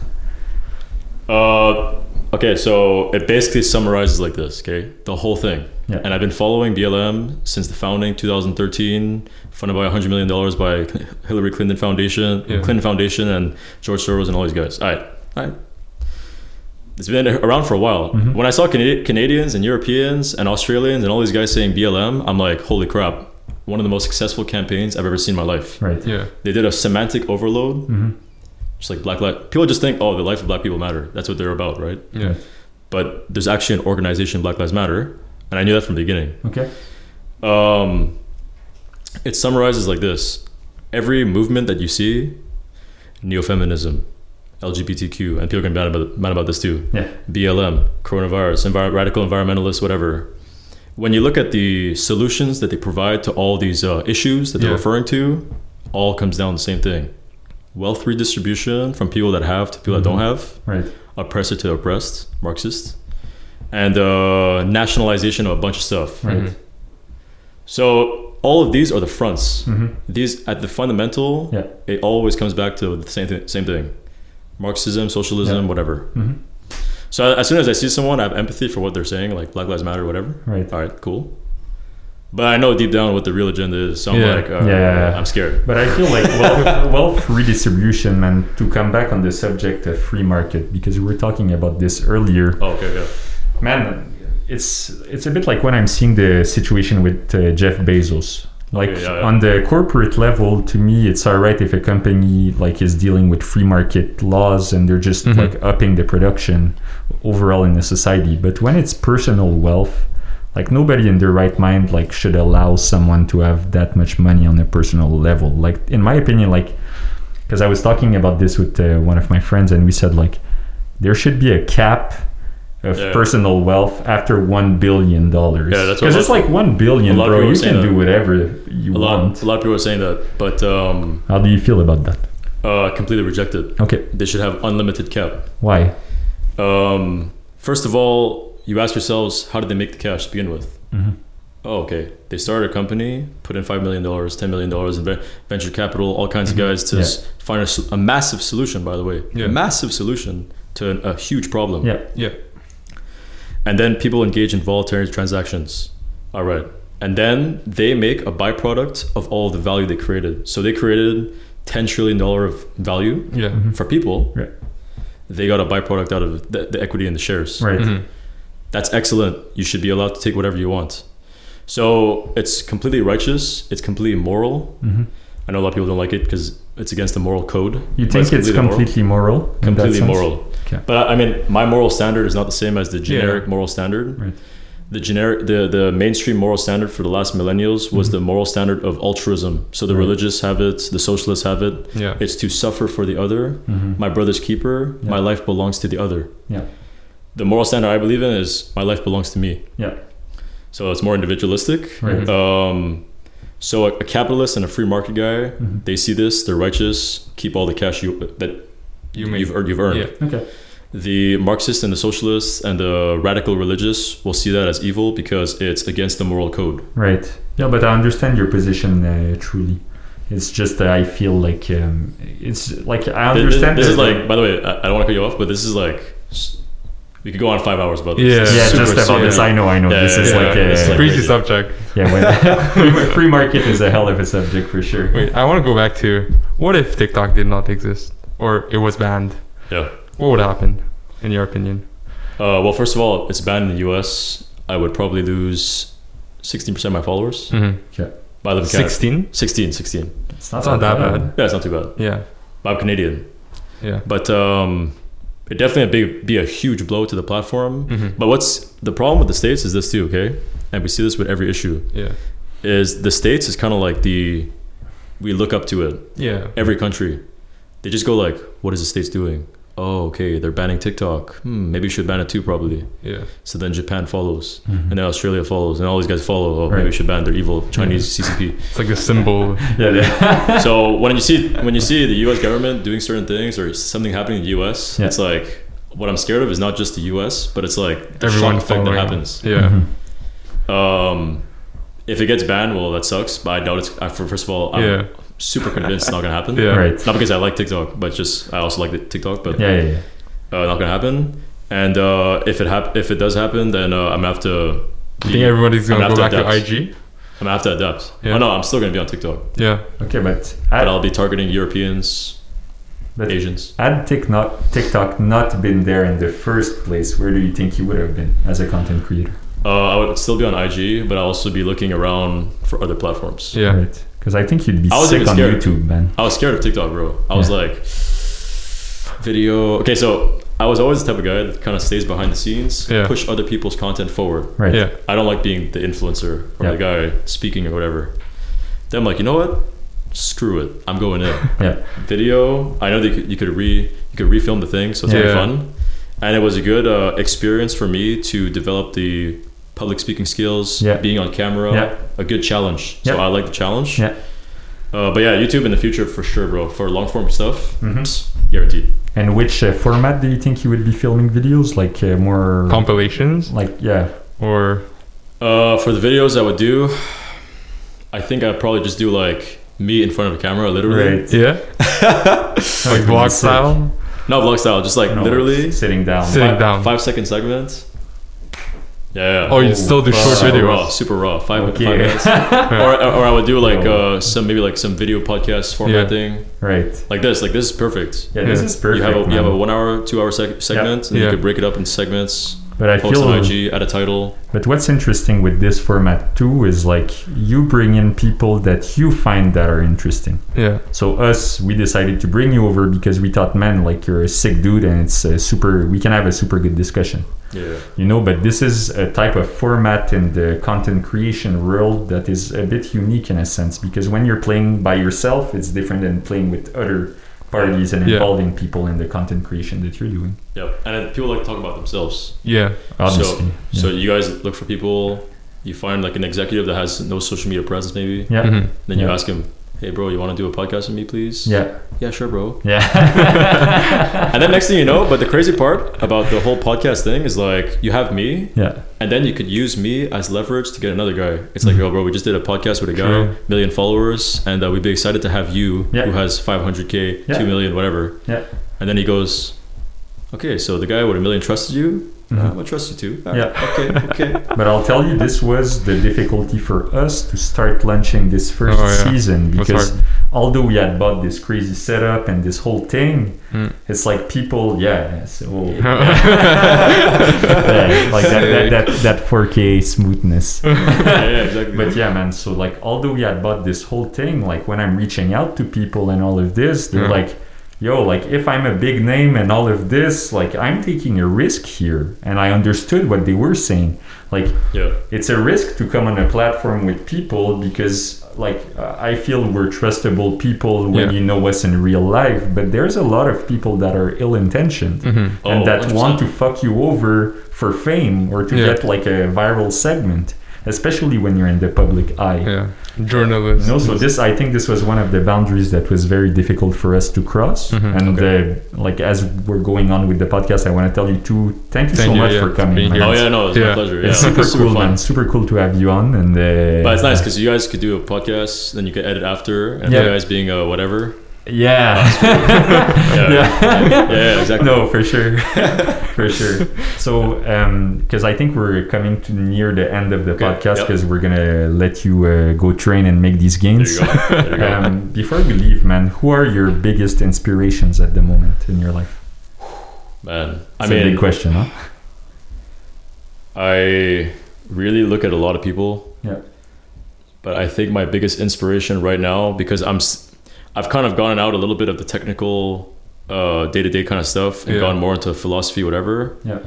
S3: Uh, okay, so it basically summarizes like this, okay? The whole thing.
S1: Yeah.
S3: And I've been following BLM since the founding, 2013, funded by $100 million by Cl- Hillary Clinton Foundation,
S2: Yeah.
S3: Clinton Foundation and George Soros and all these guys. All right, all right. It's been around for a while.
S1: Mhm.
S3: When I saw Cana- Canadians and Europeans and Australians and all these guys saying BLM, I'm like, holy crap, one of the most successful campaigns I've ever seen in my life.
S1: Right.
S2: Yeah.
S3: They did a semantic overload,
S1: hmm
S3: just like black life. People just think, oh, the life of black people matter. That's what they're about, right?
S2: Yeah.
S3: but there's actually an organization Black Lives Matter, and I knew that from the beginning.
S1: Okay.
S3: Um, it summarizes like this: every movement that you see, neo-feminism, LGBTQ, and people can be mad about, mad about this too.
S1: Yeah.
S3: BLM, coronavirus, envir- radical environmentalists, whatever. When you look at the solutions that they provide to all these uh, issues that they're
S2: Yeah.
S3: referring to, all comes down to the same thing: wealth redistribution from people that have to people that don't
S1: Mm-hmm.
S3: have,
S1: Right.
S3: oppressor to the oppressed, Marxist, and uh, nationalization of a bunch of stuff.
S1: Right.
S3: So all of these are the fronts.
S1: Mhm.
S3: These at the fundamental,
S1: Yeah.
S3: it always comes back to the same thing. Same thing, Marxism, socialism,
S1: Yeah.
S3: whatever.
S1: Mhm.
S3: So as soon as I see someone, I have empathy for what they're saying, like Black Lives Matter, whatever.
S1: Right.
S3: All right, cool. But I know deep down what the real agenda is, so I'm
S2: Yeah.
S3: like, uh,
S1: Yeah.
S3: I'm scared.
S1: But I feel like wealth, wealth redistribution, man, to come back on the subject of free market, because we were talking about this earlier.
S3: Oh, okay, yeah.
S1: Man, it's it's a bit like when I'm seeing the situation with uh, Jeff Bezos. Like
S3: Yeah, yeah, yeah.
S1: on the corporate level, to me, it's all right if a company like is dealing with free market laws and they're just
S3: Mm-hmm.
S2: Mhm.
S1: like upping the production overall in the society. But when it's personal wealth, like nobody in their right mind like should allow someone to have that much money on a personal level. Like in my opinion, like because I was talking about this with uh, one of my friends and we said like there should be a cap of
S3: Yeah.
S1: personal wealth after one billion dollars.
S3: Yeah, that's what
S1: because
S3: a
S1: it's
S3: lot-
S1: like one billion,
S3: a lot of
S1: bro.
S3: people
S1: You
S3: say
S1: can
S3: that.
S1: do whatever you
S3: A
S1: want.
S3: lot, a lot of people are saying that, but um,
S1: How do you feel about that?
S3: uh, completely rejected.
S1: Okay,
S3: They should have unlimited cap.
S1: why?
S3: Um, first of all, you ask yourselves, how did they make the cash to begin with?
S1: Mhm.
S3: Oh, okay. They started a company, put in five million dollars, ten million dollars in ve- venture capital, all kinds of guys to
S1: Yeah.
S3: s- find a, sol- a massive solution. By the way,
S2: Yeah.
S3: massive solution to an, a huge problem.
S1: Yeah,
S2: Yeah.
S3: And then people engage in voluntary transactions. All right. And then they make a byproduct of all the value they created. So they created ten trillion dollar of value
S2: Yeah.
S3: for people.
S1: Right.
S3: They got a byproduct out of the, the equity in the shares.
S1: right.
S2: Mhm.
S3: That's excellent. You should be allowed to take whatever you want. So it's completely righteous. It's completely moral.
S1: Mhm.
S3: I know a lot of people don't like it because it's against the moral code.
S1: You
S3: but
S1: think it's completely moral? in that
S3: moral. completely
S1: sense?
S3: moral.
S1: Okay.
S3: But I mean, my moral standard is not the same as the generic moral standard.
S1: Right.
S3: The generic, the the mainstream moral standard for the last millennials was the moral standard of altruism. So the
S1: Mm-hmm. Right.
S3: religious have it, the socialists have it.
S2: Yeah.
S3: It's to suffer for the other.
S1: Mhm.
S3: My brother's keeper.
S1: Yeah.
S3: My life belongs to the other.
S1: Yeah,
S3: The moral standard I believe in is my life belongs to me.
S1: yeah,
S3: So it's more individualistic.
S1: Right.
S3: Um, so a, a capitalist and a free market guy,
S1: Mhm.
S3: they see this, they're righteous, keep all the cash you that
S2: You
S3: you've earned. You've earned.
S2: Yeah.
S1: okay,
S3: The Marxists and the socialists and the radical religious will see that as evil because it's against the moral code.
S1: right. Yeah, but I understand your position uh, truly. It's just that I feel like um, it's like I
S3: Th- th-
S1: understand.
S3: This,
S1: the-
S3: is like, by the way, I, I don't want to cut you off, but this is like, s- we could go on five hours about
S2: Yeah.
S3: this.
S1: yeah,
S2: super
S1: just about
S2: serious.
S1: this. I know, I know.
S3: Yeah,
S1: this is
S2: yeah,
S1: like
S2: yeah,
S1: a,
S3: it's like-
S2: Crazy subject.
S1: yeah, when, free market is a hell of a subject for sure.
S2: Wait, I want to go back to what if TikTok did not exist or it was banned?
S3: Yeah.
S2: What would happen, in your opinion?
S3: Uh, well, first of all, it's banned in the U.S. I would probably lose 16% of my followers.
S1: Hmm.
S2: Mm-hmm.
S3: But I live in Canada.
S2: 16?
S3: 16, 16.
S1: It's not,
S2: It's not that
S3: Yeah, it's not too bad.
S2: Yeah.
S3: I'm Canadian.
S2: Yeah.
S3: But um, it definitely a big, be a huge blow to the platform.
S2: Mhm.
S3: But what's the problem with the states is this too, okay? And we see this with every issue.
S2: Yeah.
S3: Is the states is kind of like the we look up to it.
S2: Yeah.
S3: Every country, they just go like, "What is the states doing? Oh, okay, they're banning TikTok. Hmm, maybe we should ban it too, probably."
S2: Yeah.
S3: So then Japan follows,
S1: Mhm.
S3: and then Australia follows, and all these guys follow. Oh, maybe we
S1: Right.
S3: should ban their evil Chinese CCP.
S2: It's like a symbol.
S1: Yeah, yeah.
S3: so when you see when you see the U.S. government doing certain things or something happening in the U.S.,
S1: Yeah.
S3: it's like what I'm scared of is not just the U.S., but it's like the
S2: Everyone
S3: shock effect that
S2: following.
S3: happens.
S2: Yeah.
S1: Mhm.
S3: Um, if it gets banned, well, that sucks. But I doubt it's. I, for- first of all, I'm
S2: Yeah.
S3: super convinced it's not gonna happen.
S2: Yeah.
S1: Right.
S3: Not because I like TikTok, but just I also like the TikTok, but
S1: Yeah, yeah, yeah.
S3: uh, not gonna happen. And uh, if it hap- if it does happen, then uh, I'm gonna have to.
S2: I
S3: be-
S2: think everybody's
S3: I'm
S2: gonna go
S3: gonna
S2: back
S3: have to
S2: to
S3: adapt.
S2: IG.
S3: I'm gonna have to adapt.
S2: Yeah.
S3: Oh no, I'm still gonna be on TikTok,
S2: Yeah.
S1: Okay, but
S3: but
S1: had,
S3: I'll be targeting Europeans,
S1: but
S3: Asians.
S1: had TikTok, TikTok not been there in the first place, where do you think you would have been as a content creator?
S3: Uh, I would still be on IG, but I'll also be looking around for other platforms.
S2: Yeah.
S1: Right. Because I think you'd be
S3: I was
S1: sick
S3: even
S1: on
S3: scared.
S1: YouTube, man.
S3: I was scared of TikTok, bro. I was
S1: Yeah.
S3: like, video. Okay, so I was always the type of guy that kind of stays behind the scenes,
S2: Yeah.
S3: push other people's content forward.
S1: Right.
S2: Yeah.
S3: I don't like being the influencer or
S1: Yeah.
S3: the guy speaking or whatever. Then I'm like, you know what? screw it, I'm going in.
S1: Yeah.
S3: Video, I know that you could, you could re you could refilm the thing, so it's very
S2: Yeah.
S3: fun. And it was a good uh, experience for me to develop the public speaking skills,
S1: Yeah.
S3: being on camera,
S1: Yeah.
S3: a good challenge. So
S1: Yeah.
S3: I like the challenge.
S1: Yeah.
S3: Uh, but yeah, YouTube in the future for sure, bro. For long form stuff,
S1: Mhm.
S3: pss, guaranteed.
S1: And which uh, format do you think you would be filming videos? Like uh, more.
S2: Compilations
S1: like yeah,
S2: or
S3: Uh, for the videos I would do, I think I'd probably just do like me in front of a camera, literally.
S1: right.
S2: yeah, like vlog style.
S3: Not vlog style, just like
S1: No,
S3: literally
S1: sitting down.
S2: Sit- Sitting
S3: five,
S2: down.
S3: five second segments. Yeah.
S2: Oh, you still do
S1: Oh,
S2: short
S1: wow.
S3: super raw,
S2: videos.
S3: super raw. Five,
S1: Okay.
S3: five minutes. or, or or I would do like
S1: No.
S3: uh, some maybe like some video podcast format
S2: Yeah.
S3: thing,
S1: right.
S3: like this. Like this is perfect.
S1: Yeah, this
S2: Yeah.
S1: is perfect.
S3: you have a, you
S1: man.
S3: have a one hour, two hour seg- segment, and
S2: Yeah.
S3: you could break it up into segments.
S1: but I
S3: Post
S1: feel
S3: on IG, add a title.
S1: But what's interesting with this format too is like you bring in people that you find that are interesting.
S2: Yeah,
S1: So us, we decided to bring you over because we thought, man, like you're a sick dude, and it's a super. We can have a super good discussion,
S3: Yeah.
S1: you know. But this is a type of format in the content creation world that is a bit unique in a sense because when you're playing by yourself, it's different than playing with other parties and
S2: Yeah.
S1: involving people in the content creation that you're doing.
S3: Yep. And then people like to talk about themselves.
S2: yeah,
S1: Obviously, yeah.
S3: So you guys look for people. You find like an executive that has no social media presence, maybe.
S1: yeah,
S2: mhm.
S3: Then you
S1: Yeah.
S3: ask him, "Hey, bro, you want to do a podcast with me, please?"
S1: yeah,
S3: Yeah, sure, bro.
S1: yeah,
S3: And then next thing you know, but the crazy part about the whole podcast thing is like you have me,
S1: yeah.
S3: and then you could use me as leverage to get another guy. It's
S1: Mm-hmm.
S3: like, yo, bro, we just did a podcast with a guy,
S2: True.
S3: million followers, and uh, we'd be excited to have you,
S1: Yeah.
S3: who has 500k,
S1: Yeah.
S3: two million, whatever.
S1: Yeah.
S3: And then he goes, "Okay, so the guy with a million trusted you. Uh,
S1: Mhm.
S3: I'm gonna trust you too. All
S1: Yeah.
S3: right, Okay. Okay.
S1: But I'll tell you, this was the difficulty for us to start launching this first
S2: Oh, yeah.
S1: season
S2: It was
S1: because although we had bought this crazy setup and this whole thing,
S2: Mm.
S1: it's like people, yeah, yeah, so
S2: Yeah.
S1: yeah, like that, that, that, that 4K smoothness.
S3: yeah, yeah, exactly.
S1: But yeah, man. So like, although we had bought this whole thing, like when I'm reaching out to people and all of this, they're
S2: Yeah.
S1: like, "Yo, like if I'm a big name and all of this, like I'm taking a risk here." And I understood what they were saying. Like
S3: yeah.
S1: it's a risk to come on a platform with people because like uh, i feel we're trustable people when
S2: Yeah.
S1: you know us in real life but there's a lot of people that are ill-intentioned
S2: Mhm.
S1: and
S3: Oh,
S1: that
S3: 100%.
S1: want to fuck you over for fame or to
S2: Yeah.
S1: get like a viral segment especially when you're in the public eye
S2: yeah, journalist.
S1: no, so this I think this was one of the boundaries that was very difficult for us to cross.
S2: Mhm.
S1: And uh, like as we're going on with the podcast, I want to tell you too. Thank you
S2: Thank
S1: so
S2: you,
S1: much
S2: yeah,
S1: for
S2: for
S1: coming.
S2: being
S1: man.
S2: here.
S3: Oh yeah, no, it's
S2: Yeah.
S3: my pleasure. Yeah,
S1: It's super, cool, man. Super cool to have you on, and uh,
S3: But it's nice because you guys could do a podcast, then you could edit after, and
S1: Yeah.
S3: you guys being uh, whatever.
S1: Yeah,
S3: Oh, Yeah, yeah, yeah, exactly.
S1: no, for sure, for sure. So, because I think we're coming to near the end of the
S3: Okay,
S1: podcast,
S3: yep.
S1: because we're gonna let you uh, go train and make these
S3: There you
S1: gains.
S3: go. There you go.
S1: Um, before we leave, man, who are your biggest inspirations at the moment in your life?
S3: man, I
S1: It's a big
S3: mean,
S1: question, huh?
S3: I really look at a lot of people,
S1: Yeah,
S3: but I think my biggest inspiration right now, because I'm, s- I've kind of gone out a little bit of the technical, uh, day to day kind of stuff, and
S2: Yeah.
S3: gone more into philosophy, whatever.
S1: yeah,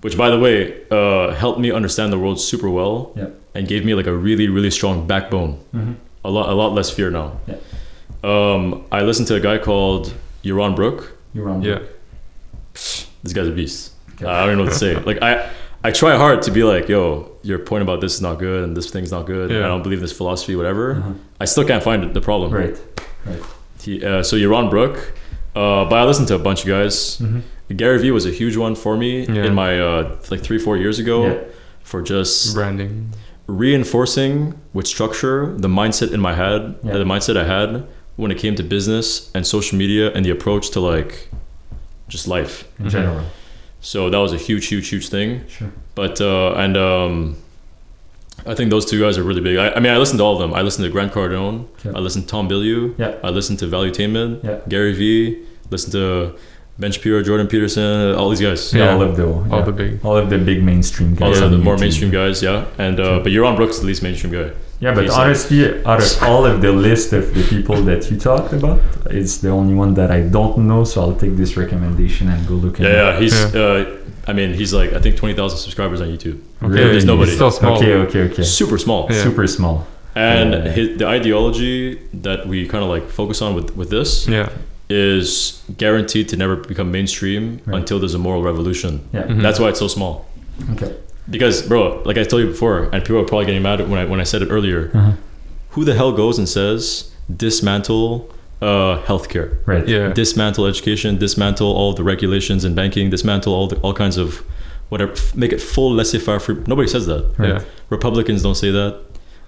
S3: Which, by the way, uh, helped me understand the world super well,
S1: yeah.
S3: and gave me like a really, really strong backbone.
S1: Mm-hmm.
S3: a lot a lot less fear now.
S1: Yeah.
S3: Um, I listened to a guy called Yaron Brook.
S1: You're on.
S2: Yeah,
S3: This guy's a beast.
S1: Okay.
S3: I don't even know what to say. Like I I try hard to be like, yo, your point about this is not good and this thing's not good. and
S2: Yeah.
S3: I don't believe this philosophy, whatever.
S1: Uh-huh.
S3: I still can't find the problem.
S1: Right.
S3: He, uh, so Yaron Brook. Uh, but I listened to a bunch of guys.
S1: Mhm.
S3: Gary Vee was a huge one for me
S2: Yeah.
S3: in my uh, like three four years ago
S1: Yeah.
S3: for just
S2: branding.
S3: reinforcing with structure the mindset in my head,
S1: Yeah.
S3: the mindset I had when it came to business and social media and the approach to like just life.
S1: In
S2: Mhm.
S1: general,
S3: Mm-hmm. So that was a huge, huge, huge thing.
S1: sure.
S3: But uh, and um, I think those two guys are really big. I, I mean, I listened to all of them. I listened to Grant Cardone.
S1: Yeah.
S3: I listened to Tom Bilyeu.
S1: Yeah.
S3: I listened to Valuetainment.
S1: Yeah.
S3: Gary Vee. Listened to Ben Shapiro, Jordan Peterson, all these guys.
S1: Yeah,
S2: Yeah.
S1: all of the all,
S2: All the big.
S1: all of the big mainstream guys.
S3: Also,
S1: on
S3: the more
S1: YouTube.
S3: mainstream guys, yeah. And uh, but Yaron Brooks is the least mainstream guy.
S1: Yeah, but
S3: He's like-
S1: honestly, out of all of the list of the people that you talked about, it's the only one that I don't know. So I'll take this recommendation and go look at it.
S3: Yeah, yeah, he's. Uh, I mean, he's like I think twenty thousand subscribers on YouTube.
S2: Okay,
S1: Really?
S3: there's nobody.
S2: It's still small.
S1: Okay, okay, okay.
S3: Super small.
S2: Yeah.
S1: Super small.
S3: And
S1: Yeah.
S3: his, the ideology that we kind of like focus on with with this
S2: Yeah.
S3: is guaranteed to never become mainstream
S1: Right. Mm-hmm.
S3: until there's a moral revolution.
S1: Yeah.
S2: Mhm.
S3: That's why it's so small.
S2: Mm-hmm.
S1: Okay.
S3: Because, bro, like I told you before, and people are probably getting mad at when I when I said it earlier.
S1: Uh-huh.
S3: Who the hell goes and says dismantle uh, healthcare,
S1: Right.
S2: Yeah.
S3: dismantle education, dismantle all the regulations in banking, dismantle all the, all kinds of whatever, f- make it full laissez-faire free. Nobody says that.
S2: Yeah.
S3: Republicans don't say that.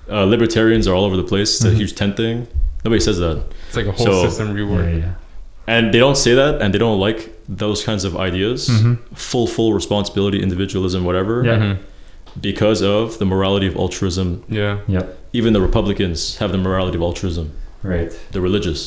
S3: Uh, libertarians are all over the place.
S1: Mm-hmm.
S3: It's a huge tent thing. Nobody says that,
S2: It's like a whole
S3: So-
S2: system
S1: Yeah.
S2: rework.
S1: yeah.
S3: and they don't say that, and they don't like those kinds of ideas.
S2: Mm-hmm.
S3: Full, full responsibility, individualism, whatever.
S1: Mm-hmm.
S2: Mhm.
S1: Yeah.
S3: Because of the morality of altruism
S2: Yeah.
S1: Yeah.
S3: even the Republicans have the morality of altruism.
S1: Right.
S3: The religious.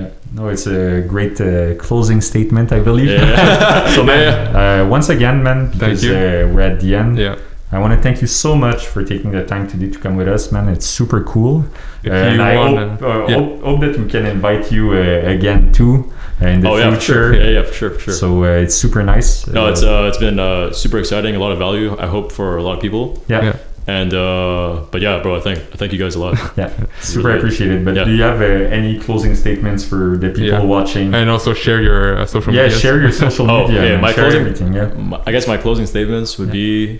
S1: Yeah. No, it's a great uh, closing statement, I believe.
S3: Yeah.
S1: so, man, uh, once again, man, because
S2: you.
S1: Uh, we're at the end.
S2: Yeah.
S1: I want to thank you so much for taking the time today to come with us, man. It's super cool.
S2: If
S1: Uh,
S2: you
S1: and I
S2: wanna-
S1: hope, uh,
S2: yeah.
S1: hope, hope that we can invite you uh, again too uh, in the
S3: oh yeah, for
S1: future.
S3: sure. Yeah, yeah, for sure, for sure.
S1: So uh, it's super nice.
S3: no, it's uh, it's been uh, super exciting, a lot of value. I hope for a lot of people.
S1: yeah, yeah,
S2: Yeah.
S3: And uh, but yeah, bro, I thank I thank you guys a lot.
S1: super
S3: Really-
S1: appreciated. But
S3: yeah.
S1: do you have uh, any closing statements for the people
S2: Yeah.
S1: watching?
S2: And also share your uh, social
S1: yeah,
S2: media.
S1: share your social
S3: Oh,
S1: media.
S3: yeah,
S1: man.
S3: my
S1: share
S3: closing-
S1: everything. Yeah,
S3: My- I guess my closing statements would be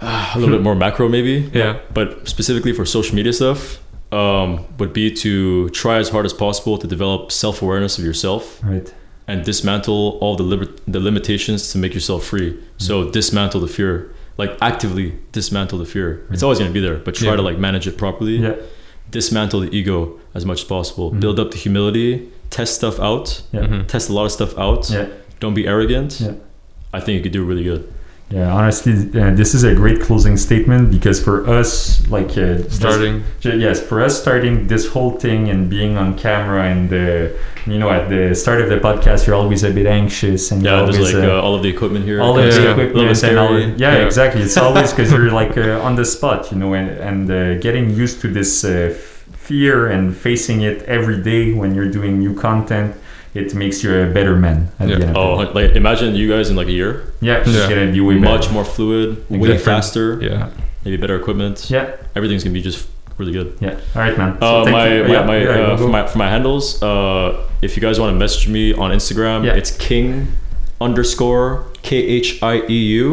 S3: uh, a little bit more macro, maybe.
S2: Yeah.
S3: But specifically for social media stuff, um, would be to try as hard as possible to develop self awareness of yourself.
S1: right.
S3: and dismantle all the liber- the limitations to make yourself free.
S1: Mm-hmm.
S3: So dismantle the fear, like actively dismantle the fear. It's always going to be there, but try
S2: Yeah.
S3: to like manage it properly.
S1: Mm-hmm. Yeah, Mm-hmm.
S3: Dismantle the ego as much as possible. Build up the humility. Test stuff out.
S1: yeah,
S2: Mhm.
S3: Test a lot of stuff out.
S1: yeah.
S3: Don't be arrogant.
S1: Yeah.
S3: I think you could do really good.
S1: Yeah, honestly, uh, this is a great closing statement because for us, like uh, this-
S2: Starting.
S1: Ju- yes for us starting this whole thing and being on camera and uh, you know at the start of the podcast you're always a bit anxious and
S3: Yeah,
S1: you're
S3: there's
S1: always
S3: like uh,
S1: uh,
S3: all of the equipment here.
S1: all of
S2: Yeah.
S1: the
S2: Yeah.
S1: equipment and all, yeah,
S3: Momentary.
S2: Yeah.
S1: exactly it's always because you're like uh, on the spot you know and, and uh, getting used to this uh, f- fear and facing it every day when you're doing new content it makes you a better man at
S2: Yeah.
S1: the end
S3: Oh,
S1: of the day.
S3: like imagine you guys in like a year,
S1: yeah, it's
S2: Yeah.
S1: gonna be way
S3: much
S1: better.
S3: more fluid, way
S2: Different.
S3: faster,
S2: Yeah.
S3: maybe better equipment.
S1: yeah
S3: Everything's gonna be just really good.
S1: yeah all right man
S3: Uh,
S1: thank
S3: my,
S1: you.
S3: my,
S1: Yeah,
S3: my,
S1: yeah,
S3: uh,
S1: go,
S3: for
S1: go.
S3: my for my handles. Uh, if you guys want to message me on Instagram,
S1: Yeah.
S3: it's king underscore k h i e u.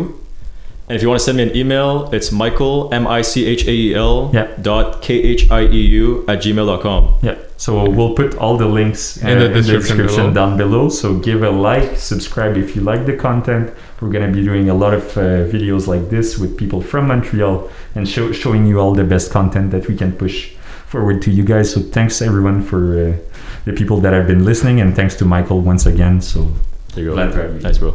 S3: And if you want to send me an email, it's Michael m i c h a e l
S1: Yeah.
S3: dot k h i e u at gmail.com.
S1: Yeah, so we'll put all the links uh,
S2: In the
S1: in the description,
S2: description below.
S1: down below. So give a like, subscribe if you like the content. We're gonna be doing a lot of uh, videos like this with people from Montreal and show, showing you all the best content that we can push forward to you guys. So thanks everyone for uh, the people that have been listening, and thanks to Michael once again. So
S3: There you go.
S1: Glad to have you.
S3: Thanks, bro.